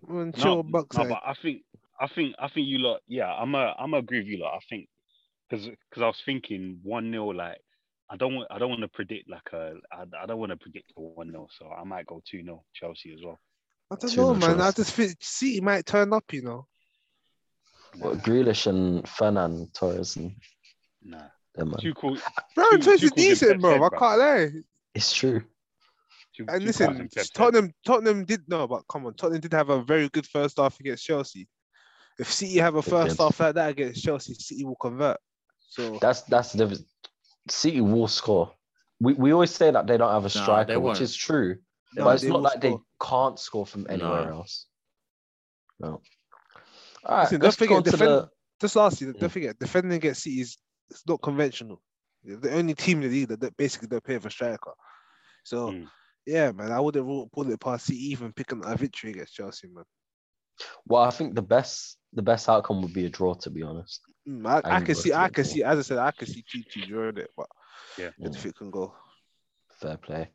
S4: When
S3: No,
S4: chill bucks
S3: no,
S4: like-
S3: but I think I think I think you lot. Yeah, I'm a I'm a agree with you lot. I think because I was thinking one 0 like. I don't want. I don't want to predict like a. I, I don't want to predict a one 0 So I might go two 0 Chelsea as well.
S4: I don't
S2: Two
S4: know,
S2: no
S4: man. I
S2: draws.
S4: just think City might turn up, you know.
S2: What Grealish and Fernan Torres and
S3: Nah,
S2: them man.
S3: too cool.
S4: Brown
S3: Tuch-
S4: Torres
S3: Tuchel's
S4: is
S3: in
S4: decent,
S3: Pep's
S4: bro.
S3: head,
S4: I
S3: bro.
S4: can't lie.
S2: It's true.
S3: Two,
S4: And
S3: two
S4: listen,
S3: thousand Pep's head.
S4: Tottenham, Tottenham did no, but come on, Tottenham did have a very good first half against Chelsea. If City have a
S2: They
S4: first
S2: did.
S4: half like that against Chelsea, City will convert. So
S2: That's that's the difference. City will score. We, we always say that they don't have a
S1: Nah,
S2: striker,
S1: they
S2: which
S1: won't.
S2: is true.
S4: no,
S2: but it's
S4: they
S2: not
S4: will
S2: like they
S4: score.
S2: can't score from anywhere
S1: Nah.
S2: else. No. All right.
S4: Listen, don't
S2: let's go
S4: forget
S2: on to
S4: defend-
S2: the
S4: Just lastly,
S2: Yeah.
S4: don't forget, defending against City is it's not conventional. They're the only team in the league that don't- basically don't pay for striker. So
S3: Mm.
S4: yeah, man, I wouldn't rule pull it past City even picking a victory against Chelsea, man.
S2: well, I think the best the best outcome would be a draw, to be honest.
S4: Mm, I, I
S2: I'm
S4: can see, I
S2: working
S4: can
S2: it. Hmm.
S4: see, as I said, I can see two two during it, but
S3: Yeah.
S4: if it can go.
S2: Fair play.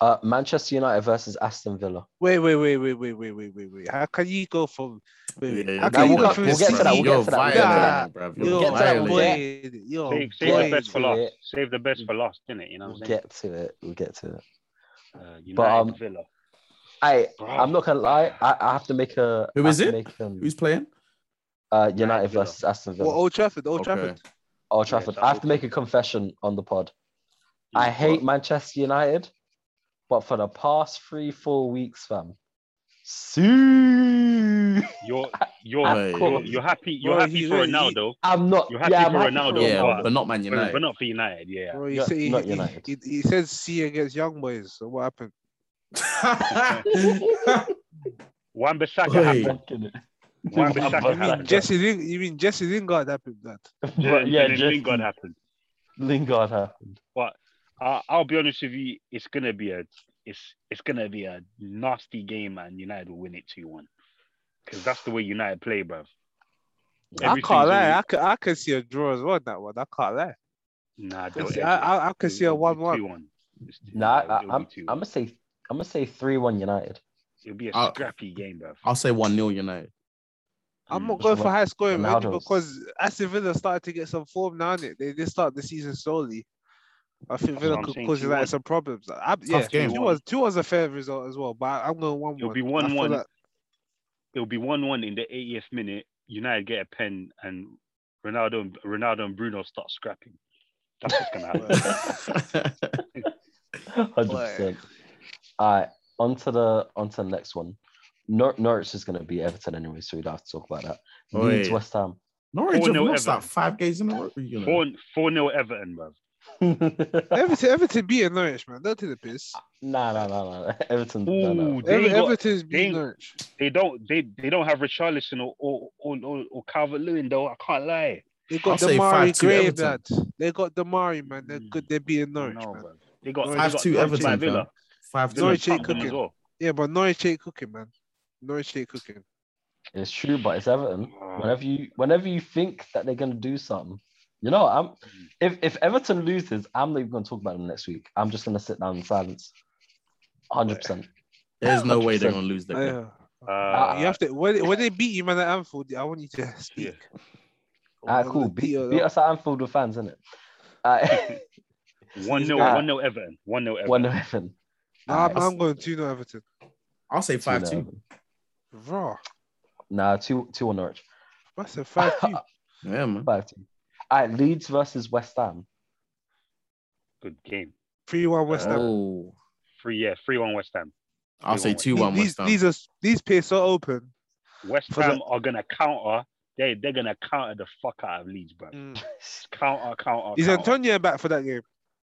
S2: Uh, Manchester United versus Aston Villa.
S4: Wait, wait, wait, wait, wait, wait, wait, wait, wait. How can you go from? Wait, wait.
S1: Yeah,
S4: How
S1: that-
S4: can you
S2: we'll
S4: go
S2: come-
S4: from
S2: we'll get to that, we'll get
S1: You're
S2: to
S4: sixty?
S2: that, we'll get
S1: violent,
S4: that.
S1: bruv.
S2: We'll
S1: You're
S2: get to that,
S1: violent.
S2: we'll get-
S4: violated. You're
S3: Save, save the best for
S2: Oh, boy.
S3: last. Save the best for last, innit? You know
S2: We'll
S3: what I'm saying?
S2: get to it. We'll get to it.
S3: Uh, United
S2: But, um,
S3: Villa.
S2: I
S3: Bruh.
S2: I'm not gonna lie. I, I have to make a.
S1: Who
S2: I
S1: is
S2: have to
S1: it?
S2: Make, um,
S1: Who's playing?
S2: uh,
S3: United
S2: United
S3: Villa.
S2: versus Aston
S4: Well,
S2: Villa.
S4: Old Trafford, Old
S1: Okay.
S4: Trafford.
S2: Old Trafford.
S3: Yeah,
S2: I have to make a confession on the pod. I hate Manchester United, but for the past three, four weeks, fam. See,
S3: You're
S1: Hey.
S3: you're you're, you're happy. You're
S4: Bro,
S3: happy
S4: he-
S3: for
S4: he-
S3: Ronaldo,
S2: I'm not.
S3: You're happy
S2: yeah, I'm
S3: for
S2: happy
S3: Ronaldo,
S2: for
S1: Yeah,
S2: Ronaldo.
S1: but, not Man
S3: but,
S1: United.
S3: but not for United. Yeah.
S4: Bro, you
S2: Yeah,
S4: say he,
S2: not
S4: he-
S2: United.
S4: he, he said C against Young Boys. So what happened?
S3: Wan Bissaka
S1: Oi.
S3: happened. Wan
S2: Wan
S3: Bissaka
S2: Bissaka.
S4: You mean
S3: happened.
S4: Jesse? Ling- You mean Jesse Lingard happened that?
S2: But yeah,
S3: and then
S2: just
S3: Lingard happened.
S2: Lingard happened.
S3: I I'll be honest with you. It's gonna be a it's it's gonna be a nasty game, and United will win it two one. Because that's the way United play, bruv.
S4: I
S3: Every
S4: can't
S3: single
S4: lie. I
S3: week.
S4: can, I can see a draw as well. in That one, I can't lie.
S3: Nah,
S4: I can see, I, I, I can see a one-one.
S3: one.
S2: Nah, I, I'm, I'm gonna say I'm gonna say three one United.
S3: It'll be a
S1: I'll-
S3: scrappy game, bruv.
S1: I'll say 1 0 United.
S4: I'm
S3: Mm.
S4: not going for high scoring only
S2: Ronaldo's.
S4: because Aston Villa started to get some form now. Innit? They did start the season slowly. I
S3: That's
S4: think
S3: what
S4: Villa
S3: I'm
S4: could
S3: saying,
S4: cause United
S3: 2-1.
S4: some problems. I, yeah,
S1: game.
S4: two was two was a fair result as well, but I'm going one.
S3: It'll be
S4: I feel
S3: 1-1.
S4: like-
S3: It'll be one-one in the 80th minute. United get a pen, and Ronaldo and Ronaldo and Bruno start scrapping. That's what's gonna happen.
S2: Hundred percent. All right, on to the on to the next one. Nor- Norwich is gonna be Everton anyway, so we don't have to talk about that.
S1: Oi.
S2: Leeds West Ham.
S1: Norwich have
S3: 4-0
S1: lost like
S3: Everton.
S1: five games in a row. You know.
S3: Four four nil Everton, bruv.
S4: Everton, Everton beating Norwich, man. Don't take the piss.
S2: Nah, nah, nah, nah. Everton. nah, nah.
S3: Ooh, they
S4: Ever,
S3: ain't got-
S4: Everton's beating
S3: ain't-
S4: Norwich.
S3: They don't they they don't have Richarlison or or or, or, or Calvert Lewin though. I can't lie.
S4: They
S1: I'll
S4: got
S1: say
S4: Damari
S1: 5-2
S4: Gray,
S1: Everton.
S4: lad. They got Damari, man. They're
S3: Mm.
S4: good. They're beating Norwich,
S3: No,
S4: man.
S3: bruv. They got
S4: Norwich
S3: they got
S1: two
S3: touched
S1: Everton,
S3: by
S1: fam.
S3: Villa.
S1: 5
S3: Villa
S1: 2.
S4: Norwich ain't
S3: touched them
S4: cooking.
S3: as well.
S4: Yeah, but Norwich ain't cooking, man. Norwich ain't cooking.
S2: It's true, but it's Everton.
S3: Ah.
S2: Whenever you whenever you think that they're gonna do something, you know, I'm if if Everton loses, I'm not even gonna talk about them next week. I'm just gonna sit down in silence. Hundred percent.
S1: There's no way they're
S2: 100%.
S1: going to lose that game.
S4: Yeah.
S3: Uh,
S4: Ah, you have to when, when they beat you, man, at Anfield. I want you to speak.
S2: Ah, cool. Beat, beat us at Anfield with fans, isn't it?
S3: one nil,
S2: Ah.
S3: one nil Everton, one nil Everton.
S2: one Everton.
S4: Nah, I'm,
S2: Alright,
S4: I'm going two 0 Everton.
S1: I'll say 5
S2: 2-0
S1: 2.
S2: Everton.
S4: Raw.
S2: Nah, two two on Norwich.
S4: That's a five two.
S1: Yeah, man.
S2: Five two. All right, Leeds versus West Ham.
S3: Good game.
S4: Three one West Ham.
S1: Oh.
S3: Three yeah, three one West Ham.
S1: I'll say 2
S4: These-
S1: 1
S4: these,
S1: West Ham.
S4: these are these players so open.
S3: West
S4: For the-
S3: Ham are gonna counter. They they're gonna counter the fuck out of Leeds, bro.
S1: Mm.
S3: Counter, counter.
S4: Is
S3: counter.
S4: Antonio back for that game?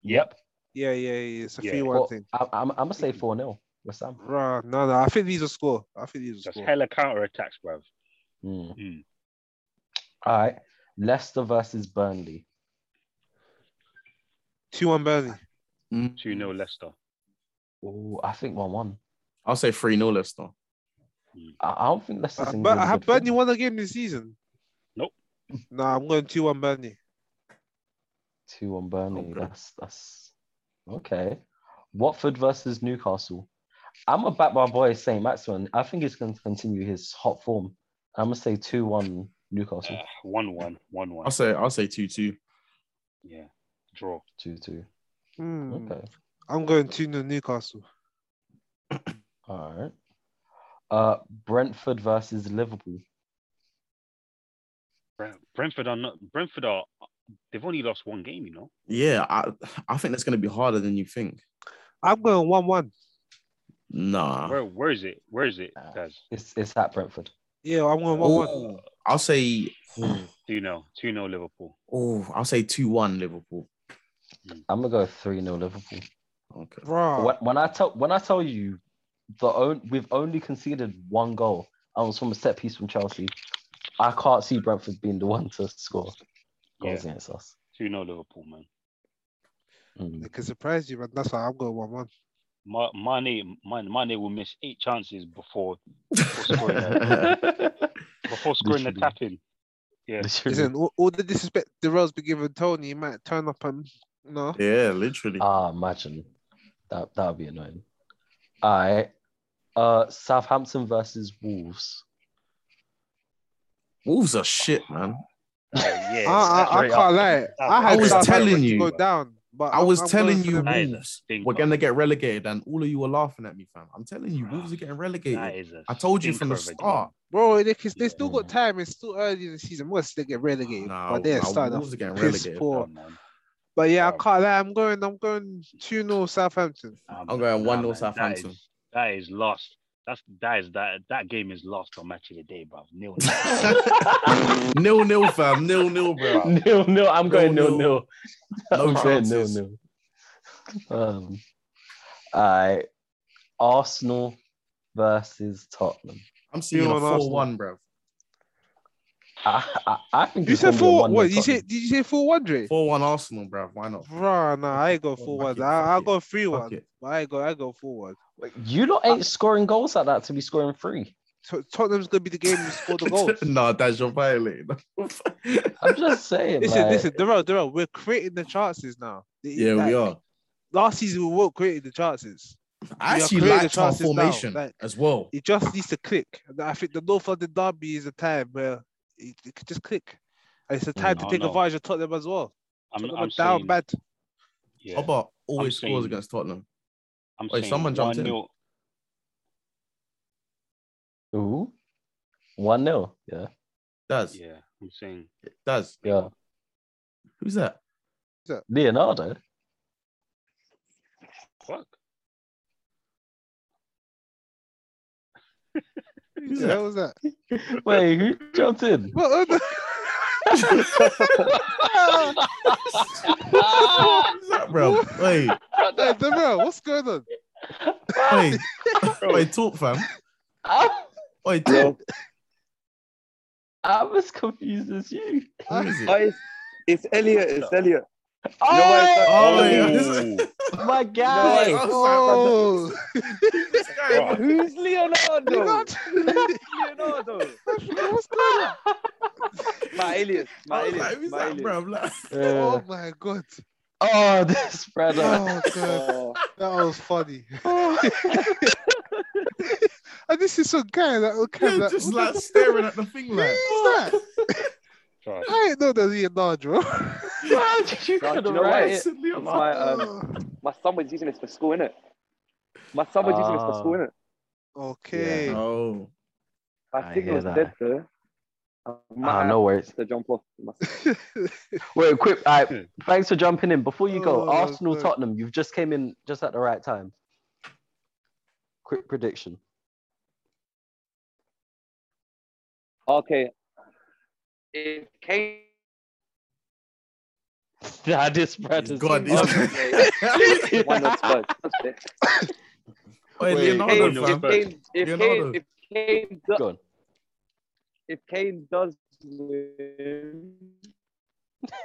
S3: Yep.
S4: Yeah, yeah, yeah. It's a
S3: Yeah.
S4: three one
S2: Well,
S4: thing.
S2: I, I'm, I'm gonna say four 0 West Ham.
S4: Raw. No, no. I think these will score. I think these will
S3: Just
S4: score.
S3: hella counter attacks, bruv.
S2: Hmm.
S3: Mm.
S2: All right, Leicester versus Burnley.
S4: Two one Burnley.
S1: Mm.
S3: Two 0 Leicester.
S2: Oh, I think one one.
S1: I'll say 3 0 Leicester.
S2: I, I don't think Leicester's in.
S4: Uh, But
S2: really
S4: have
S2: good form.
S4: Burnley won a game this season?
S3: Nope.
S4: Nah, I'm going two one Burnley.
S2: Two on Burnley.
S1: Okay.
S2: That's that's okay. Watford versus Newcastle. I'm gonna back my boy Saint Maxwell. I think he's gonna continue his hot form. I'm gonna say two one Newcastle.
S3: Uh, one one, one one.
S1: I'll say I'll say 2 2.
S3: Yeah. Draw.
S2: Two two.
S4: Hmm.
S2: Okay.
S4: I'm going two 0 Newcastle.
S2: All right. Uh, Brentford versus Liverpool.
S3: Brent, Brentford are not. Brentford are. They've only lost one game, you know.
S1: Yeah, I, I think that's going to be harder than you think.
S4: I'm going one one.
S1: Nah.
S3: Where where is it? Where is it, guys?
S2: It's it's at Brentford.
S4: Yeah, I'm going one one.
S1: Ooh. I'll say,
S3: Two 0 two 0 Liverpool.
S1: oh, I'll say 2 1 Liverpool.
S2: I'm gonna go three 0 Liverpool.
S1: Okay.
S4: Raw.
S2: When, when I tell when I tell you, the own we've only conceded one goal. and it was from a set piece from Chelsea. I can't see Brentford being the one to score
S3: Yeah.
S2: goals against us.
S3: Two 0 Liverpool, man.
S2: Mm.
S4: They can surprise you, man. That's why I'm going one one.
S3: Ma- Mane, Mane, Mane will miss eight chances before Oh, before scoring the
S2: Literally.
S3: tap in. Yeah.
S4: Listen, all, all the disrespect the Rose be giving Tony, he might turn up and no.
S1: yeah, literally.
S2: Ah, imagine. That that would be annoying. All right. Uh, Southampton versus Wolves.
S1: Wolves are shit, man.
S3: Oh, yeah,
S4: I, I, I
S3: straight
S4: can't
S3: up.
S4: lie. I,
S1: I
S4: had
S1: was
S4: Southampton
S1: telling
S4: to
S1: you.
S4: Go down, but
S1: I was
S4: I'm
S1: telling
S4: going for
S1: you,
S4: them.
S3: That is a
S1: Wolves
S3: stinker.
S1: we're gonna get relegated, and all of you are laughing at me, fam. I'm telling you, Wolves are getting
S3: That
S1: relegated.
S3: is a
S1: I told you from the
S3: stinker of a
S1: start.
S4: bro. They, 'cause they still
S2: Yeah.
S4: got time. It's still early in the season. Once they get relegated,
S1: Nah,
S4: but they're
S1: nah,
S4: starting
S1: Wolves are getting
S4: piss
S1: relegated.
S4: poor.
S3: game, man.
S4: But yeah, I
S3: Um,
S4: can't lie. I'm going. I'm going two 0 Southampton.
S3: Nah,
S1: I'm going
S3: man. Nah,
S1: 1-0
S3: man. That
S1: Southampton.
S3: is- That is lost. That's that is that that game is lost on match of the day, bruv. Nil.
S1: nil nil, fam. Nil nil, bro.
S2: No, no, I'm going no,
S1: Nil,
S2: no.
S1: No
S2: I'm going no,
S1: chances.
S2: no. Um, all right. Arsenal versus Tottenham.
S1: I'm seeing a
S4: on Arsenal.
S1: four one, bro.
S2: I, I, I think
S4: You
S2: it's gonna
S4: said
S2: be a
S4: four.
S2: one-nil
S4: What you
S2: Tottenham.
S4: say? Did you say four one, Dre?
S1: Four one Arsenal, bro. Why not?
S4: Bro, nah, I ain't go
S1: Fuck
S4: four
S1: it,
S4: one.
S1: fuck
S4: I I
S1: it,
S4: go three
S1: Fuck
S4: one.
S1: it.
S4: But I ain't go. I go four one.
S2: You lot
S4: Uh,
S2: ain't scoring goals like that to be scoring three.
S4: So Tottenham's gonna be the game who score the goals.
S1: no, that's your violating.
S2: I'm just saying.
S4: Listen,
S2: like,
S4: listen, Darrell, Darrell, we're creating the chances now. It-
S1: yeah,
S4: like,
S1: we are.
S4: Last season, we weren't creating the chances.
S1: I
S4: we are
S1: actually
S4: clear the
S1: liked our
S4: chances now,
S1: formation
S4: like-
S1: as well.
S4: It just needs to click. And I think the North London derby is a time where it, it could just click. And it's a time to
S3: no,
S4: take
S3: no.
S4: advantage of Tottenham as well.
S3: I'm,
S4: Tottenham
S3: I'm
S4: are down
S3: saying,
S4: bad.
S3: yeah,
S1: Hobart always scores
S3: saying-
S1: against Tottenham.
S3: I'm
S1: Oh, Wait,
S3: saying
S1: someone jumped in.
S3: 1-0.
S2: Ooh, one 0 Yeah,
S1: Does
S3: Yeah, I'm saying
S1: does
S2: yeah.
S1: who's that?
S2: Leonardo.
S3: fuck.
S4: Who
S1: Yeah.
S4: the hell was that?
S2: Wait, who jumped in?
S4: What on the-
S1: Who's that, bro? Wait,
S4: Hey, Darrell, what's going on?
S1: wait, wait, talk, fam.
S2: I'm,
S1: Wait, talk.
S2: I'm as confused as you.
S1: Who is it?
S5: Oh, it's, it's Elliot. It's Elliot.
S1: Oh,
S2: Oh,
S1: yeah.
S2: my guy.
S1: No,
S4: Oh,
S1: This guy,
S5: Who's Leonardo? Leonardo.
S4: what's going on?
S5: My alias. My
S1: I was
S5: alias.
S1: like, who's
S5: my
S1: that,
S5: alias.
S1: bro? I'm like,
S2: Uh,
S4: Oh my god.
S2: oh, this brother.
S4: Oh god.
S5: Oh,
S4: That was funny.
S1: Oh.
S4: and this is some guy that okay,
S1: yeah,
S4: that,
S1: just
S4: what
S1: like
S4: the-
S1: staring at the thing,
S4: Who
S1: like.
S4: is that?
S3: Sorry.
S4: I ain't know that he a Nardro.
S2: Why did you
S5: Nah, do
S2: gotta
S5: you know
S2: write
S5: why?
S2: it?
S1: Suddenly I'm
S5: My, um, my son was using this for school, innit? My son was using this for
S2: Ah.
S5: school, innit?
S4: okay.
S1: like, Oh,
S2: I
S5: My
S2: hear
S5: signal was
S2: that.
S5: dead, sir. I might
S2: Ah,
S5: have
S2: no worries.
S5: to jump off. My-
S2: Wait, quick. All right. Thanks for jumping in. Before you go,
S4: Oh,
S2: Arsenal,
S4: good.
S2: Tottenham. You've just came in just at the right time. Quick prediction.
S5: Okay. If Kane.
S2: Nah, this brother's
S1: God,
S5: Oh,
S1: he's-
S5: okay. Why not Spurs?
S1: Wait,
S2: Wait,
S1: Leonardo,
S5: Kane,
S3: no,
S1: fam.
S5: if
S3: Spurs.
S5: Kane, if
S1: Leonardo.
S5: Kane, if Kane, do-
S2: Go on.
S5: if Kane does win,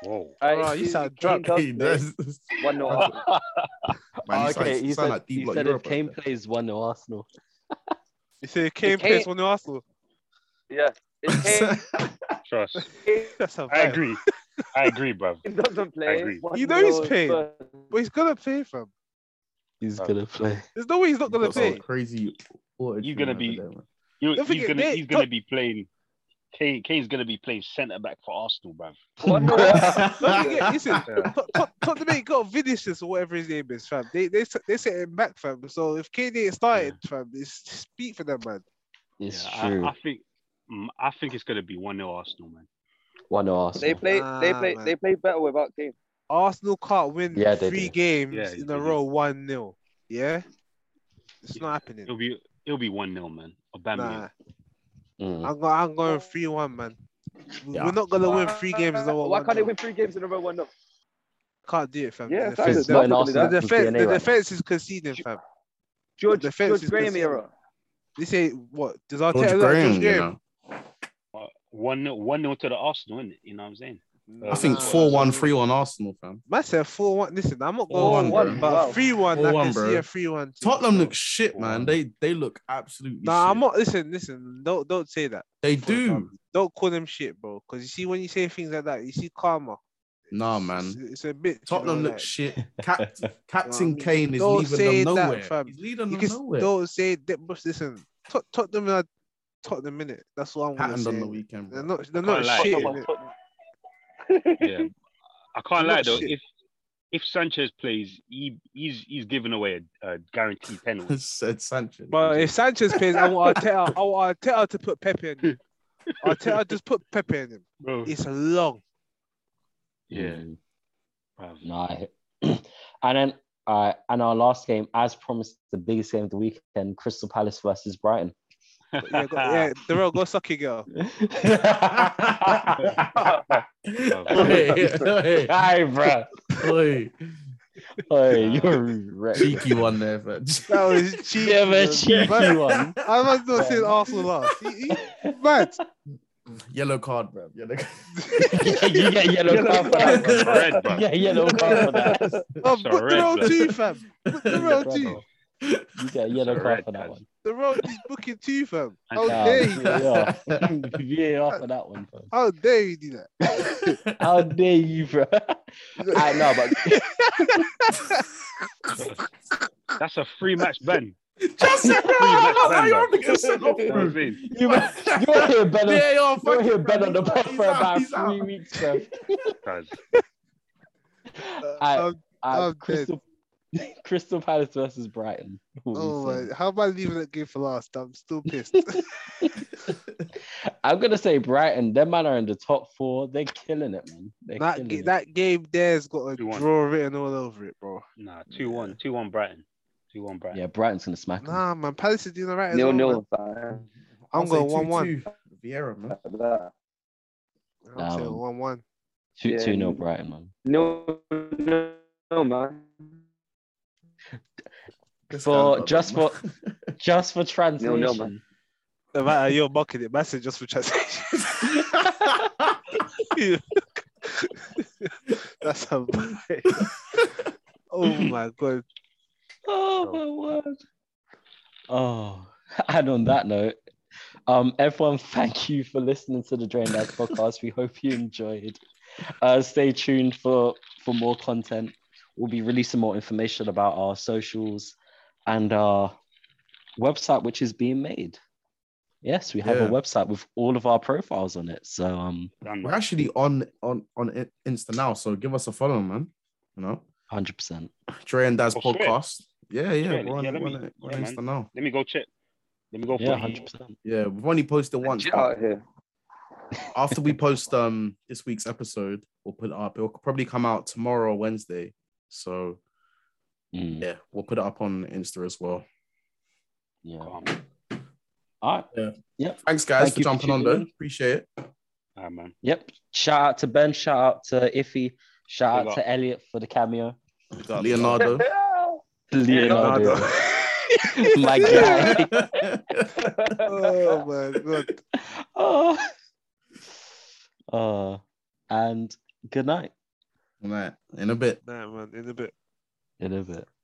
S3: Whoa.
S4: Bro, Oh, you sound drunk.
S1: He does.
S5: One nil.
S1: Man,
S4: Oh,
S1: you sound-
S2: okay,
S1: you sound
S2: he said,
S1: like
S2: he
S1: D-Block
S2: said if
S1: Europe,
S2: Kane
S1: bro.
S2: plays 1 0 Arsenal.
S4: You say Kane
S5: Kane-
S4: plays on the Arsenal.
S5: Yeah. If Kane,
S3: Trust.
S4: That's a
S3: I
S4: vibe.
S3: agree. I agree, bruv.
S5: Kane doesn't play,
S3: agree.
S5: one
S4: You know he's
S5: nil
S4: paying.
S5: Spurs.
S4: But he's gonna play for him.
S2: He's
S3: Oh.
S2: gonna play.
S4: There's no way he's not gonna
S1: Got some
S4: play.
S1: Crazy. auto-tune
S3: You're gonna
S1: over
S3: be-
S1: there, man.
S3: You,
S4: Don't
S3: he's
S4: forget,
S3: gonna
S4: they-
S3: he's gonna be playing. Kane, Kane's gonna be playing centre back for Arsenal, bruv.
S5: One nil.
S4: Don't forget, listen,
S3: Yeah.
S4: Tot- Tot- Tottenham ain't got Vinicius or whatever his name is, fam. They they s- they set him back, fam. So if Kane ain't started, fam, it's speak for them, man.
S2: It's
S3: Yeah,
S2: true.
S3: I, I think mm, I think it's gonna be one 0 Arsenal, man.
S2: 1 0
S5: They
S2: Arsenal.
S5: play, they
S4: Ah,
S5: play,
S4: man.
S5: they play better without Kane.
S4: Arsenal can't win
S2: Yeah, they
S4: three
S2: do.
S4: games
S3: Yeah,
S4: in
S3: they
S4: a
S3: do.
S4: row, one 0 Yeah, it's not happening.
S3: It'll be it'll be one 0 man. Aubameyang.
S4: Nah,
S2: Mm.
S4: I'm going. I'm going three one, man. We-
S1: Yeah.
S4: We're not gonna win three games. No,
S5: Why can't they win three games in a row? One nil.
S4: Can't do it, fam.
S5: Yeah,
S4: the
S5: fam,
S4: defense,
S2: It's
S5: they're
S2: not an
S5: not gonna do
S2: Arsenal
S5: that.
S4: the
S2: that's
S4: defense,
S2: DNA
S4: the
S2: right now.
S4: defense is conceding, fam.
S5: George,
S4: The fence
S5: George
S4: is
S5: Graham
S4: conceded.
S5: era.
S4: They say what? Does Arteta
S1: George
S4: like
S1: Graham,
S4: George
S1: you
S4: Graham?
S1: know.
S3: Uh, One 0 one 0 to the Arsenal, innit? You know what I'm saying?
S1: I think
S4: Nah.
S1: 4 1 3 on Arsenal, fam.
S4: Man said four one. Listen, I'm not going
S1: 4-1,
S4: one,
S1: bro.
S4: but
S5: Wow.
S4: three one. I
S1: 4-1,
S4: can see
S1: bro.
S4: a three one.
S1: Tottenham look shit, man.
S3: 4-1.
S1: They they look absolutely
S4: Nah,
S1: shit.
S4: I'm not. Listen, listen. Don't don't say that.
S1: They
S4: for them.
S1: do.
S4: Don't call them shit, bro. Because you see, when you say things like that, you see karma.
S1: Nah,
S4: It's-
S1: man.
S4: It's, it's a bit.
S1: Tottenham
S4: you know,
S1: looks shit. Cap-
S4: I
S1: Captain
S4: mean?
S1: Kane is
S4: Don't say
S1: leading them
S4: that,
S1: nowhere.
S4: fam.
S1: He's leading them
S4: like, you can
S1: nowhere.
S4: don't say that. But listen, Tot- Tottenham are Tottenham minute. That's what I'm gonna
S1: Patterned
S4: say.
S1: on the weekend.
S4: They're
S1: bro.
S4: not. They're
S3: Can't
S4: not
S3: lie.
S4: shit.
S3: Tottenham-
S4: innit?
S3: yeah, I can't lie
S4: Not
S3: though.
S4: shit.
S3: If if Sanchez plays, he he's he's giving away a, a guaranteed penalty.
S1: Said Sanchez.
S4: But if Sanchez plays, I want Arteta. I want Arteta to put Pepe in. Him. Arteta just put Pepe in him.
S3: Bro.
S4: It's long.
S3: Yeah,
S2: Mm,
S3: bruv.
S2: Nah. and then uh, and our last game, as promised, the biggest game of the weekend: Crystal Palace versus Brighton.
S4: But yeah, go, yeah, Darrell, go suck your girl.
S1: Oi, oi,
S2: Hi, bro.
S1: oi.
S2: Hey, you're a wreck.
S1: cheeky one there, man.
S4: That was cheap.
S2: Yeah, man, cheeky one.
S4: I must not say Arsenal last. He, he, mad.
S1: Yellow card, bro. Yellow card.
S2: you get yellow card for that.
S3: That's
S2: Bro. You get yellow card for that.
S3: red, bruv.
S4: Oh,
S3: It's a
S4: but
S3: red,
S4: Darrell
S3: blood.
S4: too, fam. Darrell
S2: Bro,
S4: too.
S2: You get yellow
S3: It's a
S2: card
S3: red
S2: for that
S3: card.
S2: one.
S4: Darrell is booking too, fam. How
S3: Nah,
S4: dare you?
S2: Yeah, VAR for that one. Bro.
S4: How dare you do that?
S2: How dare you, bro? I know, but
S3: That's a free match ban.
S1: Just say, bro, why you on the good
S3: You know what I mean?
S2: you, you're here better.
S1: Yeah, yo,
S2: You're
S1: fuck
S2: here
S1: it,
S2: better
S1: bro.
S2: on the pod
S1: He's
S2: for
S1: out,
S2: about
S1: he's out.
S2: three weeks, bro.
S3: Cause
S2: I,
S4: Um,
S2: I,
S4: I'm dead.
S2: Crystal, Crystal Palace versus Brighton. What we
S4: oh
S2: saying?
S4: my, how am I leaving that game for last? I'm still pissed.
S2: I'm gonna say Brighton. Them man are in the top four. They're killing it, man. They're
S4: that
S2: killing
S4: ga-
S2: it.
S4: that game there's got a
S3: 2-1.
S4: draw written all over it, bro.
S3: nah, 2 1, 2 1 Brighton. 2 1 Brighton.
S2: Yeah, Brighton's gonna smack them.
S4: Nah, man, Palace is doing all right. as
S5: Nil
S4: well, man.
S5: nil. fam.
S4: I'm
S1: I'll
S4: going
S1: say
S4: 1-1.
S1: 2-2. Vieira, man.
S5: That-
S4: I'm saying
S2: Um,
S4: one one.
S2: Two,
S5: Yeah,
S2: two nil
S5: you-
S2: Brighton, man.
S5: No, no, no, man.
S1: This
S2: For-
S1: guy's
S2: just
S1: got
S2: for-
S1: them, man.
S2: Just for translation.
S5: man.
S4: No matter you're mocking it, message just for translation. That's a oh my god.
S2: Oh my word. Oh, and on that note, um, everyone, thank you for listening to the Drain Lads podcast. We hope you enjoyed. Uh, stay tuned for for more content. We'll be releasing more information about our socials and our website, which is being made. Yes, we have
S1: Yeah.
S2: a website with all of our profiles on it. So um,
S3: Done,
S1: We're
S3: man.
S1: actually on on on I- Insta now, so give us a follow, man. You know,
S2: hundred percent.
S1: Dre and Dad's
S3: Oh, shit.
S1: podcast. Yeah, yeah,
S3: Yeah,
S1: we're on,
S3: yeah, let
S1: we're
S3: me-
S1: on, we're
S3: yeah,
S1: on
S3: man.
S1: Insta now.
S3: Let me go check. Let me go
S2: Yeah,
S3: for
S2: hundred percent.
S1: Yeah, we've only posted once.
S5: Get
S1: but
S5: out here.
S1: after we post um this week's episode, we'll put it up. It'll probably come out tomorrow or Wednesday. So
S2: Mm.
S1: yeah, we'll put it up on Insta as well.
S2: yeah. All
S3: Calm. All
S2: right.
S1: Thanks guys
S2: Thank
S1: for
S2: you for
S1: jumping on
S2: tuning
S1: though.
S2: in.
S1: Appreciate it.
S3: right, man.
S2: Yep. Shout out to Ben. Shout out to Iffy. Shout
S3: Big
S2: out
S3: up.
S2: to Elliot for the cameo.
S1: We got Leonardo.
S2: Leonardo. My
S4: Yeah.
S2: guy.
S4: Oh my god.
S2: oh. Oh. and good night.
S1: All right, in a bit.
S4: Nah man, in a bit.
S2: In a bit.